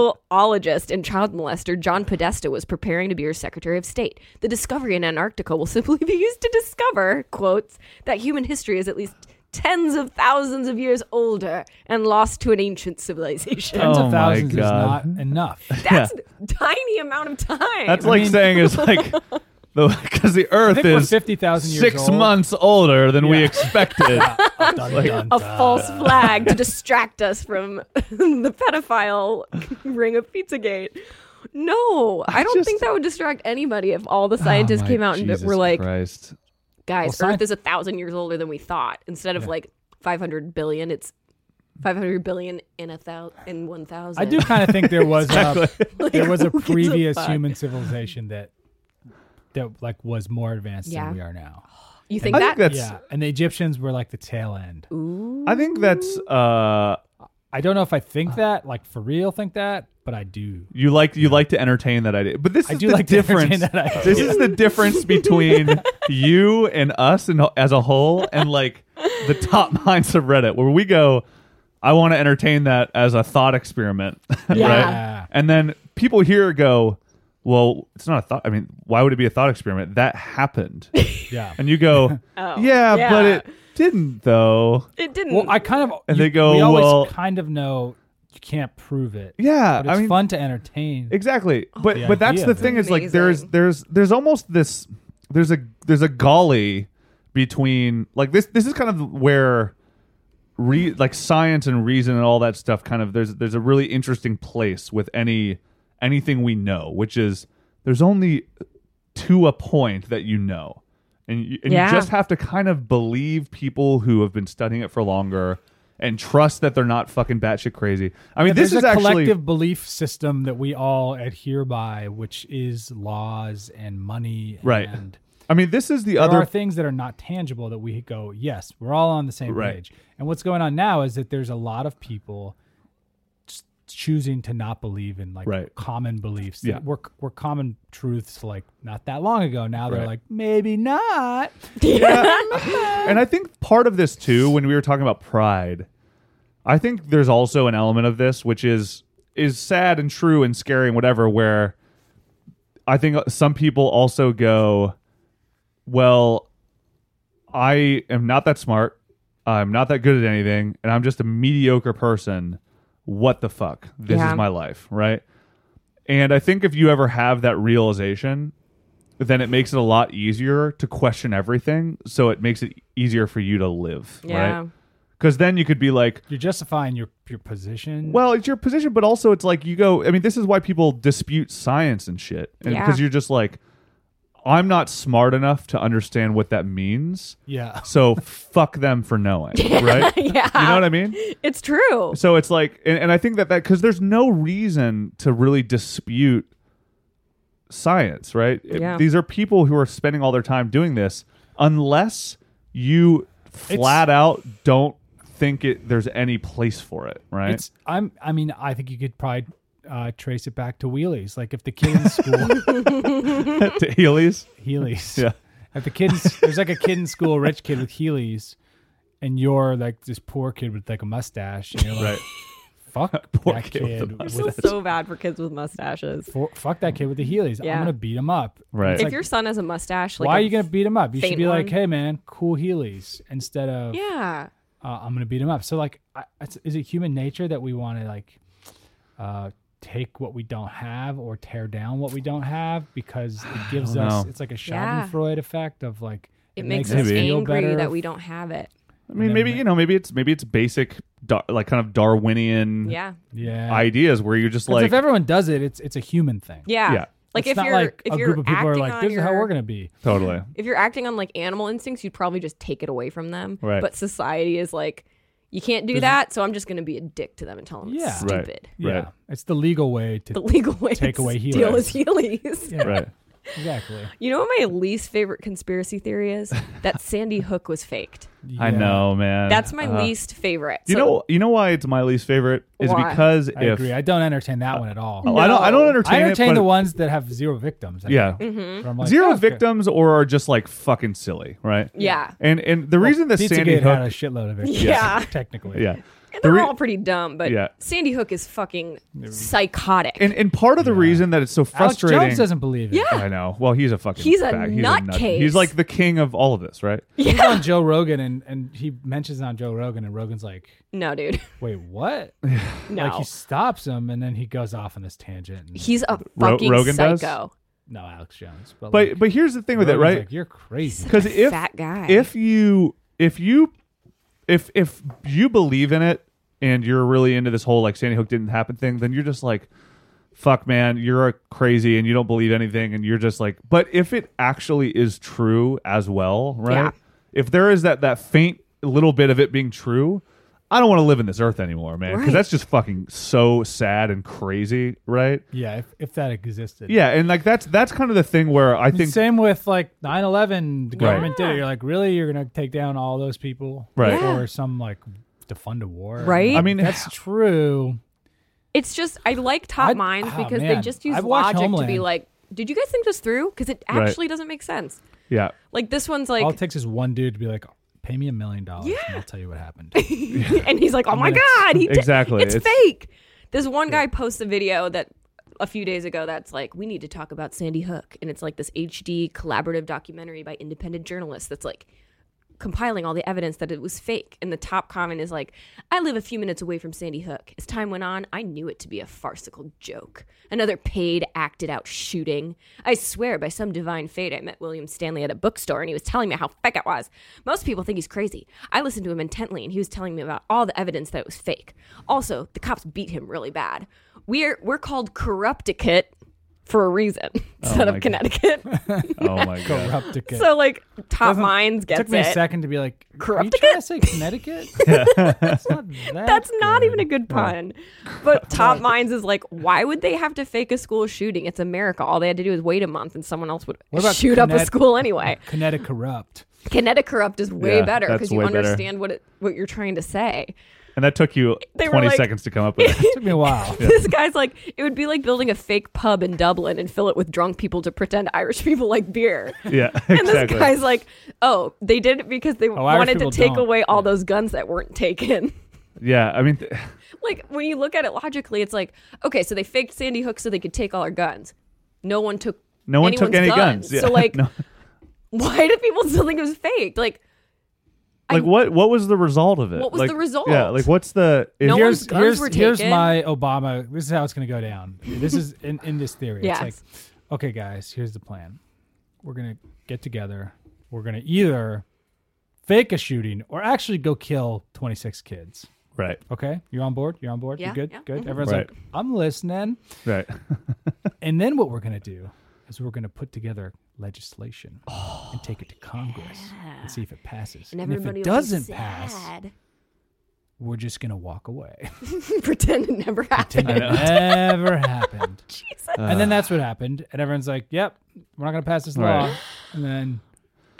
[SPEAKER 5] UFOologist and child molester John Podesta was preparing to be her Secretary of State. The discovery in Antarctica will [LAUGHS] simply be used to discover quotes that human history is at least tens of thousands of years older and lost to an ancient civilization. [LAUGHS]
[SPEAKER 4] [LAUGHS]
[SPEAKER 6] Tens
[SPEAKER 4] Oh my
[SPEAKER 6] of thousands is
[SPEAKER 4] God. [LAUGHS]
[SPEAKER 6] not enough.
[SPEAKER 5] That's a tiny amount of time.
[SPEAKER 6] [LAUGHS]
[SPEAKER 4] That's like saying it's like because the
[SPEAKER 6] I
[SPEAKER 4] Earth
[SPEAKER 6] think we're
[SPEAKER 4] is
[SPEAKER 6] 50,000 years
[SPEAKER 4] six
[SPEAKER 6] old.
[SPEAKER 5] [LAUGHS]
[SPEAKER 4] months older than we
[SPEAKER 6] Yeah.
[SPEAKER 4] expected.
[SPEAKER 6] Dun, dun,
[SPEAKER 5] a
[SPEAKER 6] dun.
[SPEAKER 4] [LAUGHS]
[SPEAKER 5] false flag to distract us from [LAUGHS] the pedophile [LAUGHS] ring of Pizzagate. No, I don't
[SPEAKER 4] just-
[SPEAKER 5] think that would distract anybody if all the [LAUGHS] scientists
[SPEAKER 4] My
[SPEAKER 5] came out and
[SPEAKER 4] Jesus
[SPEAKER 5] were like,
[SPEAKER 4] Christ.
[SPEAKER 5] guys,
[SPEAKER 6] Well,
[SPEAKER 5] Earth
[SPEAKER 6] sci-
[SPEAKER 5] is a thousand years older than we thought. Instead of like 500 billion, it's 500 billion in a thousand in 1,000.
[SPEAKER 6] I do kind of think there was a
[SPEAKER 5] [LAUGHS] Like,
[SPEAKER 6] there was a
[SPEAKER 5] who gives
[SPEAKER 6] previous
[SPEAKER 5] fuck?
[SPEAKER 6] human civilization that that like was more advanced
[SPEAKER 5] Yeah.
[SPEAKER 6] than we
[SPEAKER 5] [SIGHS]
[SPEAKER 6] are now.
[SPEAKER 5] You think
[SPEAKER 4] I
[SPEAKER 5] that?
[SPEAKER 4] think that's.
[SPEAKER 6] yeah, and the Egyptians were like the tail end.
[SPEAKER 4] I think that's. Uh,
[SPEAKER 6] I don't know if I think
[SPEAKER 5] Uh.
[SPEAKER 6] that like for real think that, but I do.
[SPEAKER 4] you like you like to entertain that idea, but this
[SPEAKER 6] I
[SPEAKER 4] is
[SPEAKER 6] do
[SPEAKER 4] the
[SPEAKER 6] like to entertain
[SPEAKER 4] difference.
[SPEAKER 6] that idea.
[SPEAKER 4] This is the
[SPEAKER 6] [LAUGHS]
[SPEAKER 4] difference between you and us and as a whole, and like the top [LAUGHS] minds of Reddit, where we go, I want to entertain that as a thought experiment, [LAUGHS]
[SPEAKER 5] Yeah.
[SPEAKER 4] right? And then people here go, well, it's not a thought. I mean, why would it be a thought experiment? That happened,
[SPEAKER 6] Yeah.
[SPEAKER 4] and you
[SPEAKER 5] [LAUGHS]
[SPEAKER 4] go, yeah,
[SPEAKER 5] Oh, yeah.
[SPEAKER 4] but it didn't though.
[SPEAKER 5] it didn't.
[SPEAKER 6] Well, I kind of
[SPEAKER 4] And
[SPEAKER 6] you-
[SPEAKER 4] they go,
[SPEAKER 6] we always
[SPEAKER 4] well-
[SPEAKER 6] kind of know you can't prove it.
[SPEAKER 4] Yeah,
[SPEAKER 6] but it's
[SPEAKER 4] I mean,
[SPEAKER 6] fun to entertain.
[SPEAKER 4] Exactly. but
[SPEAKER 6] The
[SPEAKER 4] but that's
[SPEAKER 6] idea
[SPEAKER 4] the
[SPEAKER 6] of
[SPEAKER 4] thing
[SPEAKER 5] it.
[SPEAKER 4] is like there's
[SPEAKER 5] Amazing.
[SPEAKER 4] there's there's almost this there's a there's a golly between like this this is kind of where re like science and reason and all that stuff kind of there's there's a really interesting place with any anything we know, which is there's only to a point that you know. And you, and
[SPEAKER 5] Yeah.
[SPEAKER 4] you just have to kind of believe people who have been studying it for longer and trust that they're not fucking batshit crazy. I mean,
[SPEAKER 6] Yeah,
[SPEAKER 4] this
[SPEAKER 6] there's
[SPEAKER 4] is
[SPEAKER 6] a
[SPEAKER 4] actually
[SPEAKER 6] collective belief system that we all adhere by, which is laws and money.
[SPEAKER 4] Right.
[SPEAKER 6] And
[SPEAKER 4] I mean, this is the
[SPEAKER 6] there
[SPEAKER 4] other
[SPEAKER 6] are things that are not tangible that we go, yes, we're all on the same
[SPEAKER 4] Right.
[SPEAKER 6] page. And what's going on now is that there's a lot of people s- choosing to not believe in like
[SPEAKER 4] Right.
[SPEAKER 6] common beliefs
[SPEAKER 4] Yeah.
[SPEAKER 6] that were, were common truths like not that long ago. Now they're
[SPEAKER 4] Right.
[SPEAKER 6] like, maybe not.
[SPEAKER 4] and I think part of this too, when we were talking about pride, I think there's also an element of this which is is sad and true and scary and whatever. Where I think some people also go, "Well, I am not that smart. I'm not that good at anything, and I'm just a mediocre person. What the fuck? This
[SPEAKER 5] Yeah.
[SPEAKER 4] is my life, right?" And I think if you ever have that realization, then it makes it a lot easier to question everything. So it makes it easier for you to live,
[SPEAKER 5] yeah.
[SPEAKER 4] right? Because then you could be like,
[SPEAKER 6] You're justifying your, your position.
[SPEAKER 4] well, it's your position, but also it's like you go. I mean, this is why people dispute science and shit, and
[SPEAKER 5] Yeah.
[SPEAKER 4] because you're just like, I'm not smart enough to understand what that means.
[SPEAKER 6] yeah.
[SPEAKER 4] So fuck them for
[SPEAKER 5] [LAUGHS]
[SPEAKER 4] knowing, right?
[SPEAKER 5] [LAUGHS] Yeah.
[SPEAKER 4] You know what I mean?
[SPEAKER 5] It's true.
[SPEAKER 4] So it's like, and, and I think that that because there's no reason to really dispute science, right? It-
[SPEAKER 5] Yeah.
[SPEAKER 4] These are people who are spending all their time doing this, unless you flat out don't think it. There's any place for it, right?
[SPEAKER 6] It's I'm I mean I think you could probably uh, trace it back to wheelies. Like if the kid
[SPEAKER 4] [LAUGHS]
[SPEAKER 6] in
[SPEAKER 4] [LAUGHS]
[SPEAKER 6] school
[SPEAKER 4] to Heelys.
[SPEAKER 6] Heelys,
[SPEAKER 4] [LAUGHS] Yeah.
[SPEAKER 6] if the kids there's like a kid in school, rich kid with Heelys, and you're like this poor kid with like a mustache, and you're like,
[SPEAKER 4] Right. [LAUGHS]
[SPEAKER 6] fuck
[SPEAKER 4] Poor
[SPEAKER 6] that
[SPEAKER 4] kid
[SPEAKER 6] kid,
[SPEAKER 4] with a
[SPEAKER 6] with,
[SPEAKER 5] I feel so bad for kids with mustaches.
[SPEAKER 6] for- fuck that kid with the Heelys.
[SPEAKER 5] Yeah.
[SPEAKER 6] I'm gonna beat him up.
[SPEAKER 4] Right.
[SPEAKER 6] It's
[SPEAKER 5] if
[SPEAKER 6] like,
[SPEAKER 5] your son has a mustache, like a-
[SPEAKER 6] why are you gonna beat him up? You should
[SPEAKER 5] faint
[SPEAKER 6] be like,
[SPEAKER 5] one.
[SPEAKER 6] hey man, cool Heelys instead of
[SPEAKER 5] Yeah.
[SPEAKER 6] uh, I'm gonna beat him up. So like, I, it's, is it human nature that we want to like uh, take what we don't have or tear down what we don't have because
[SPEAKER 4] [SIGHS]
[SPEAKER 6] it gives us
[SPEAKER 4] know.
[SPEAKER 6] it's like a
[SPEAKER 5] Yeah.
[SPEAKER 6] Schadenfreude effect of like
[SPEAKER 5] It, makes,
[SPEAKER 4] makes
[SPEAKER 5] us
[SPEAKER 4] us
[SPEAKER 6] feel
[SPEAKER 5] angry
[SPEAKER 6] better.
[SPEAKER 5] that we don't have it.
[SPEAKER 4] I mean, maybe you know, maybe it's maybe it's basic, dar- like kind of
[SPEAKER 6] Mm-hmm.
[SPEAKER 4] Darwinian
[SPEAKER 5] Yeah.
[SPEAKER 6] yeah.
[SPEAKER 4] ideas where you're just
[SPEAKER 6] 'Cause
[SPEAKER 4] like,
[SPEAKER 6] if everyone does it, it's it's a human thing.
[SPEAKER 5] Yeah.
[SPEAKER 4] Yeah.
[SPEAKER 5] Like
[SPEAKER 6] It's
[SPEAKER 5] if
[SPEAKER 6] not
[SPEAKER 5] you're
[SPEAKER 6] like
[SPEAKER 5] if
[SPEAKER 6] a
[SPEAKER 5] you're
[SPEAKER 6] group of people
[SPEAKER 5] acting
[SPEAKER 6] are like,
[SPEAKER 5] on
[SPEAKER 6] this
[SPEAKER 5] your,
[SPEAKER 6] is how we're gonna be.
[SPEAKER 4] totally.
[SPEAKER 5] [LAUGHS] if you're acting on like animal instincts, you'd probably just take it away from them.
[SPEAKER 4] Right.
[SPEAKER 5] But society is like, you can't do that, so I'm just going to be a dick to them and tell them
[SPEAKER 6] Yeah.
[SPEAKER 5] it's
[SPEAKER 4] Right.
[SPEAKER 5] stupid.
[SPEAKER 6] Yeah,
[SPEAKER 4] Right.
[SPEAKER 6] it's the legal way to
[SPEAKER 5] The legal way
[SPEAKER 6] Take
[SPEAKER 5] to
[SPEAKER 6] away
[SPEAKER 5] deal with
[SPEAKER 6] Heelys.
[SPEAKER 5] Heelys.
[SPEAKER 6] yeah,
[SPEAKER 4] Right.
[SPEAKER 6] exactly.
[SPEAKER 5] You know what my least favorite conspiracy theory
[SPEAKER 6] [LAUGHS]
[SPEAKER 5] is? that Sandy Hook was faked.
[SPEAKER 4] I
[SPEAKER 6] Yeah. Uh-huh.
[SPEAKER 4] know, man.
[SPEAKER 5] That's my
[SPEAKER 4] Uh,
[SPEAKER 5] least favorite.
[SPEAKER 4] You
[SPEAKER 5] So-
[SPEAKER 4] know, you know why it's my least favorite is
[SPEAKER 5] Why?
[SPEAKER 4] because
[SPEAKER 6] I
[SPEAKER 4] if
[SPEAKER 6] agree. I don't entertain that one at all.
[SPEAKER 4] Well, I don't. I don't entertain.
[SPEAKER 6] I entertain
[SPEAKER 4] it, but-
[SPEAKER 6] the ones that have zero victims. I
[SPEAKER 4] Yeah.
[SPEAKER 6] think.
[SPEAKER 5] Mm-hmm.
[SPEAKER 6] Where I'm like,
[SPEAKER 4] Zero
[SPEAKER 6] "Oh, okay."
[SPEAKER 4] victims or are just like fucking silly, right?
[SPEAKER 5] Yeah.
[SPEAKER 4] And and the reason that
[SPEAKER 6] Pizzagate
[SPEAKER 4] Sandy
[SPEAKER 6] had a
[SPEAKER 4] Hook,
[SPEAKER 6] shitload of victims.
[SPEAKER 5] Yeah.
[SPEAKER 6] technically.
[SPEAKER 4] yeah,
[SPEAKER 5] And
[SPEAKER 4] The
[SPEAKER 5] they're
[SPEAKER 4] re-
[SPEAKER 5] all pretty dumb, but
[SPEAKER 4] Yeah.
[SPEAKER 5] Sandy Hook is fucking psychotic.
[SPEAKER 4] and and part of the reason that it's so
[SPEAKER 6] Alex
[SPEAKER 4] frustrating.
[SPEAKER 6] Jones doesn't believe it.
[SPEAKER 5] Yeah.
[SPEAKER 4] [LAUGHS] I know. Well, he's a fucking.
[SPEAKER 5] He's a
[SPEAKER 4] fag.
[SPEAKER 5] nutcase.
[SPEAKER 4] He's like the king of all of this, right?
[SPEAKER 6] He's on Joe Rogan and, and he mentions it on Joe Rogan and Rogan's like,
[SPEAKER 5] no, dude. [LAUGHS]
[SPEAKER 4] [LAUGHS]
[SPEAKER 6] wait, what?
[SPEAKER 5] No.
[SPEAKER 6] Like he stops him and then he goes off on this tangent. and-
[SPEAKER 5] He's a
[SPEAKER 4] Ro-
[SPEAKER 5] fucking
[SPEAKER 4] Rogan does?
[SPEAKER 5] psycho.
[SPEAKER 6] no Alex Jones. But
[SPEAKER 4] But but here's the thing with it,
[SPEAKER 6] Rogan's
[SPEAKER 4] right?
[SPEAKER 6] like, You're crazy.
[SPEAKER 4] Because if
[SPEAKER 5] fat guy.
[SPEAKER 4] if you if you if if you believe in it and you're really into this whole like Sandy Hook didn't happen thing, then you're just like, fuck, man, you're a crazy and you don't believe anything, and you're just like. But if it actually is true as well, right?
[SPEAKER 5] Yeah.
[SPEAKER 4] If there is that that faint little bit of it being true. I don't want to live in this earth anymore, man, because
[SPEAKER 5] Right.
[SPEAKER 4] that's just fucking so sad and crazy, right?
[SPEAKER 6] yeah, if, if that existed.
[SPEAKER 4] Yeah, and like that's that's kind of the thing where I think
[SPEAKER 6] Same with like 9/11. The
[SPEAKER 4] Right.
[SPEAKER 6] government did it. You're like, really? You're gonna take down all those people,
[SPEAKER 4] Right.
[SPEAKER 5] Yeah.
[SPEAKER 6] Or some like to fund a war,
[SPEAKER 5] Right?
[SPEAKER 4] I mean [LAUGHS]
[SPEAKER 6] that's true.
[SPEAKER 5] It's just I like Top
[SPEAKER 6] I'd-
[SPEAKER 5] Minds
[SPEAKER 6] oh,
[SPEAKER 5] because they
[SPEAKER 6] man.
[SPEAKER 5] just use
[SPEAKER 6] I've watched
[SPEAKER 5] logic to be
[SPEAKER 6] Homeland.
[SPEAKER 5] like, did you guys think this through? Because it
[SPEAKER 4] Right.
[SPEAKER 5] actually doesn't make sense.
[SPEAKER 4] yeah.
[SPEAKER 5] Like this one's like, [LAUGHS]
[SPEAKER 6] all it takes is one dude to be like, pay me a million dollars, and
[SPEAKER 5] Yeah.
[SPEAKER 6] I'll tell you what happened.
[SPEAKER 5] and he's like, "Oh my
[SPEAKER 6] mean, it's-
[SPEAKER 5] god, he did-
[SPEAKER 4] Exactly,
[SPEAKER 5] it's,
[SPEAKER 4] it's-
[SPEAKER 5] fake." This one guy posts a video that a few days ago that's like, "We need to talk about Sandy Hook," and it's like this HD collaborative documentary by independent journalists that's like compiling all the evidence that it was fake. And the top comment is like, "I live a few minutes away from Sandy Hook. As time went on, I knew it to be a farcical joke, another paid, acted out shooting. I swear by some divine fate, I met William Stanley at a bookstore, and he was telling me how fake it was. Most people think he's crazy. I listened to him intently, and he was telling me about all the evidence that it was fake. Also, the cops beat him really bad. We're we're called Corrupticate for a reason [LAUGHS] instead
[SPEAKER 4] my
[SPEAKER 5] of Connecticut. [LAUGHS]
[SPEAKER 4] Oh my god.
[SPEAKER 6] Corruptica.
[SPEAKER 5] so
[SPEAKER 6] [LAUGHS]
[SPEAKER 5] like, top
[SPEAKER 6] Doesn't-
[SPEAKER 5] minds gets
[SPEAKER 6] took me
[SPEAKER 5] it.
[SPEAKER 6] a second to be like, are you
[SPEAKER 5] Corruptica?
[SPEAKER 6] trying
[SPEAKER 5] [LAUGHS]
[SPEAKER 6] to say Connecticut? That's not that
[SPEAKER 5] That's not
[SPEAKER 6] good.
[SPEAKER 5] even a good pun. But Top Minds is like, why would they have to fake a school shooting? It's America. All they had to do is wait a month and someone else would
[SPEAKER 6] What about
[SPEAKER 5] shoot up a
[SPEAKER 6] Connect-
[SPEAKER 5] school
[SPEAKER 6] [LAUGHS]
[SPEAKER 5] anyway.
[SPEAKER 6] Connecticut corrupt.
[SPEAKER 5] [LAUGHS] Kinetic Corrupt is way
[SPEAKER 4] Yeah,
[SPEAKER 5] better
[SPEAKER 4] that's
[SPEAKER 5] because you
[SPEAKER 4] way better.
[SPEAKER 5] understand what it, what you're trying to say.
[SPEAKER 4] And that took you
[SPEAKER 5] They were
[SPEAKER 4] 20
[SPEAKER 5] like-
[SPEAKER 4] seconds to come up with. it.
[SPEAKER 6] Took me
[SPEAKER 5] [LAUGHS]
[SPEAKER 6] a while.
[SPEAKER 5] This guy's like, it would be like building a fake pub in Dublin and fill it with drunk people to pretend Irish [LAUGHS] people like beer.
[SPEAKER 4] yeah,
[SPEAKER 5] [LAUGHS] And this
[SPEAKER 4] exactly.
[SPEAKER 5] guy's like, oh, they did it because they
[SPEAKER 6] Irish
[SPEAKER 5] wanted to
[SPEAKER 6] people
[SPEAKER 5] take
[SPEAKER 6] don't.
[SPEAKER 5] away all those guns that weren't taken. [LAUGHS]
[SPEAKER 4] yeah, I mean, th-
[SPEAKER 5] like when you look at it logically, it's like okay, so they faked Sandy Hook so they could take all our guns. No one took. [LAUGHS]
[SPEAKER 4] no one took
[SPEAKER 5] anyone's
[SPEAKER 4] any guns. Yeah. [LAUGHS]
[SPEAKER 5] So like,
[SPEAKER 4] No.
[SPEAKER 5] why do people still think it was faked? Like,
[SPEAKER 4] like what? What was the result of it?
[SPEAKER 5] What was
[SPEAKER 4] Like,
[SPEAKER 5] the result?
[SPEAKER 4] Yeah, like what's the? If,
[SPEAKER 5] No
[SPEAKER 6] here's
[SPEAKER 5] one's guns
[SPEAKER 6] here's,
[SPEAKER 5] were
[SPEAKER 6] here's
[SPEAKER 5] taken.
[SPEAKER 6] my Obama. This is how it's going to go down. This is in, in this theory.
[SPEAKER 5] Yes.
[SPEAKER 6] It's like, okay, guys, here's the plan. We're going to get together. We're going to either fake a shooting or actually go kill 26 kids.
[SPEAKER 4] right,
[SPEAKER 6] Okay, you're on board. You're on board.
[SPEAKER 5] Yeah,
[SPEAKER 6] you're good.
[SPEAKER 5] yeah,
[SPEAKER 6] Good.
[SPEAKER 5] mhm.
[SPEAKER 6] Everyone's
[SPEAKER 4] Right.
[SPEAKER 6] like, I'm listening.
[SPEAKER 5] [LAUGHS]
[SPEAKER 4] right.
[SPEAKER 6] And then what we're going to do is we're going to put together
[SPEAKER 5] [GASPS]
[SPEAKER 6] legislation and take it to Congress and see if it passes.
[SPEAKER 5] Oh, and everybody
[SPEAKER 6] if it
[SPEAKER 5] will be
[SPEAKER 6] doesn't pass,
[SPEAKER 5] sad.
[SPEAKER 6] we're just going to walk away.
[SPEAKER 5] [LAUGHS] pretend it never happened.
[SPEAKER 6] It [LAUGHS] never happened.
[SPEAKER 5] [LAUGHS] Jesus.
[SPEAKER 6] and then that's what happened. And everyone's like, yep, we're not going to pass this law.
[SPEAKER 4] Right.
[SPEAKER 6] And then,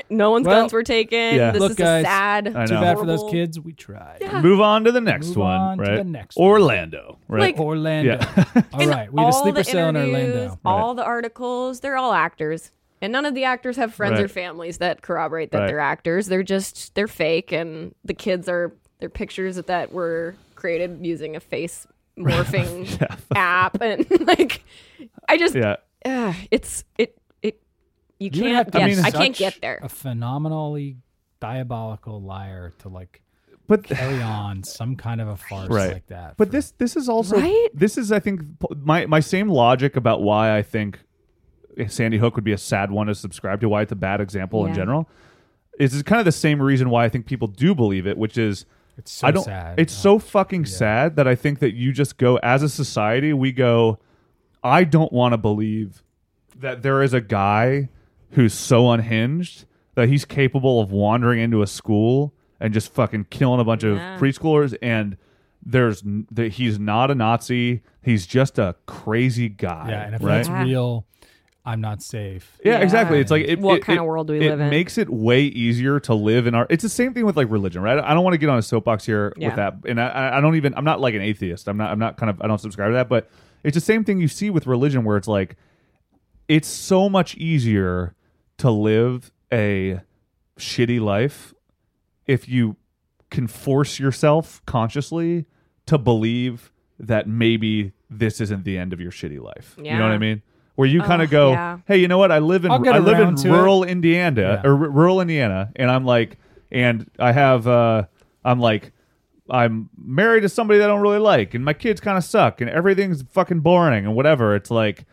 [SPEAKER 5] No one's
[SPEAKER 6] Well,
[SPEAKER 5] guns were taken.
[SPEAKER 4] yeah.
[SPEAKER 5] This
[SPEAKER 6] Look,
[SPEAKER 5] is
[SPEAKER 6] guys,
[SPEAKER 5] a sad.
[SPEAKER 4] I
[SPEAKER 6] too
[SPEAKER 4] know.
[SPEAKER 6] bad for those
[SPEAKER 5] horrible-
[SPEAKER 6] kids. We tried.
[SPEAKER 5] Ah.
[SPEAKER 4] Move on to the next
[SPEAKER 6] Move
[SPEAKER 4] one.
[SPEAKER 6] on to
[SPEAKER 4] right.
[SPEAKER 6] the next one.
[SPEAKER 4] Orlando. Right.
[SPEAKER 5] Like-
[SPEAKER 6] Orlando. [LAUGHS] All
[SPEAKER 5] In
[SPEAKER 6] right. We have a
[SPEAKER 5] all
[SPEAKER 6] sleeper
[SPEAKER 5] the
[SPEAKER 6] cell in
[SPEAKER 5] interviews,
[SPEAKER 6] Orlando.
[SPEAKER 5] All the articles, they're all actors. And none of the actors have friends or
[SPEAKER 4] Right.
[SPEAKER 5] families that corroborate that
[SPEAKER 4] Right.
[SPEAKER 5] they're actors. They're just they're fake and the kids are their pictures that were created using
[SPEAKER 4] [LAUGHS]
[SPEAKER 5] a face morphing app and [LAUGHS] like I just
[SPEAKER 4] yeah.
[SPEAKER 5] ugh, it's it it you
[SPEAKER 6] You would
[SPEAKER 5] can't
[SPEAKER 6] have to
[SPEAKER 5] get,
[SPEAKER 4] I
[SPEAKER 5] I,
[SPEAKER 4] mean,
[SPEAKER 5] can't
[SPEAKER 6] such
[SPEAKER 5] get there.
[SPEAKER 6] A phenomenally diabolical liar to like
[SPEAKER 4] But [LAUGHS]
[SPEAKER 6] carry on some kind of a farce
[SPEAKER 4] Right.
[SPEAKER 6] like that.
[SPEAKER 4] But
[SPEAKER 6] for-
[SPEAKER 4] this this is also
[SPEAKER 5] Right?
[SPEAKER 4] this is I think p- my my same logic about why I think Sandy Hook would be a sad one to subscribe to. Why it's a bad example in
[SPEAKER 5] Yeah.
[SPEAKER 4] general is it's kind of the same reason why I think people do believe it, which is
[SPEAKER 6] It's so
[SPEAKER 4] I don't.
[SPEAKER 6] sad.
[SPEAKER 4] It's so fucking sad that I think that you just go as a society we go. I don't want to believe that there is a guy who's so unhinged that he's capable of wandering into a school and just fucking killing a bunch of preschoolers and there's n- that he's not a Nazi. He's just a crazy guy.
[SPEAKER 6] yeah, and if
[SPEAKER 4] right?
[SPEAKER 6] that's real, I'm not safe.
[SPEAKER 4] Yeah,
[SPEAKER 5] Yeah.
[SPEAKER 4] exactly. It's like it,
[SPEAKER 5] What
[SPEAKER 4] it-
[SPEAKER 5] kind
[SPEAKER 4] it-
[SPEAKER 5] of world do we live in?
[SPEAKER 4] It makes it way easier to live in our. It's the same thing with like religion, right? I don't want to get on a soapbox here
[SPEAKER 5] Yeah.
[SPEAKER 4] with that, and I- I, I don't even. I'm not like an atheist. I'm not. I'm not kind of. I don't subscribe to that, but it's the same thing you see with religion, where it's like, it's so much easier to live a shitty life if you can force yourself consciously to believe that maybe this isn't the end of your shitty life. You know what I
[SPEAKER 5] Yeah.
[SPEAKER 4] mean? Where you kind
[SPEAKER 5] Oh,
[SPEAKER 4] of go,
[SPEAKER 5] yeah.
[SPEAKER 4] hey, you know what? I live in
[SPEAKER 6] I'll get
[SPEAKER 4] I live in
[SPEAKER 6] around to it.
[SPEAKER 4] rural Indiana
[SPEAKER 6] Yeah.
[SPEAKER 4] or r- rural Indiana, and I'm like, and I have uh, I'm like, I'm married to somebody that I don't really like, and my kids kind of suck, and everything's fucking boring and whatever. It's like,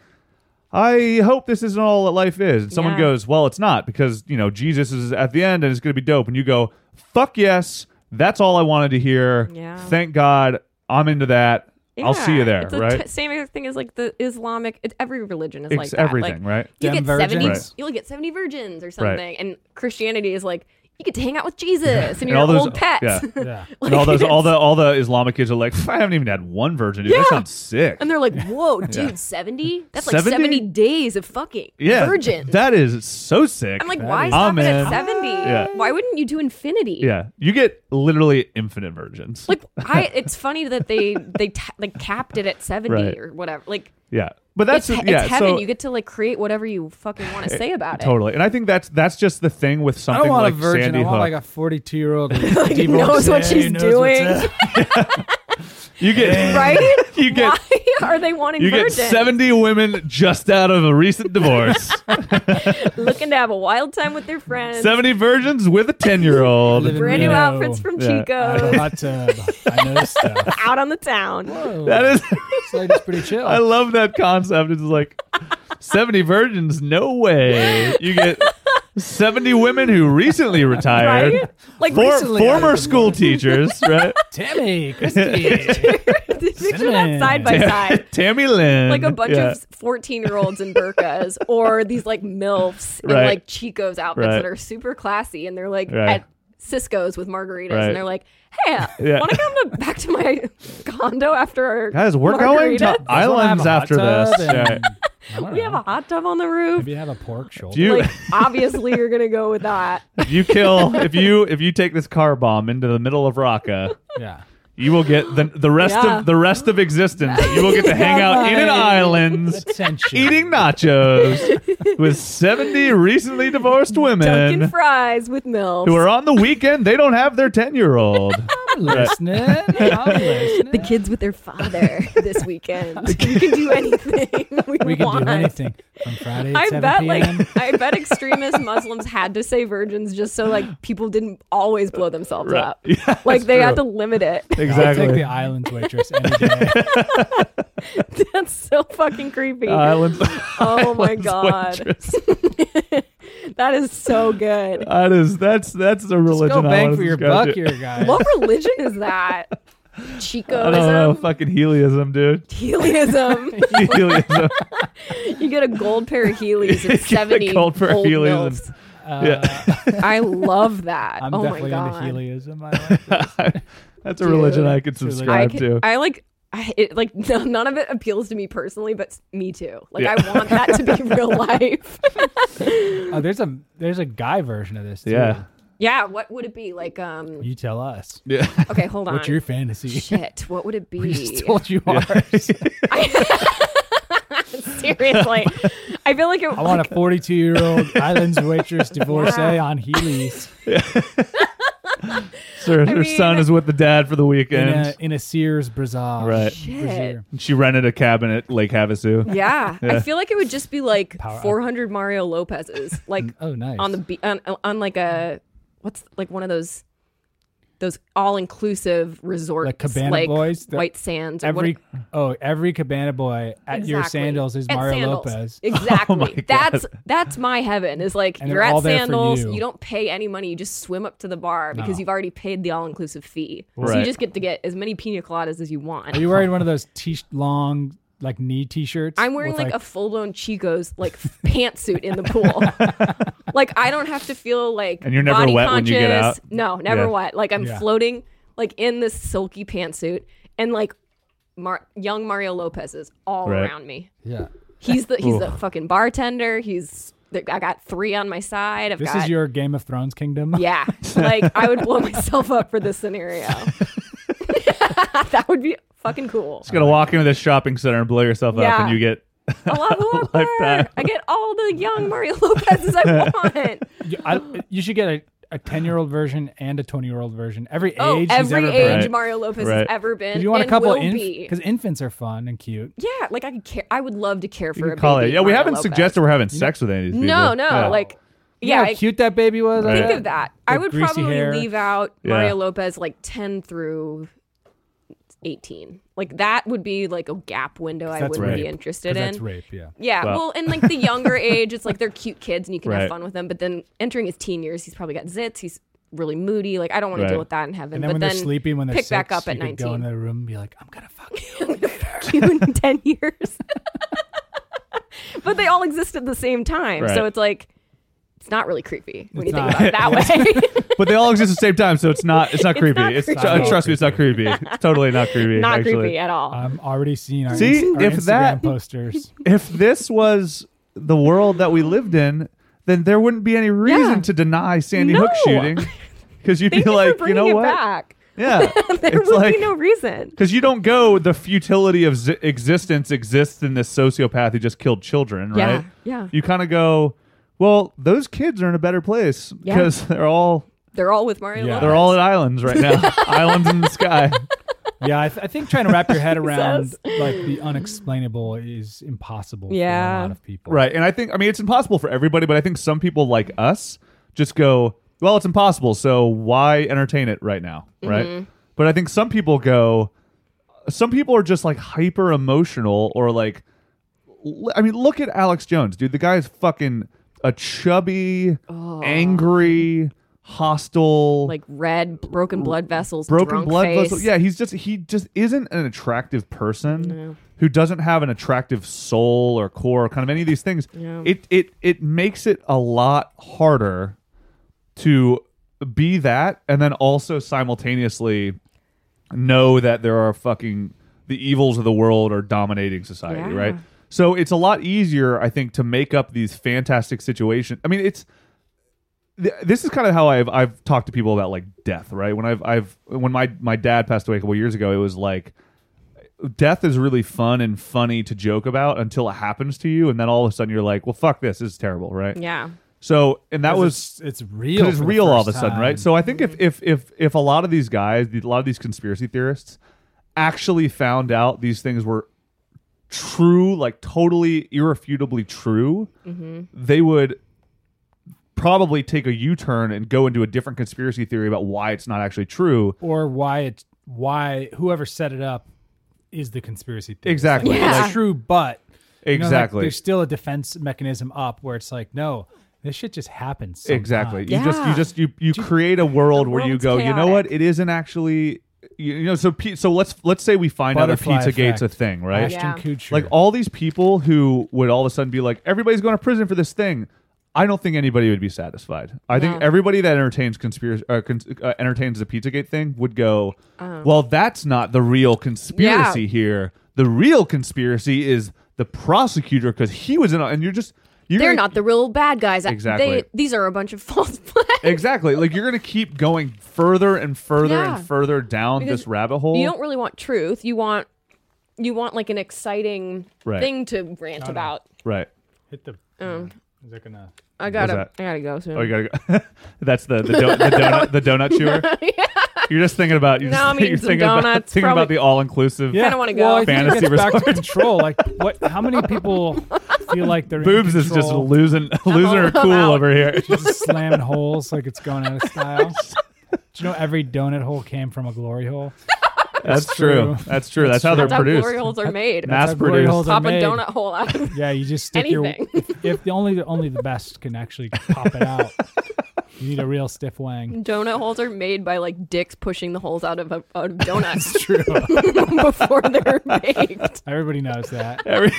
[SPEAKER 4] I hope this isn't all that life is. And someone
[SPEAKER 5] Yeah.
[SPEAKER 4] goes, well, it's not because, you know, Jesus is at the end and it's going to be dope. And you go, fuck yes. That's all I wanted to hear.
[SPEAKER 5] Yeah.
[SPEAKER 4] Thank God I'm into that. I'll see you
[SPEAKER 5] Yeah,
[SPEAKER 4] there.
[SPEAKER 5] It's the
[SPEAKER 4] right.
[SPEAKER 5] t- same exact thing as like the Islamic. It, every religion is
[SPEAKER 4] it's
[SPEAKER 5] like that.
[SPEAKER 4] everything,
[SPEAKER 5] Like,
[SPEAKER 4] right?
[SPEAKER 5] You
[SPEAKER 6] Damn
[SPEAKER 5] get seventy.
[SPEAKER 4] virgins.
[SPEAKER 5] You'll get seventy virgins or something, and Christianity is like you get to hang out with
[SPEAKER 4] [LAUGHS]
[SPEAKER 5] Jesus and, your
[SPEAKER 4] all those-
[SPEAKER 5] old pets. [LAUGHS]
[SPEAKER 4] yeah.
[SPEAKER 6] Yeah.
[SPEAKER 4] and all those, all the, all the Islamic kids are like, I haven't even had one virgin. Dude. That
[SPEAKER 5] Yeah.
[SPEAKER 4] sounds sick.
[SPEAKER 5] [LAUGHS] And
[SPEAKER 4] [LAUGHS]
[SPEAKER 5] they're like, "Whoa, dude, seventy? That's like
[SPEAKER 4] 70?
[SPEAKER 5] seventy days of fucking
[SPEAKER 4] yeah,
[SPEAKER 5] virgins."
[SPEAKER 4] That is so sick.
[SPEAKER 5] I'm like,
[SPEAKER 6] That
[SPEAKER 5] why
[SPEAKER 6] is-
[SPEAKER 5] stop it
[SPEAKER 4] Amen.
[SPEAKER 5] at seventy?
[SPEAKER 4] Yeah.
[SPEAKER 5] Why wouldn't you do infinity?
[SPEAKER 4] yeah, you get literally infinite virgins.
[SPEAKER 5] Like I, it's funny that they they t- like capped it at seventy
[SPEAKER 4] Right.
[SPEAKER 5] or whatever. Like
[SPEAKER 4] yeah, but that's
[SPEAKER 5] it's, he-
[SPEAKER 4] yeah.
[SPEAKER 5] it's heaven.
[SPEAKER 4] so,
[SPEAKER 5] you get to like create whatever you fucking
[SPEAKER 4] [LAUGHS]
[SPEAKER 5] want to say about it.
[SPEAKER 4] Totally, and I think that's that's just the thing with
[SPEAKER 6] I
[SPEAKER 4] something
[SPEAKER 6] don't want
[SPEAKER 4] like
[SPEAKER 6] a virgin.
[SPEAKER 4] Sandy
[SPEAKER 6] I
[SPEAKER 4] Hook.
[SPEAKER 6] want like a 42 year
[SPEAKER 5] [LAUGHS]
[SPEAKER 6] old
[SPEAKER 5] knows
[SPEAKER 6] [LAUGHS]
[SPEAKER 5] what she's doing.
[SPEAKER 4] you
[SPEAKER 6] [LAUGHS]
[SPEAKER 4] get
[SPEAKER 5] Right?
[SPEAKER 4] [LAUGHS] you get
[SPEAKER 5] Why [LAUGHS] are they wanting
[SPEAKER 4] you get
[SPEAKER 5] virgins?
[SPEAKER 4] seventy women just out of a recent
[SPEAKER 5] [LAUGHS]
[SPEAKER 4] divorce,
[SPEAKER 5] Looking to have a wild time with their friends.
[SPEAKER 4] seventy virgins with a ten year old.
[SPEAKER 6] Living
[SPEAKER 5] Brand new
[SPEAKER 6] Yeah.
[SPEAKER 5] outfits from
[SPEAKER 4] Yeah.
[SPEAKER 5] Chico.
[SPEAKER 6] hot tub. I know [LAUGHS] stuff.
[SPEAKER 5] out on the town.
[SPEAKER 4] That is, [LAUGHS]
[SPEAKER 6] This lady's pretty chill.
[SPEAKER 4] I love that concept. It's like seventy virgins, no way. You get seventy women who recently retired.
[SPEAKER 5] Right? Like
[SPEAKER 4] For,
[SPEAKER 5] recently.
[SPEAKER 4] former school
[SPEAKER 5] [LAUGHS]
[SPEAKER 4] teachers, right?
[SPEAKER 6] [LAUGHS] Tammy, Christy.
[SPEAKER 5] Picture that side by
[SPEAKER 4] Tam-
[SPEAKER 5] side.
[SPEAKER 4] [LAUGHS] Tammy Lynn.
[SPEAKER 5] Like a bunch
[SPEAKER 4] Yeah.
[SPEAKER 5] of 14 year olds in burkas or these like MILFs in
[SPEAKER 4] Right.
[SPEAKER 5] like Chico's outfits
[SPEAKER 4] Right.
[SPEAKER 5] that are super classy and they're like
[SPEAKER 4] Right.
[SPEAKER 5] at Cisco's with margaritas
[SPEAKER 4] Right.
[SPEAKER 5] and they're like, hey,
[SPEAKER 4] Yeah.
[SPEAKER 5] want to come to, back to my condo after our.
[SPEAKER 4] guys. We're going
[SPEAKER 5] margaritas?
[SPEAKER 4] to islands after this. Yeah.
[SPEAKER 5] We have a hot tub on the roof.
[SPEAKER 6] Maybe have a pork shoulder.
[SPEAKER 4] If you
[SPEAKER 5] like obviously you're gonna go with
[SPEAKER 4] [LAUGHS]
[SPEAKER 5] that.
[SPEAKER 4] if you
[SPEAKER 5] [LAUGHS]
[SPEAKER 4] kill if you if you take this car bomb into the middle of Raqqa,
[SPEAKER 6] yeah.
[SPEAKER 4] you will get the the rest
[SPEAKER 5] Yeah.
[SPEAKER 4] of the rest of existence. You will get to hang out in an island.
[SPEAKER 6] Attention.
[SPEAKER 4] Eating nachos with 70 recently divorced
[SPEAKER 5] Dunkin'
[SPEAKER 4] women
[SPEAKER 5] fries with milk.
[SPEAKER 4] who are on the weekend. They don't have their 10 year
[SPEAKER 5] [LAUGHS]
[SPEAKER 4] old.
[SPEAKER 6] I'm listening. I'm listening.
[SPEAKER 5] the kids with their father this weekend. we can do anything we,
[SPEAKER 6] We can
[SPEAKER 5] want.
[SPEAKER 6] do anything from Friday at
[SPEAKER 5] I
[SPEAKER 6] 7
[SPEAKER 4] [LAUGHS]
[SPEAKER 5] bet,
[SPEAKER 6] p.m.
[SPEAKER 5] like, I bet extremist Muslims had to say virgins just so, like, people didn't always blow themselves
[SPEAKER 4] Right. [LAUGHS]
[SPEAKER 5] up.
[SPEAKER 4] Yeah, that's
[SPEAKER 5] like, they had to
[SPEAKER 4] true.
[SPEAKER 5] limit it. [LAUGHS]
[SPEAKER 6] I'll take
[SPEAKER 4] Exactly.
[SPEAKER 6] the islands waitress any
[SPEAKER 4] [LAUGHS]
[SPEAKER 6] day.
[SPEAKER 5] That's so
[SPEAKER 4] [LAUGHS]
[SPEAKER 5] fucking creepy.
[SPEAKER 4] Islands.
[SPEAKER 5] oh my god,
[SPEAKER 4] waitress.
[SPEAKER 5] [LAUGHS] that is
[SPEAKER 4] [LAUGHS]
[SPEAKER 5] so good.
[SPEAKER 4] That is that's that's a religion.
[SPEAKER 6] Go
[SPEAKER 4] I
[SPEAKER 6] bang
[SPEAKER 4] wanna
[SPEAKER 6] for your
[SPEAKER 4] subscribe to.
[SPEAKER 6] buck here, guys.
[SPEAKER 5] What religion is that?
[SPEAKER 4] I don't know,
[SPEAKER 5] Chicoism,
[SPEAKER 4] fucking heliism,
[SPEAKER 5] [LAUGHS]
[SPEAKER 4] dude. [LAUGHS]
[SPEAKER 5] Heliism.
[SPEAKER 4] heliism.
[SPEAKER 5] You get a gold pair of Heelys
[SPEAKER 4] You
[SPEAKER 5] at
[SPEAKER 4] get a
[SPEAKER 5] 70
[SPEAKER 4] gold pair of
[SPEAKER 5] old
[SPEAKER 4] Heelys
[SPEAKER 5] milfs.
[SPEAKER 4] yeah,
[SPEAKER 6] [LAUGHS]
[SPEAKER 5] I love that.
[SPEAKER 6] Uh, I'm
[SPEAKER 5] oh my
[SPEAKER 6] definitely into
[SPEAKER 5] god.
[SPEAKER 6] heliism. I like this.
[SPEAKER 4] that's a religion I could
[SPEAKER 6] religion.
[SPEAKER 5] I,
[SPEAKER 4] subscribe
[SPEAKER 5] can-
[SPEAKER 4] to.
[SPEAKER 5] I like I, it, like [LAUGHS] no, none of it appeals to me personally, but s- me too. Like
[SPEAKER 4] Yeah.
[SPEAKER 5] I want that [LAUGHS] to be real life.
[SPEAKER 6] Oh, there's a there's a guy version of this. Too.
[SPEAKER 4] yeah,
[SPEAKER 5] yeah, what would it be? Like um
[SPEAKER 6] You tell us.
[SPEAKER 5] okay, hold on.
[SPEAKER 6] What's your
[SPEAKER 5] [LAUGHS]
[SPEAKER 6] fantasy? [LAUGHS]
[SPEAKER 5] Shit, what would it be?
[SPEAKER 6] We just
[SPEAKER 5] [LAUGHS]
[SPEAKER 6] told you ours. [LAUGHS]
[SPEAKER 5] Seriously. I feel like it
[SPEAKER 6] I want a 42 year
[SPEAKER 5] [LAUGHS]
[SPEAKER 6] old islands waitress divorcee
[SPEAKER 5] Yeah.
[SPEAKER 6] on Heelys
[SPEAKER 4] [LAUGHS] Sir, her
[SPEAKER 5] mean-
[SPEAKER 4] son is with the dad for the
[SPEAKER 6] in
[SPEAKER 4] weekend.
[SPEAKER 6] a, in a Sears Brazier.
[SPEAKER 4] right.
[SPEAKER 5] shit.
[SPEAKER 4] She rented a cabin at Lake Havasu.
[SPEAKER 5] [LAUGHS] Yeah, I feel like it would just be like
[SPEAKER 6] Power up.
[SPEAKER 5] 400 Mario
[SPEAKER 6] [LAUGHS]
[SPEAKER 5] Lopez's, like
[SPEAKER 6] Oh, nice.
[SPEAKER 5] on the be- on, on like a what's like one of those those all inclusive resorts,
[SPEAKER 6] Like Cabana
[SPEAKER 5] like
[SPEAKER 6] Boys? The-
[SPEAKER 5] White Sands, or what-
[SPEAKER 6] Every oh every cabana boy at your
[SPEAKER 5] Exactly.
[SPEAKER 6] sandals is
[SPEAKER 5] At
[SPEAKER 6] Mario
[SPEAKER 5] sandals.
[SPEAKER 6] Lopez. [LAUGHS] Oh
[SPEAKER 5] Exactly.
[SPEAKER 4] my God.
[SPEAKER 5] That's that's my heaven. Is like
[SPEAKER 6] And
[SPEAKER 5] you're
[SPEAKER 6] they're all
[SPEAKER 5] at
[SPEAKER 6] there for
[SPEAKER 5] sandals.
[SPEAKER 6] you.
[SPEAKER 5] You. don't pay any money. You just swim up to the bar because
[SPEAKER 6] No.
[SPEAKER 5] you've already paid the all inclusive fee. So
[SPEAKER 4] Right.
[SPEAKER 5] you just get to get as many pina coladas as you want.
[SPEAKER 6] Are you wearing one of those t- long like knee t-shirts?
[SPEAKER 5] I'm wearing
[SPEAKER 6] with,
[SPEAKER 5] like, a full blown Chico's like pantsuit in the pool. [LAUGHS] like I don't have to feel like
[SPEAKER 4] And you're never
[SPEAKER 5] body
[SPEAKER 4] wet when
[SPEAKER 5] conscious.
[SPEAKER 4] you get out?
[SPEAKER 5] No, never
[SPEAKER 4] Yeah.
[SPEAKER 5] wet. Like I'm
[SPEAKER 6] Yeah.
[SPEAKER 5] floating like in this silky pantsuit and like Mar- young Mario Lopez is all
[SPEAKER 4] Right.
[SPEAKER 5] around me.
[SPEAKER 6] yeah.
[SPEAKER 5] He's the he's the fucking bartender. He's the, I got three on my side. I've
[SPEAKER 6] This
[SPEAKER 5] got
[SPEAKER 6] is your Game of Thrones kingdom.
[SPEAKER 5] [LAUGHS] yeah. Like I would blow myself up for this scenario. [LAUGHS] that would be fucking cool.
[SPEAKER 6] Oh
[SPEAKER 4] She's gonna walk into this shopping center and blow yourself up,
[SPEAKER 5] Yeah.
[SPEAKER 4] and you get
[SPEAKER 5] I
[SPEAKER 4] [LAUGHS]
[SPEAKER 5] love who I
[SPEAKER 4] Lifetime.
[SPEAKER 5] I get all the young Mario
[SPEAKER 4] [LAUGHS]
[SPEAKER 5] Lopez's I want.
[SPEAKER 6] You, I- you should get a, a 10 year old version and a 20 year old version. Every
[SPEAKER 5] Oh,
[SPEAKER 6] age. he's
[SPEAKER 5] every
[SPEAKER 6] ever
[SPEAKER 5] age
[SPEAKER 4] Right.
[SPEAKER 5] Mario Lopez has
[SPEAKER 4] Right.
[SPEAKER 5] ever been.
[SPEAKER 6] Been. You want a
[SPEAKER 5] and
[SPEAKER 6] couple
[SPEAKER 5] will be.
[SPEAKER 6] because infants are fun and cute.
[SPEAKER 5] Yeah, like I could care. I would love to care for
[SPEAKER 4] you
[SPEAKER 5] a
[SPEAKER 4] call
[SPEAKER 5] baby
[SPEAKER 4] it. Yeah, we
[SPEAKER 5] Mario
[SPEAKER 4] haven't
[SPEAKER 5] Lopez.
[SPEAKER 4] suggested we're having sex with any of these people.
[SPEAKER 5] No, no,
[SPEAKER 4] Yeah.
[SPEAKER 5] like
[SPEAKER 6] You
[SPEAKER 5] yeah,
[SPEAKER 6] know how
[SPEAKER 5] I-
[SPEAKER 6] cute that baby was.
[SPEAKER 4] Right.
[SPEAKER 5] think
[SPEAKER 4] Yeah.
[SPEAKER 5] of that. I
[SPEAKER 6] The
[SPEAKER 5] would
[SPEAKER 6] greasy
[SPEAKER 5] probably
[SPEAKER 6] hair.
[SPEAKER 5] leave out
[SPEAKER 4] Yeah.
[SPEAKER 5] Mario Lopez like 10 through 18. Like that would be like a gap window I
[SPEAKER 6] that's
[SPEAKER 5] wouldn't be
[SPEAKER 6] rape.
[SPEAKER 5] interested
[SPEAKER 6] 'Cause
[SPEAKER 5] in.
[SPEAKER 6] that's rape. Yeah.
[SPEAKER 5] Yeah,
[SPEAKER 7] Well-
[SPEAKER 5] well, in like
[SPEAKER 4] [LAUGHS]
[SPEAKER 5] the younger age, it's like they're cute kids and you can
[SPEAKER 7] Right.
[SPEAKER 5] have fun with them. But then entering his teen years, he's probably got zits. He's really moody. Like I don't want to
[SPEAKER 7] Right.
[SPEAKER 5] deal with that in heaven.
[SPEAKER 6] And then
[SPEAKER 5] but
[SPEAKER 6] when
[SPEAKER 5] then
[SPEAKER 6] they're
[SPEAKER 5] [LAUGHS]
[SPEAKER 6] sleeping, when they're
[SPEAKER 5] pick
[SPEAKER 6] six,
[SPEAKER 5] back up at
[SPEAKER 6] you could go
[SPEAKER 5] 19.
[SPEAKER 6] into the room and be like, "I'm gonna fuck you."
[SPEAKER 5] you
[SPEAKER 4] [LAUGHS]
[SPEAKER 5] in 10 years. [LAUGHS] but they all exist at the same time.
[SPEAKER 7] Right.
[SPEAKER 5] So it's like, it's not really creepy when
[SPEAKER 6] It's
[SPEAKER 5] you
[SPEAKER 6] not.
[SPEAKER 5] think
[SPEAKER 6] [LAUGHS]
[SPEAKER 5] about it that way.
[SPEAKER 4] but they all exist at the same time, so it's not
[SPEAKER 5] [LAUGHS]
[SPEAKER 4] it's not creepy.
[SPEAKER 5] not
[SPEAKER 4] It's,
[SPEAKER 5] creepy.
[SPEAKER 4] tr- trust me, it's not
[SPEAKER 5] [LAUGHS]
[SPEAKER 4] creepy. It's totally not creepy.
[SPEAKER 5] [LAUGHS] not
[SPEAKER 4] actually. uh,
[SPEAKER 5] creepy at all.
[SPEAKER 6] I'm already seeing our,
[SPEAKER 4] See,
[SPEAKER 6] Inst- our
[SPEAKER 4] if
[SPEAKER 6] Instagram
[SPEAKER 4] that-
[SPEAKER 6] posters.
[SPEAKER 4] If this was the world that we lived in, then there wouldn't be any reason
[SPEAKER 5] Yeah.
[SPEAKER 4] to deny Sandy
[SPEAKER 5] No.
[SPEAKER 4] Hook
[SPEAKER 5] [LAUGHS]
[SPEAKER 4] shooting, because you'd
[SPEAKER 5] Thank
[SPEAKER 4] be
[SPEAKER 5] you
[SPEAKER 4] like,
[SPEAKER 5] for
[SPEAKER 4] you
[SPEAKER 5] bringing
[SPEAKER 4] know
[SPEAKER 5] it
[SPEAKER 4] what?
[SPEAKER 5] back. [LAUGHS]
[SPEAKER 4] Yeah,
[SPEAKER 5] There
[SPEAKER 4] it's
[SPEAKER 5] would
[SPEAKER 4] like [LAUGHS]
[SPEAKER 5] be no reason.
[SPEAKER 4] because you don't go the futility of z- existence exists in this sociopath who just killed children,
[SPEAKER 5] Yeah,
[SPEAKER 4] right?
[SPEAKER 5] yeah.
[SPEAKER 4] You kind of go, well, those kids are in a better place
[SPEAKER 5] Yeah.
[SPEAKER 4] because they're all
[SPEAKER 5] They're all with Mario.
[SPEAKER 6] Yeah.
[SPEAKER 5] Lopez.
[SPEAKER 4] they're all at islands right now, islands in the sky.
[SPEAKER 6] yeah, I, th- I think trying to wrap
[SPEAKER 5] [LAUGHS]
[SPEAKER 6] your head around like the unexplainable is impossible. for
[SPEAKER 5] Yeah.
[SPEAKER 6] a lot of people.
[SPEAKER 4] Right. And I think, I mean, it's impossible for everybody, but I think some people like us just go, well, it's impossible. So why entertain it right now? Right. But I think some people go, some people are just like hyper emotional or like, l- I mean, look at Alex Jones, dude. The guy is fucking a chubby, angry, hostile,
[SPEAKER 5] like red, broken blood vessels,
[SPEAKER 4] broken
[SPEAKER 5] drunk
[SPEAKER 4] blood
[SPEAKER 5] face.
[SPEAKER 4] vessel. Yeah, he's just he just isn't an attractive person who doesn't have an attractive soul or core or kind of any of these things. It it it makes it a lot harder to be that and then also simultaneously know that there are fucking the evils of the world are dominating society,
[SPEAKER 5] Yeah.
[SPEAKER 4] right? So it's a lot easier, I think, to make up these fantastic situations. I mean, it's th- this is kind of how I've I've talked to people about like death, right? When I've I've when my my dad passed away a couple years ago, it was like death is really fun and funny to joke about until it happens to you, and then all of a sudden you're like, well, fuck this, this is terrible, right?
[SPEAKER 5] Yeah.
[SPEAKER 4] So and that
[SPEAKER 6] 'Cause
[SPEAKER 4] was
[SPEAKER 6] it's, it's real.
[SPEAKER 4] because it's
[SPEAKER 6] for the
[SPEAKER 4] real all of
[SPEAKER 6] first
[SPEAKER 4] a sudden, right?
[SPEAKER 6] time.
[SPEAKER 4] So I think if if if if a lot of these guys, a lot of these conspiracy theorists, actually found out these things were true, like totally irrefutably true,
[SPEAKER 5] Mm-hmm.
[SPEAKER 4] they would probably take a U-turn and go into a different conspiracy theory about why it's not actually true.
[SPEAKER 6] or why it's why whoever set it up is the conspiracy theory.
[SPEAKER 4] Exactly.
[SPEAKER 6] Like,
[SPEAKER 5] Yeah.
[SPEAKER 6] It's true, but you know, like,
[SPEAKER 4] Exactly.
[SPEAKER 6] there's still a defense mechanism up where it's like, no, this shit just happens. sometimes.
[SPEAKER 4] Exactly. You
[SPEAKER 5] Yeah.
[SPEAKER 4] just you just you you create a world
[SPEAKER 5] The
[SPEAKER 4] where you
[SPEAKER 5] world's
[SPEAKER 4] go. You know
[SPEAKER 5] chaotic.
[SPEAKER 4] what? It isn't actually. You you know, so P- so let's let's say we find out that
[SPEAKER 6] Butterfly
[SPEAKER 4] Pizza Gate's a
[SPEAKER 6] effect.
[SPEAKER 4] thing, right?
[SPEAKER 6] Ashton
[SPEAKER 5] Yeah.
[SPEAKER 6] Kutcher.
[SPEAKER 4] Like all these people who would all of a sudden be like, everybody's going to prison for this thing. I don't think anybody would be satisfied. I think
[SPEAKER 5] No.
[SPEAKER 4] everybody that entertains conspiracy uh, cons- uh, entertains the PizzaGate thing would go, well, that's not the real conspiracy
[SPEAKER 5] Um. Yeah.
[SPEAKER 4] here. The real conspiracy is the prosecutor because he was in. A- and you're just you're
[SPEAKER 5] They're
[SPEAKER 4] gonna-
[SPEAKER 5] not the real bad guys.
[SPEAKER 4] Exactly.
[SPEAKER 5] They, these are a bunch of [LAUGHS] false flags.
[SPEAKER 4] exactly like you're going to keep going further and further
[SPEAKER 5] Yeah.
[SPEAKER 4] and further down
[SPEAKER 5] Because
[SPEAKER 4] this rabbit hole.
[SPEAKER 5] You don't really want truth. You want you want like an exciting
[SPEAKER 4] Right.
[SPEAKER 5] thing to rant about.
[SPEAKER 4] right.
[SPEAKER 6] hit the.
[SPEAKER 5] Oh.
[SPEAKER 6] is that gonna?
[SPEAKER 5] I gotta
[SPEAKER 4] that?
[SPEAKER 5] I gotta go soon.
[SPEAKER 4] Oh, you gotta go. [LAUGHS] That's the the, do- the donut the
[SPEAKER 5] [LAUGHS]
[SPEAKER 4] donut chewer. You're just thinking about you're,
[SPEAKER 5] No,
[SPEAKER 4] just, [LAUGHS]
[SPEAKER 5] I'm eating
[SPEAKER 4] you're
[SPEAKER 5] some
[SPEAKER 4] thinking about
[SPEAKER 5] donuts,
[SPEAKER 4] thinking about
[SPEAKER 5] probably-
[SPEAKER 4] the all inclusive.
[SPEAKER 5] Kinda wanna go.
[SPEAKER 6] Well, I think it
[SPEAKER 4] Fantasy
[SPEAKER 6] gets back
[SPEAKER 4] resort.
[SPEAKER 6] to control. Like what? How many people feel like they're in
[SPEAKER 4] Boobs is just
[SPEAKER 6] control,
[SPEAKER 4] losing losing her
[SPEAKER 5] [LAUGHS] I'm
[SPEAKER 4] cool
[SPEAKER 5] out.
[SPEAKER 4] over
[SPEAKER 5] [LAUGHS]
[SPEAKER 4] here.
[SPEAKER 6] just slamming holes like it's going out of style. Do you know every donut hole came from a glory hole?
[SPEAKER 4] That's true.
[SPEAKER 6] true.
[SPEAKER 4] That's true. That's how they're
[SPEAKER 5] That's how glory
[SPEAKER 4] produced.
[SPEAKER 5] holes are made.
[SPEAKER 4] Mass
[SPEAKER 6] That's how glory
[SPEAKER 4] produced.
[SPEAKER 6] holes are
[SPEAKER 5] Pop a
[SPEAKER 6] made.
[SPEAKER 5] donut hole out of [LAUGHS]
[SPEAKER 6] Yeah, you just stick
[SPEAKER 5] Anything.
[SPEAKER 6] your if, if the only the only the best can actually pop it out. You need a real stiff wang.
[SPEAKER 5] donut holes are made by like dicks pushing the holes out of a out
[SPEAKER 4] [LAUGHS]
[SPEAKER 5] of donuts [LAUGHS] before they're baked.
[SPEAKER 6] Everybody knows that.
[SPEAKER 4] Every,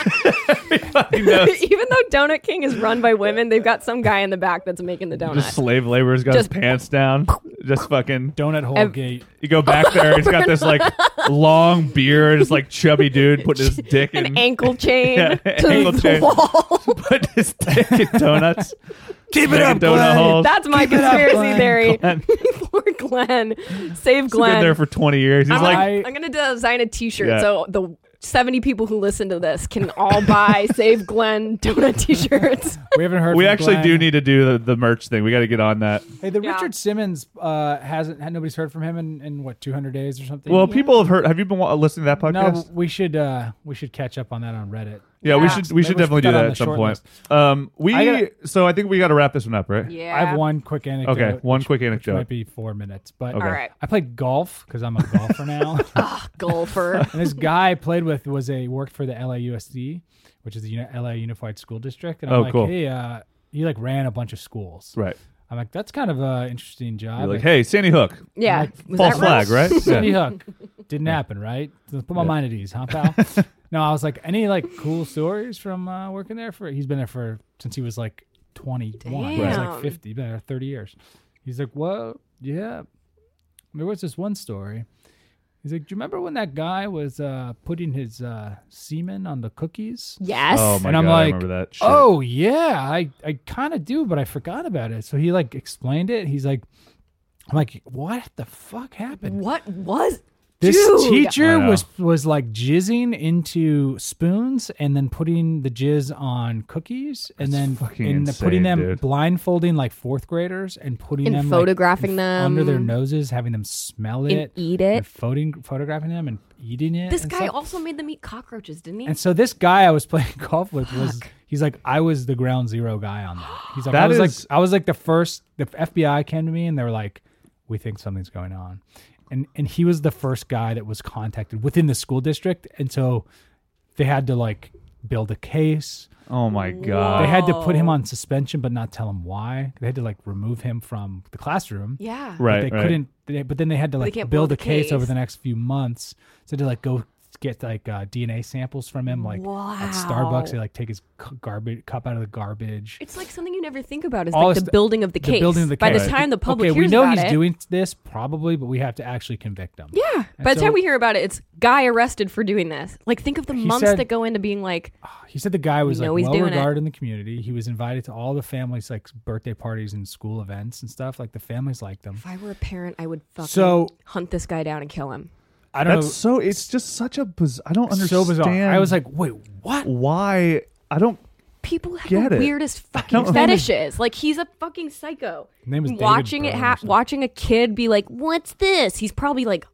[SPEAKER 4] everybody knows.
[SPEAKER 5] [LAUGHS] Even though Donut King is run by women, they've got some guy in the back that's making the donut.
[SPEAKER 4] Just slave labor's got his
[SPEAKER 5] Just-
[SPEAKER 4] pants
[SPEAKER 5] [LAUGHS]
[SPEAKER 4] down. Just fucking.
[SPEAKER 6] Donut hole
[SPEAKER 5] Ev-
[SPEAKER 6] gate.
[SPEAKER 4] You go back there. He's got this
[SPEAKER 5] [LAUGHS]
[SPEAKER 4] like long beard. It's like chubby dude putting his dick in. [LAUGHS]
[SPEAKER 5] An ankle chain
[SPEAKER 4] Yeah,
[SPEAKER 5] to
[SPEAKER 4] ankle
[SPEAKER 5] the
[SPEAKER 4] chain.
[SPEAKER 5] [LAUGHS] wall.
[SPEAKER 4] Put his dick in donuts.
[SPEAKER 8] Keep
[SPEAKER 4] Making donut holes.
[SPEAKER 5] That's my conspiracy
[SPEAKER 8] Glenn.
[SPEAKER 5] theory.
[SPEAKER 4] Glenn.
[SPEAKER 5] [LAUGHS] Poor Glenn. Save
[SPEAKER 4] He's been
[SPEAKER 5] Glenn.
[SPEAKER 4] there for 20 years. He's
[SPEAKER 5] I'm,
[SPEAKER 4] like,
[SPEAKER 5] gonna- I'm gonna design a T-shirt
[SPEAKER 4] Yeah.
[SPEAKER 5] so the 70 people who listen to this can all
[SPEAKER 6] [LAUGHS]
[SPEAKER 5] buy Save Glenn donut T-shirts.
[SPEAKER 6] We haven't heard.
[SPEAKER 4] we
[SPEAKER 6] from
[SPEAKER 4] actually
[SPEAKER 6] Glenn.
[SPEAKER 4] do need to do the, the merch thing. We got to get on that.
[SPEAKER 6] Hey, the
[SPEAKER 5] Yeah.
[SPEAKER 6] Richard Simmons uh, hasn't. Had, nobody's heard from him in, in what 200 days or something.
[SPEAKER 4] Well, people have heard. Have you been wa- listening to that
[SPEAKER 6] no,
[SPEAKER 4] podcast?
[SPEAKER 6] we should uh, we should catch up on that on Reddit.
[SPEAKER 4] Yeah, we
[SPEAKER 6] Yeah.
[SPEAKER 4] should we should
[SPEAKER 6] Maybe we
[SPEAKER 4] definitely
[SPEAKER 6] should put
[SPEAKER 4] do
[SPEAKER 6] that on
[SPEAKER 4] that
[SPEAKER 6] the
[SPEAKER 4] at some
[SPEAKER 6] short
[SPEAKER 4] point. Um, we
[SPEAKER 6] I gotta-
[SPEAKER 4] so I think we got to wrap this one up, right?
[SPEAKER 5] Yeah.
[SPEAKER 6] [LAUGHS] I have one quick anecdote.
[SPEAKER 4] Okay, one
[SPEAKER 6] which-
[SPEAKER 4] quick
[SPEAKER 6] which might
[SPEAKER 4] anecdote.
[SPEAKER 6] be four minutes, but
[SPEAKER 4] Okay. All
[SPEAKER 5] right.
[SPEAKER 6] I played golf because I'm a golfer
[SPEAKER 4] [LAUGHS]
[SPEAKER 6] now. [LAUGHS]
[SPEAKER 5] golfer.
[SPEAKER 6] and this guy I played with was a worked for the LAUSD, which is the uni- LA Unified School District. And I'm
[SPEAKER 4] Oh,
[SPEAKER 6] like,
[SPEAKER 4] cool.
[SPEAKER 6] hey, uh, he like ran a bunch of schools.
[SPEAKER 4] Right.
[SPEAKER 6] I'm like, that's kind of a interesting job.
[SPEAKER 4] You're like, hey, Sandy Hook,
[SPEAKER 5] Yeah. Was
[SPEAKER 4] false
[SPEAKER 5] that
[SPEAKER 4] flag, right?
[SPEAKER 6] [LAUGHS] Sandy
[SPEAKER 4] Yeah.
[SPEAKER 6] Hook didn't happen, right? So put my mind at ease,
[SPEAKER 4] [LAUGHS]
[SPEAKER 6] huh, pal? no, I was like, any like cool stories from uh, working there for? He's been there for since he was like 21. He's
[SPEAKER 5] Damn.
[SPEAKER 6] like 50, he's been there 30 years. He's like, well, yeah. There was this one story. He's like, do you remember when that guy was uh, putting his uh, semen on the cookies?
[SPEAKER 5] Yes.
[SPEAKER 4] Oh my
[SPEAKER 6] And I'm
[SPEAKER 4] god, I
[SPEAKER 6] like,
[SPEAKER 4] remember that. Shit.
[SPEAKER 6] Oh yeah, I I kind of do, but I forgot about it. So he like explained it. He's like, I'm like, what the fuck happened?
[SPEAKER 5] What was
[SPEAKER 6] This
[SPEAKER 5] Dude.
[SPEAKER 6] teacher
[SPEAKER 4] I know.
[SPEAKER 6] was was like jizzing into spoons and then putting the jizz on cookies and then
[SPEAKER 4] fucking
[SPEAKER 6] and
[SPEAKER 4] insane,
[SPEAKER 6] putting them
[SPEAKER 4] dude.
[SPEAKER 6] blindfolding like fourth graders and putting
[SPEAKER 5] And
[SPEAKER 6] them
[SPEAKER 5] photographing
[SPEAKER 6] like, in- under their
[SPEAKER 5] them.
[SPEAKER 6] noses, having them smell
[SPEAKER 5] And
[SPEAKER 6] it,
[SPEAKER 5] eat it.
[SPEAKER 6] and photing, photographing them and eating it.
[SPEAKER 5] This
[SPEAKER 6] and
[SPEAKER 5] guy
[SPEAKER 6] stuff.
[SPEAKER 5] also made them eat cockroaches, didn't he?
[SPEAKER 6] And so this guy I was [LAUGHS] playing golf with was he's like I was the ground zero guy on that. He's like I
[SPEAKER 4] That
[SPEAKER 6] was
[SPEAKER 4] is-
[SPEAKER 6] like I was like the first the FBI came to me and they were like we think something's going on. And and he was the first guy that was contacted within the school district and so they had to like build a case.
[SPEAKER 4] Oh my god.
[SPEAKER 6] They had to put him on suspension but not tell him why. They had to like remove him from the classroom.
[SPEAKER 5] yeah.
[SPEAKER 4] right.
[SPEAKER 6] But they
[SPEAKER 4] right.
[SPEAKER 6] couldn't they, but then they had to like
[SPEAKER 5] can't
[SPEAKER 6] build
[SPEAKER 5] build
[SPEAKER 6] a
[SPEAKER 5] a
[SPEAKER 6] case. over
[SPEAKER 5] case.
[SPEAKER 6] the next few months so to like go get like uh, dna samples from him like at starbucks they
[SPEAKER 5] Wow.
[SPEAKER 6] like take his cu- garbage cup out of the garbage
[SPEAKER 5] It's like something you never think about is
[SPEAKER 6] All
[SPEAKER 5] like
[SPEAKER 6] this
[SPEAKER 5] the building of the case.
[SPEAKER 6] building of the
[SPEAKER 5] By
[SPEAKER 6] case.
[SPEAKER 5] the time the public
[SPEAKER 6] okay
[SPEAKER 5] hears
[SPEAKER 6] we know
[SPEAKER 5] about
[SPEAKER 6] he's
[SPEAKER 5] it-
[SPEAKER 6] doing this probably but we have to actually convict him
[SPEAKER 5] Yeah. By the
[SPEAKER 6] so-
[SPEAKER 5] time we hear about it, it's guy arrested for doing this. Like think of the months
[SPEAKER 6] said-
[SPEAKER 5] that go into being like
[SPEAKER 6] he said the guy was
[SPEAKER 5] know
[SPEAKER 6] like
[SPEAKER 5] he's
[SPEAKER 6] well
[SPEAKER 5] doing it.
[SPEAKER 6] regarded in the community he was invited to all the families like birthday parties and school events and stuff like the families liked him
[SPEAKER 5] if I were a parent, I would fucking
[SPEAKER 6] So-
[SPEAKER 5] hunt this guy down and kill him.
[SPEAKER 6] i don't
[SPEAKER 4] That's so. It's just such a bizarre. I don't
[SPEAKER 6] know it's
[SPEAKER 4] understand.
[SPEAKER 6] so bizarre i was like wait what
[SPEAKER 4] why? I don't.
[SPEAKER 5] People have
[SPEAKER 4] Get
[SPEAKER 5] the
[SPEAKER 4] it.
[SPEAKER 5] weirdest
[SPEAKER 4] [LAUGHS] don't
[SPEAKER 5] fucking
[SPEAKER 4] know.
[SPEAKER 5] fetishes. Like he's a fucking psycho.
[SPEAKER 6] name is David
[SPEAKER 5] watching it
[SPEAKER 6] Byrne or
[SPEAKER 5] ha-
[SPEAKER 6] something.
[SPEAKER 5] watching a kid be like, "What's this?" He's probably like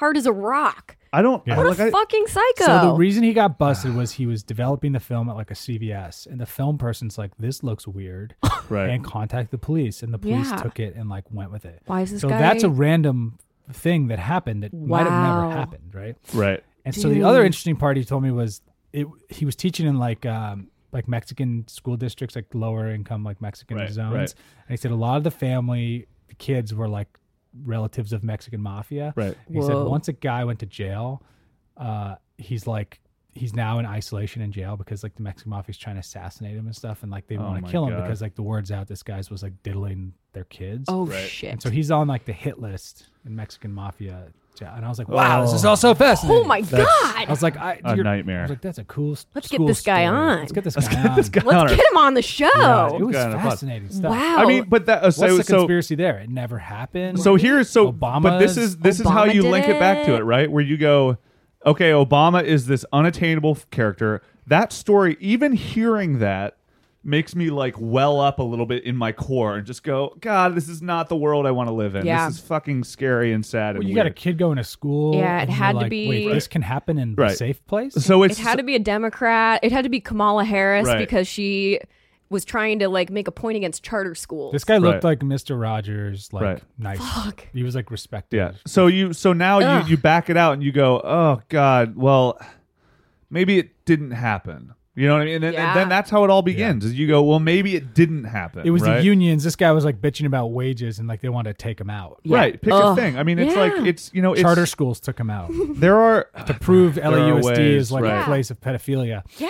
[SPEAKER 5] hard as a rock.
[SPEAKER 4] I don't. I,
[SPEAKER 5] What
[SPEAKER 4] like,
[SPEAKER 5] a
[SPEAKER 4] I-
[SPEAKER 5] fucking psycho.
[SPEAKER 6] So the reason he got busted was he was developing the film at like a CVS, and the film person's like, "This looks
[SPEAKER 5] [LAUGHS]
[SPEAKER 6] weird,"
[SPEAKER 4] Right.
[SPEAKER 6] and contact the police, and the police
[SPEAKER 5] Yeah.
[SPEAKER 6] took it and like went with it.
[SPEAKER 5] Why is this
[SPEAKER 6] so that's
[SPEAKER 5] guy-
[SPEAKER 6] a random thing that happened that might have
[SPEAKER 5] Wow.
[SPEAKER 6] never happened, right?
[SPEAKER 4] right.
[SPEAKER 6] And so the other
[SPEAKER 5] Dude.
[SPEAKER 6] interesting part he told me was it. He was teaching in like um, like Mexican school districts, like lower income, like Mexican
[SPEAKER 4] Right,
[SPEAKER 6] zones.
[SPEAKER 4] right.
[SPEAKER 6] And he said a lot of the family, the kids were like relatives of Mexican mafia.
[SPEAKER 4] Right.
[SPEAKER 6] And he said
[SPEAKER 5] Whoa.
[SPEAKER 6] once a guy went to jail, uh, he's like he's now in isolation in jail because like the Mexican mafia's trying to assassinate him and stuff, and like they
[SPEAKER 4] Oh
[SPEAKER 6] want
[SPEAKER 4] my
[SPEAKER 6] to kill him
[SPEAKER 4] God.
[SPEAKER 6] because like the word's out this guy's was like diddling their kids.
[SPEAKER 5] oh
[SPEAKER 4] Right.
[SPEAKER 5] shit.
[SPEAKER 6] And so he's on like the hit list in Mexican mafia. jail. And I was like, wow, this is all so fascinating.
[SPEAKER 5] oh my
[SPEAKER 6] I
[SPEAKER 5] god.
[SPEAKER 6] was like, I,
[SPEAKER 4] A
[SPEAKER 6] you're-
[SPEAKER 4] nightmare.
[SPEAKER 6] I was like, that's a cool. s-
[SPEAKER 5] Let's get
[SPEAKER 6] school
[SPEAKER 5] this guy
[SPEAKER 6] story.
[SPEAKER 5] on.
[SPEAKER 6] Let's get this guy on.
[SPEAKER 4] This guy [LAUGHS] on
[SPEAKER 5] Let's
[SPEAKER 4] our-
[SPEAKER 5] get him on the show.
[SPEAKER 6] Yeah, it was
[SPEAKER 4] Guy on our pod.
[SPEAKER 6] fascinating stuff.
[SPEAKER 5] wow.
[SPEAKER 4] I mean, but that. Uh,
[SPEAKER 6] What's
[SPEAKER 4] so
[SPEAKER 6] the
[SPEAKER 4] so
[SPEAKER 6] conspiracy there? It never happened.
[SPEAKER 4] so here's so. but this
[SPEAKER 6] Obama's-
[SPEAKER 4] is this is how
[SPEAKER 5] Obama
[SPEAKER 4] you
[SPEAKER 5] did
[SPEAKER 4] link it back to
[SPEAKER 5] it.
[SPEAKER 4] it, right? Where you go, okay, Obama is this unattainable f- character. That story, even hearing that. Makes me like well up a little bit in my core and just go, God, this is not the world I want to live in.
[SPEAKER 5] Yeah.
[SPEAKER 4] This is fucking scary and sad.
[SPEAKER 6] Well,
[SPEAKER 4] and
[SPEAKER 6] you got a
[SPEAKER 4] weird.
[SPEAKER 6] kid going to school.
[SPEAKER 5] Yeah, it
[SPEAKER 6] and you're
[SPEAKER 5] had to
[SPEAKER 6] like,
[SPEAKER 5] be-
[SPEAKER 6] Wait, this can happen in a
[SPEAKER 4] Right.
[SPEAKER 6] safe place.
[SPEAKER 4] So it's
[SPEAKER 5] it had to be a Democrat. It had to be Kamala Harris
[SPEAKER 4] Right.
[SPEAKER 5] because she was trying to like make a point against charter schools.
[SPEAKER 6] this guy looked
[SPEAKER 4] Right.
[SPEAKER 6] like Mr. Rogers. Like
[SPEAKER 4] Right.
[SPEAKER 6] nice.
[SPEAKER 5] Fuck.
[SPEAKER 6] He was like respected.
[SPEAKER 4] Yeah. So you so now
[SPEAKER 5] Ugh.
[SPEAKER 4] you you back it out and you go, "Oh god, well maybe it didn't happen." You know what I mean? And, then and
[SPEAKER 5] Yeah.
[SPEAKER 4] then that's how it all begins. Is you go, "Well, maybe it didn't happen."
[SPEAKER 6] It was
[SPEAKER 4] right?
[SPEAKER 6] the unions. This guy was like bitching about wages and like they wanted to take him out.
[SPEAKER 4] Right. Pick
[SPEAKER 5] Ugh.
[SPEAKER 4] a thing. I mean, it's
[SPEAKER 5] Yeah.
[SPEAKER 4] like it's, you know, it's
[SPEAKER 6] Charter schools took
[SPEAKER 5] [LAUGHS]
[SPEAKER 6] him out to
[SPEAKER 4] there are
[SPEAKER 6] prove
[SPEAKER 4] are
[SPEAKER 6] LAUSD
[SPEAKER 4] ways,
[SPEAKER 6] is like
[SPEAKER 4] right.
[SPEAKER 6] a place
[SPEAKER 4] [LAUGHS]
[SPEAKER 6] of pedophilia.
[SPEAKER 5] yeah.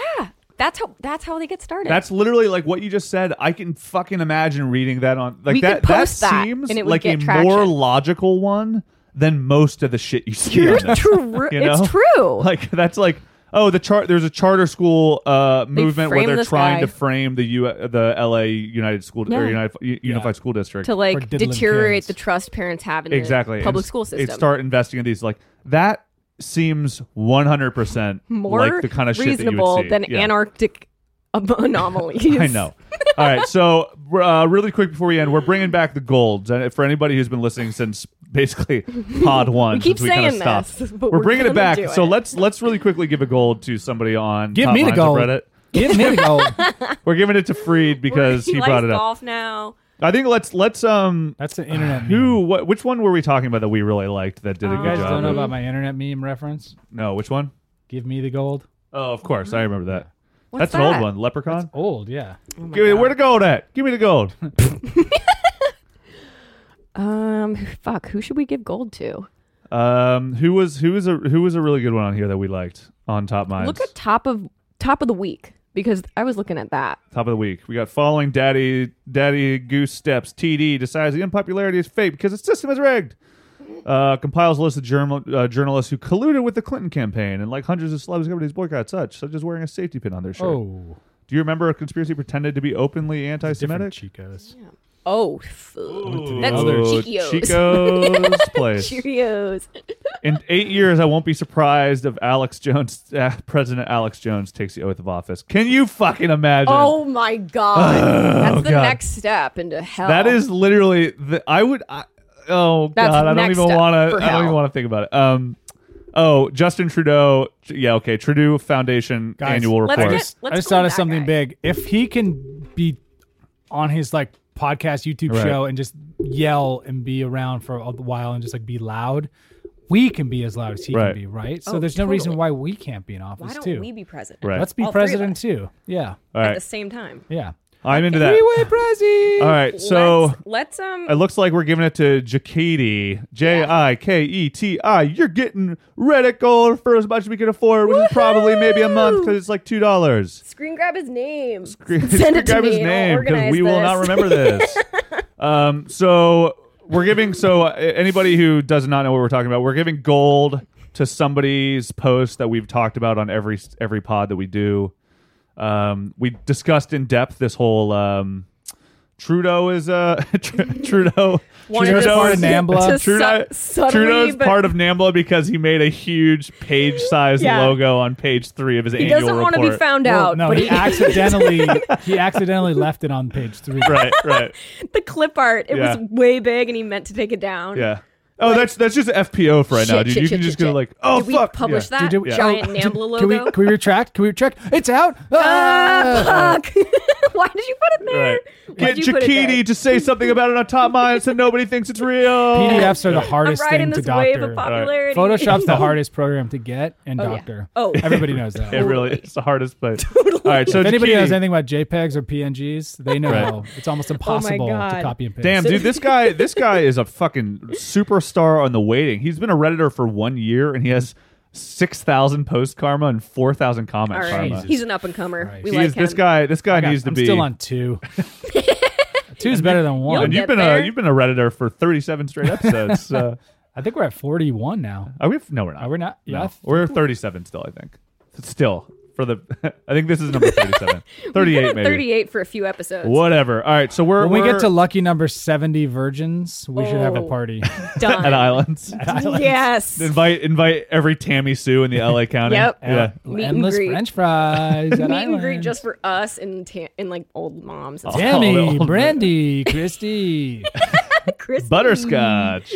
[SPEAKER 5] That's how that's how they get started.
[SPEAKER 4] that's literally like what you just said. I can fucking imagine reading that on like
[SPEAKER 5] We could
[SPEAKER 4] that. That
[SPEAKER 5] post that,
[SPEAKER 4] seems
[SPEAKER 5] and it would
[SPEAKER 4] like a
[SPEAKER 5] get traction.
[SPEAKER 4] more logical one than most of the shit you see. on this.
[SPEAKER 5] true.
[SPEAKER 4] [LAUGHS] You know?
[SPEAKER 5] It's true.
[SPEAKER 4] like that's like oh the chart there's a charter school uh movement where
[SPEAKER 5] framed
[SPEAKER 4] they're
[SPEAKER 5] this
[SPEAKER 4] trying
[SPEAKER 5] guy.
[SPEAKER 4] to frame the U the LA United School
[SPEAKER 5] Yeah.
[SPEAKER 4] or United, U- Unified School District
[SPEAKER 5] to
[SPEAKER 6] Or
[SPEAKER 5] like
[SPEAKER 6] diddling
[SPEAKER 5] deteriorate
[SPEAKER 6] kids.
[SPEAKER 5] the trust parents have in the
[SPEAKER 4] exactly And
[SPEAKER 5] public
[SPEAKER 4] s-
[SPEAKER 5] school system.
[SPEAKER 4] It start investing in these like that seems 100%
[SPEAKER 5] More
[SPEAKER 4] like the kind of shit that you would
[SPEAKER 5] reasonable
[SPEAKER 4] see.
[SPEAKER 5] than
[SPEAKER 4] Yeah.
[SPEAKER 5] anarchic ab- [LAUGHS] anomalies.
[SPEAKER 4] I
[SPEAKER 5] [LAUGHS]
[SPEAKER 4] know. All right, so uh, really quick before we end, we're bringing back the golds and for anybody who's been listening since
[SPEAKER 5] [LAUGHS]
[SPEAKER 4] basically pod one.
[SPEAKER 5] keep
[SPEAKER 4] since we kinda
[SPEAKER 5] saying
[SPEAKER 4] stopped,
[SPEAKER 5] this, [LAUGHS]
[SPEAKER 4] we're,
[SPEAKER 5] but we're
[SPEAKER 4] bringing it
[SPEAKER 5] gonna
[SPEAKER 4] back.
[SPEAKER 5] do
[SPEAKER 4] So
[SPEAKER 5] it.
[SPEAKER 4] let's let's really quickly give a gold to somebody on
[SPEAKER 6] Give
[SPEAKER 4] Top
[SPEAKER 6] me the
[SPEAKER 4] Lines of
[SPEAKER 6] gold.
[SPEAKER 4] Reddit.
[SPEAKER 6] Give me the gold.
[SPEAKER 5] [LAUGHS]
[SPEAKER 4] We're giving it to Freed because
[SPEAKER 5] he,
[SPEAKER 4] he
[SPEAKER 5] likes
[SPEAKER 4] brought it up.
[SPEAKER 5] golf now.
[SPEAKER 4] I think let's let's um
[SPEAKER 6] That's an internet meme.
[SPEAKER 4] who what which one were we talking about that we really liked that did a
[SPEAKER 6] You
[SPEAKER 4] good
[SPEAKER 6] guys
[SPEAKER 4] job?
[SPEAKER 6] don't know about my internet meme reference?
[SPEAKER 4] no, which one?
[SPEAKER 6] Give me the gold.
[SPEAKER 4] Oh, of course, I remember that.
[SPEAKER 5] What's
[SPEAKER 4] That's an old
[SPEAKER 5] that? oh
[SPEAKER 4] one, Leprechaun.
[SPEAKER 6] Old, yeah.
[SPEAKER 4] Give me where the gold at? Give me the gold. [LAUGHS]
[SPEAKER 5] Um, fuck. Who should we give gold to?
[SPEAKER 4] um, who was who was a who was a really good one on here that we liked on top minds?
[SPEAKER 5] Look at top of top of the week because I was looking at that.
[SPEAKER 4] Top of the week. We got following Daddy Daddy Goose Steps. TD decides the unpopularity is fake because the system is rigged. Uh, compiles a list of journal, uh, journalists who colluded with the Clinton campaign and like hundreds of celebrities companies boycott such such as wearing a safety pin on their shirt.
[SPEAKER 6] Oh,
[SPEAKER 4] Do you remember a conspiracy pretended to be openly
[SPEAKER 6] different
[SPEAKER 4] anti-Semitic?
[SPEAKER 6] chicas.
[SPEAKER 5] Oh, f- that's Cheerios.
[SPEAKER 4] Oh, Chico's place.
[SPEAKER 5] [LAUGHS] Cheerios.
[SPEAKER 4] In eight years, I won't be surprised if Alex Jones, [LAUGHS] uh, President Alex Jones, takes the oath of office. Can you fucking imagine?
[SPEAKER 5] Oh
[SPEAKER 4] [SIGHS]
[SPEAKER 5] my god, that's the
[SPEAKER 4] Oh, God.
[SPEAKER 5] next step into hell.
[SPEAKER 4] That is literally the I would I, oh
[SPEAKER 5] That's
[SPEAKER 4] god, I don't
[SPEAKER 5] next
[SPEAKER 4] even
[SPEAKER 5] up
[SPEAKER 4] want
[SPEAKER 5] for
[SPEAKER 4] to I
[SPEAKER 5] hell.
[SPEAKER 4] don't even want to think about it. Um oh, Justin Trudeau, yeah, okay, Trudeau Foundation
[SPEAKER 6] Guys,
[SPEAKER 4] annual
[SPEAKER 5] Let's
[SPEAKER 4] report.
[SPEAKER 5] get-
[SPEAKER 6] I
[SPEAKER 5] let's
[SPEAKER 6] just
[SPEAKER 5] go
[SPEAKER 6] thought
[SPEAKER 5] with
[SPEAKER 6] of
[SPEAKER 5] that
[SPEAKER 6] something
[SPEAKER 5] guy.
[SPEAKER 6] big. If he can be on his like podcast YouTube
[SPEAKER 4] Right.
[SPEAKER 6] show and just yell and be around for a while and just like be loud, we can be as loud as he
[SPEAKER 4] Right.
[SPEAKER 6] can be, right? So
[SPEAKER 5] Oh,
[SPEAKER 6] there's no reason
[SPEAKER 5] totally.
[SPEAKER 6] why we can't be in
[SPEAKER 5] Why
[SPEAKER 6] office
[SPEAKER 5] don't
[SPEAKER 6] too.
[SPEAKER 5] we be president
[SPEAKER 4] Right.
[SPEAKER 6] Let's be
[SPEAKER 5] All three of
[SPEAKER 6] president
[SPEAKER 5] us.
[SPEAKER 6] too. Yeah,
[SPEAKER 4] All
[SPEAKER 5] at the
[SPEAKER 4] right.
[SPEAKER 5] same time?
[SPEAKER 6] yeah.
[SPEAKER 4] I'm into that.
[SPEAKER 6] Freeway Prezi.
[SPEAKER 4] All right. So
[SPEAKER 5] let's, let's um
[SPEAKER 4] it looks like we're giving it to Jaketi. J I K E T I. You're getting Reddit gold for as much as we can afford, which is probably maybe a month because it's like two dollars.
[SPEAKER 5] screen grab his name.
[SPEAKER 4] Just
[SPEAKER 5] Send it to
[SPEAKER 4] grab
[SPEAKER 5] me.
[SPEAKER 4] his
[SPEAKER 5] and I'll
[SPEAKER 4] name because
[SPEAKER 5] organize
[SPEAKER 4] we will not
[SPEAKER 5] this.
[SPEAKER 4] remember this.
[SPEAKER 5] [LAUGHS]
[SPEAKER 4] [LAUGHS] um, so we're giving so uh, anybody who does not know what we're talking about, we're giving gold to somebody's post that we've talked about on every every pod that we do. Um, we discussed in depth this whole um, Trudeau is uh, [LAUGHS]
[SPEAKER 5] [LAUGHS]
[SPEAKER 4] Tr- Trudeau.
[SPEAKER 5] Wanted
[SPEAKER 6] Trudeau's
[SPEAKER 5] to
[SPEAKER 6] part of
[SPEAKER 5] s- [LAUGHS]
[SPEAKER 6] NAMBLA.
[SPEAKER 5] to su-
[SPEAKER 4] Trudeau,
[SPEAKER 5] subtly,
[SPEAKER 4] Trudeau's
[SPEAKER 5] but
[SPEAKER 4] part of NAMBLA because he made a huge page size
[SPEAKER 5] Yeah.
[SPEAKER 4] logo on page three of his
[SPEAKER 5] He
[SPEAKER 4] annual
[SPEAKER 5] doesn't
[SPEAKER 4] report.
[SPEAKER 5] want to be found
[SPEAKER 6] Well,
[SPEAKER 5] out.
[SPEAKER 6] no,
[SPEAKER 5] but [LAUGHS]
[SPEAKER 6] he accidentally he accidentally left it on page three.
[SPEAKER 4] right, right.
[SPEAKER 5] the clip art it
[SPEAKER 4] Yeah.
[SPEAKER 5] was way big, and he meant to take it down.
[SPEAKER 4] Yeah. Oh, that's that's just FPO for right now,
[SPEAKER 5] Shit,
[SPEAKER 4] dude.
[SPEAKER 5] shit,
[SPEAKER 4] you can
[SPEAKER 5] shit,
[SPEAKER 4] just
[SPEAKER 5] shit,
[SPEAKER 4] go
[SPEAKER 5] shit.
[SPEAKER 4] like, oh
[SPEAKER 5] Did we
[SPEAKER 4] fuck,
[SPEAKER 5] publish
[SPEAKER 4] Yeah.
[SPEAKER 5] that
[SPEAKER 6] Did- did-
[SPEAKER 5] giant
[SPEAKER 6] oh,
[SPEAKER 5] NAMBLA logo?
[SPEAKER 6] Can we can we retract? Can we retract?
[SPEAKER 5] [LAUGHS]
[SPEAKER 6] It's out.
[SPEAKER 5] Ah, fuck. [LAUGHS] Why did you put it there?
[SPEAKER 4] Right.
[SPEAKER 5] Why'd
[SPEAKER 4] Get
[SPEAKER 5] you put it
[SPEAKER 4] Chiquiti
[SPEAKER 5] there?
[SPEAKER 4] to say something about it on Top Minds and nobody thinks it's real.
[SPEAKER 6] PDFs are the
[SPEAKER 5] I'm
[SPEAKER 6] hardest
[SPEAKER 5] riding
[SPEAKER 6] thing to
[SPEAKER 5] this wave of
[SPEAKER 6] doctor.
[SPEAKER 5] popularity.
[SPEAKER 6] Photoshop's the hardest program to get and
[SPEAKER 5] Oh, yeah.
[SPEAKER 6] doctor.
[SPEAKER 5] Oh.
[SPEAKER 6] everybody knows
[SPEAKER 4] [LAUGHS] [LAUGHS]
[SPEAKER 6] that.
[SPEAKER 4] It really is the hardest place.
[SPEAKER 5] [LAUGHS]
[SPEAKER 4] All right, so
[SPEAKER 6] if anybody
[SPEAKER 4] Chiquiti-
[SPEAKER 6] knows anything about JPEGs or PNGs, they know
[SPEAKER 4] Right.
[SPEAKER 6] it's almost impossible to
[SPEAKER 5] God.
[SPEAKER 6] copy and paste.
[SPEAKER 4] Damn, dude, this guy, this guy is a fucking superstar on the waiting. He's been a redditor for one year, and he has six thousand post karma and four thousand
[SPEAKER 5] [LAUGHS] All
[SPEAKER 4] comments
[SPEAKER 5] right.
[SPEAKER 4] karma.
[SPEAKER 5] He's an up and comer. We
[SPEAKER 4] He
[SPEAKER 5] like
[SPEAKER 4] is-
[SPEAKER 5] him.
[SPEAKER 4] this guy. This guy
[SPEAKER 6] I got-
[SPEAKER 4] needs to
[SPEAKER 6] I'm
[SPEAKER 4] be.
[SPEAKER 6] still
[SPEAKER 4] [LAUGHS]
[SPEAKER 6] on two. Two's better than one.
[SPEAKER 4] and
[SPEAKER 5] You'll
[SPEAKER 4] you've
[SPEAKER 5] get
[SPEAKER 4] been a
[SPEAKER 5] there.
[SPEAKER 4] you've been a redditor for thirty seven straight episodes.
[SPEAKER 5] [LAUGHS]
[SPEAKER 4] uh, so.
[SPEAKER 6] I think we're at 41 now.
[SPEAKER 4] Are we? No, we're not.
[SPEAKER 6] Are we not?
[SPEAKER 4] No.
[SPEAKER 6] Yeah, I think
[SPEAKER 4] we're 37 still. I think still for the. [LAUGHS] I think this is number
[SPEAKER 5] [LAUGHS]
[SPEAKER 4] 37, 38 maybe.
[SPEAKER 5] 38 for a few episodes.
[SPEAKER 4] Whatever. All right, so we're
[SPEAKER 6] When we
[SPEAKER 4] we're
[SPEAKER 6] get to lucky number 70 virgins, we should have a
[SPEAKER 5] Oh.
[SPEAKER 6] party.
[SPEAKER 4] [LAUGHS]
[SPEAKER 5] Done.
[SPEAKER 4] at
[SPEAKER 6] [LAUGHS]
[SPEAKER 4] islands.
[SPEAKER 5] Yes.
[SPEAKER 4] invite invite every Tammy Sue in the
[SPEAKER 5] [LAUGHS]
[SPEAKER 4] LA County.
[SPEAKER 5] Yep.
[SPEAKER 4] [LAUGHS] Yeah.
[SPEAKER 5] Meet and
[SPEAKER 6] Endless
[SPEAKER 5] greet.
[SPEAKER 6] French [LAUGHS] fries.
[SPEAKER 5] Meet and greet just for us and ta- and like old
[SPEAKER 4] [LAUGHS]
[SPEAKER 5] moms. It's
[SPEAKER 4] All the
[SPEAKER 6] Tammy,
[SPEAKER 4] old-
[SPEAKER 6] Brandy, Christy.
[SPEAKER 5] Christmas. [LAUGHS]
[SPEAKER 4] Butterscotch.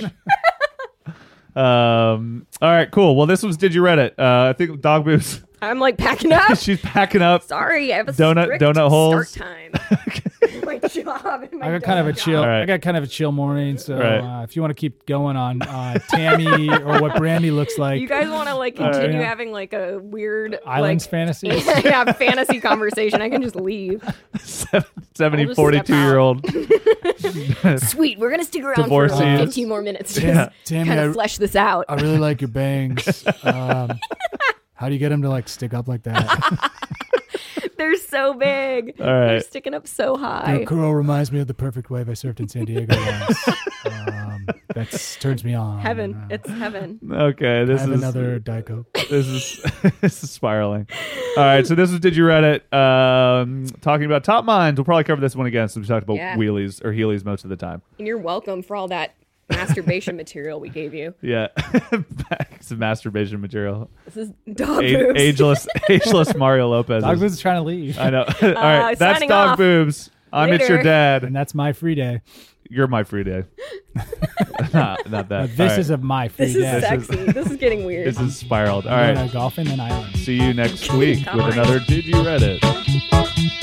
[SPEAKER 4] um. All right. Cool. Well, this was did you read it? Uh, I think Dog Boots.
[SPEAKER 5] I'm like packing
[SPEAKER 4] [LAUGHS]
[SPEAKER 5] up.
[SPEAKER 4] she's packing up.
[SPEAKER 5] Sorry, I have a
[SPEAKER 4] Donut-
[SPEAKER 5] strict
[SPEAKER 4] donut holes.
[SPEAKER 5] start
[SPEAKER 4] [LAUGHS]
[SPEAKER 5] time. my job. And my
[SPEAKER 6] I got kind of a
[SPEAKER 5] donut
[SPEAKER 6] chill.
[SPEAKER 4] All right.
[SPEAKER 6] I got kind of a chill morning. So
[SPEAKER 4] Right.
[SPEAKER 6] uh, if you want to keep going on uh, Tammy or what Brandy looks
[SPEAKER 5] job.
[SPEAKER 6] like, uh,
[SPEAKER 5] You guys want to like continue
[SPEAKER 6] yeah.
[SPEAKER 5] having like a weird
[SPEAKER 6] Islands
[SPEAKER 5] like, [LAUGHS]
[SPEAKER 6] fantasies.
[SPEAKER 5] yeah, fantasy conversation. I can
[SPEAKER 4] [LAUGHS]
[SPEAKER 5] just leave.
[SPEAKER 4] 70,
[SPEAKER 5] I'll just step
[SPEAKER 4] 42 year old.
[SPEAKER 5] Sweet, we're gonna stick around for
[SPEAKER 4] Divorcees.
[SPEAKER 5] like 15 more minutes to
[SPEAKER 6] Yeah. Tammy,
[SPEAKER 5] kind
[SPEAKER 6] I-
[SPEAKER 5] of flesh this out.
[SPEAKER 6] I really like your bangs.
[SPEAKER 5] [LAUGHS]
[SPEAKER 6] Um, how do you get them to like stick up like that?
[SPEAKER 5] They're so big.
[SPEAKER 4] All right.
[SPEAKER 5] They're sticking up so
[SPEAKER 6] Your
[SPEAKER 5] high.
[SPEAKER 6] curl reminds me of the perfect wave I surfed in San Diego once. Um, that turns me on.
[SPEAKER 5] Heaven.
[SPEAKER 6] Uh,
[SPEAKER 5] It's heaven.
[SPEAKER 4] [LAUGHS] Okay.
[SPEAKER 6] I
[SPEAKER 4] This
[SPEAKER 6] have
[SPEAKER 4] is
[SPEAKER 6] another Diet Coke.
[SPEAKER 4] this is [LAUGHS] this is spiraling. All right, so this is did you Reddit um, talking about top minds. We'll probably cover this one again since we talked about
[SPEAKER 5] Yeah.
[SPEAKER 4] wheelies or heelys most of the time.
[SPEAKER 5] And you're welcome for all that masturbation material we gave you.
[SPEAKER 4] Yeah, [LAUGHS] it's masturbation material.
[SPEAKER 5] This is dog
[SPEAKER 4] A-
[SPEAKER 5] boobs. [LAUGHS]
[SPEAKER 4] ageless, ageless Mario Lopez.
[SPEAKER 6] Dog Boobs is trying to leave.
[SPEAKER 4] I know. All right, that's
[SPEAKER 5] Uh, signing
[SPEAKER 4] dog
[SPEAKER 5] off.
[SPEAKER 4] boobs. I'm it's your
[SPEAKER 5] Later.
[SPEAKER 4] dad.
[SPEAKER 6] And that's my free day.
[SPEAKER 4] You're my free
[SPEAKER 5] [LAUGHS]
[SPEAKER 4] day. [LAUGHS] not, not that.
[SPEAKER 6] But this
[SPEAKER 4] All
[SPEAKER 6] is a my free
[SPEAKER 5] This is
[SPEAKER 6] day.
[SPEAKER 5] sexy. this is getting weird.
[SPEAKER 4] This
[SPEAKER 6] [LAUGHS]
[SPEAKER 4] is spiraled. All
[SPEAKER 6] I'm
[SPEAKER 4] right.
[SPEAKER 6] gonna golf in an island.
[SPEAKER 4] See you next week with
[SPEAKER 5] Bye.
[SPEAKER 4] another Did You Reddit.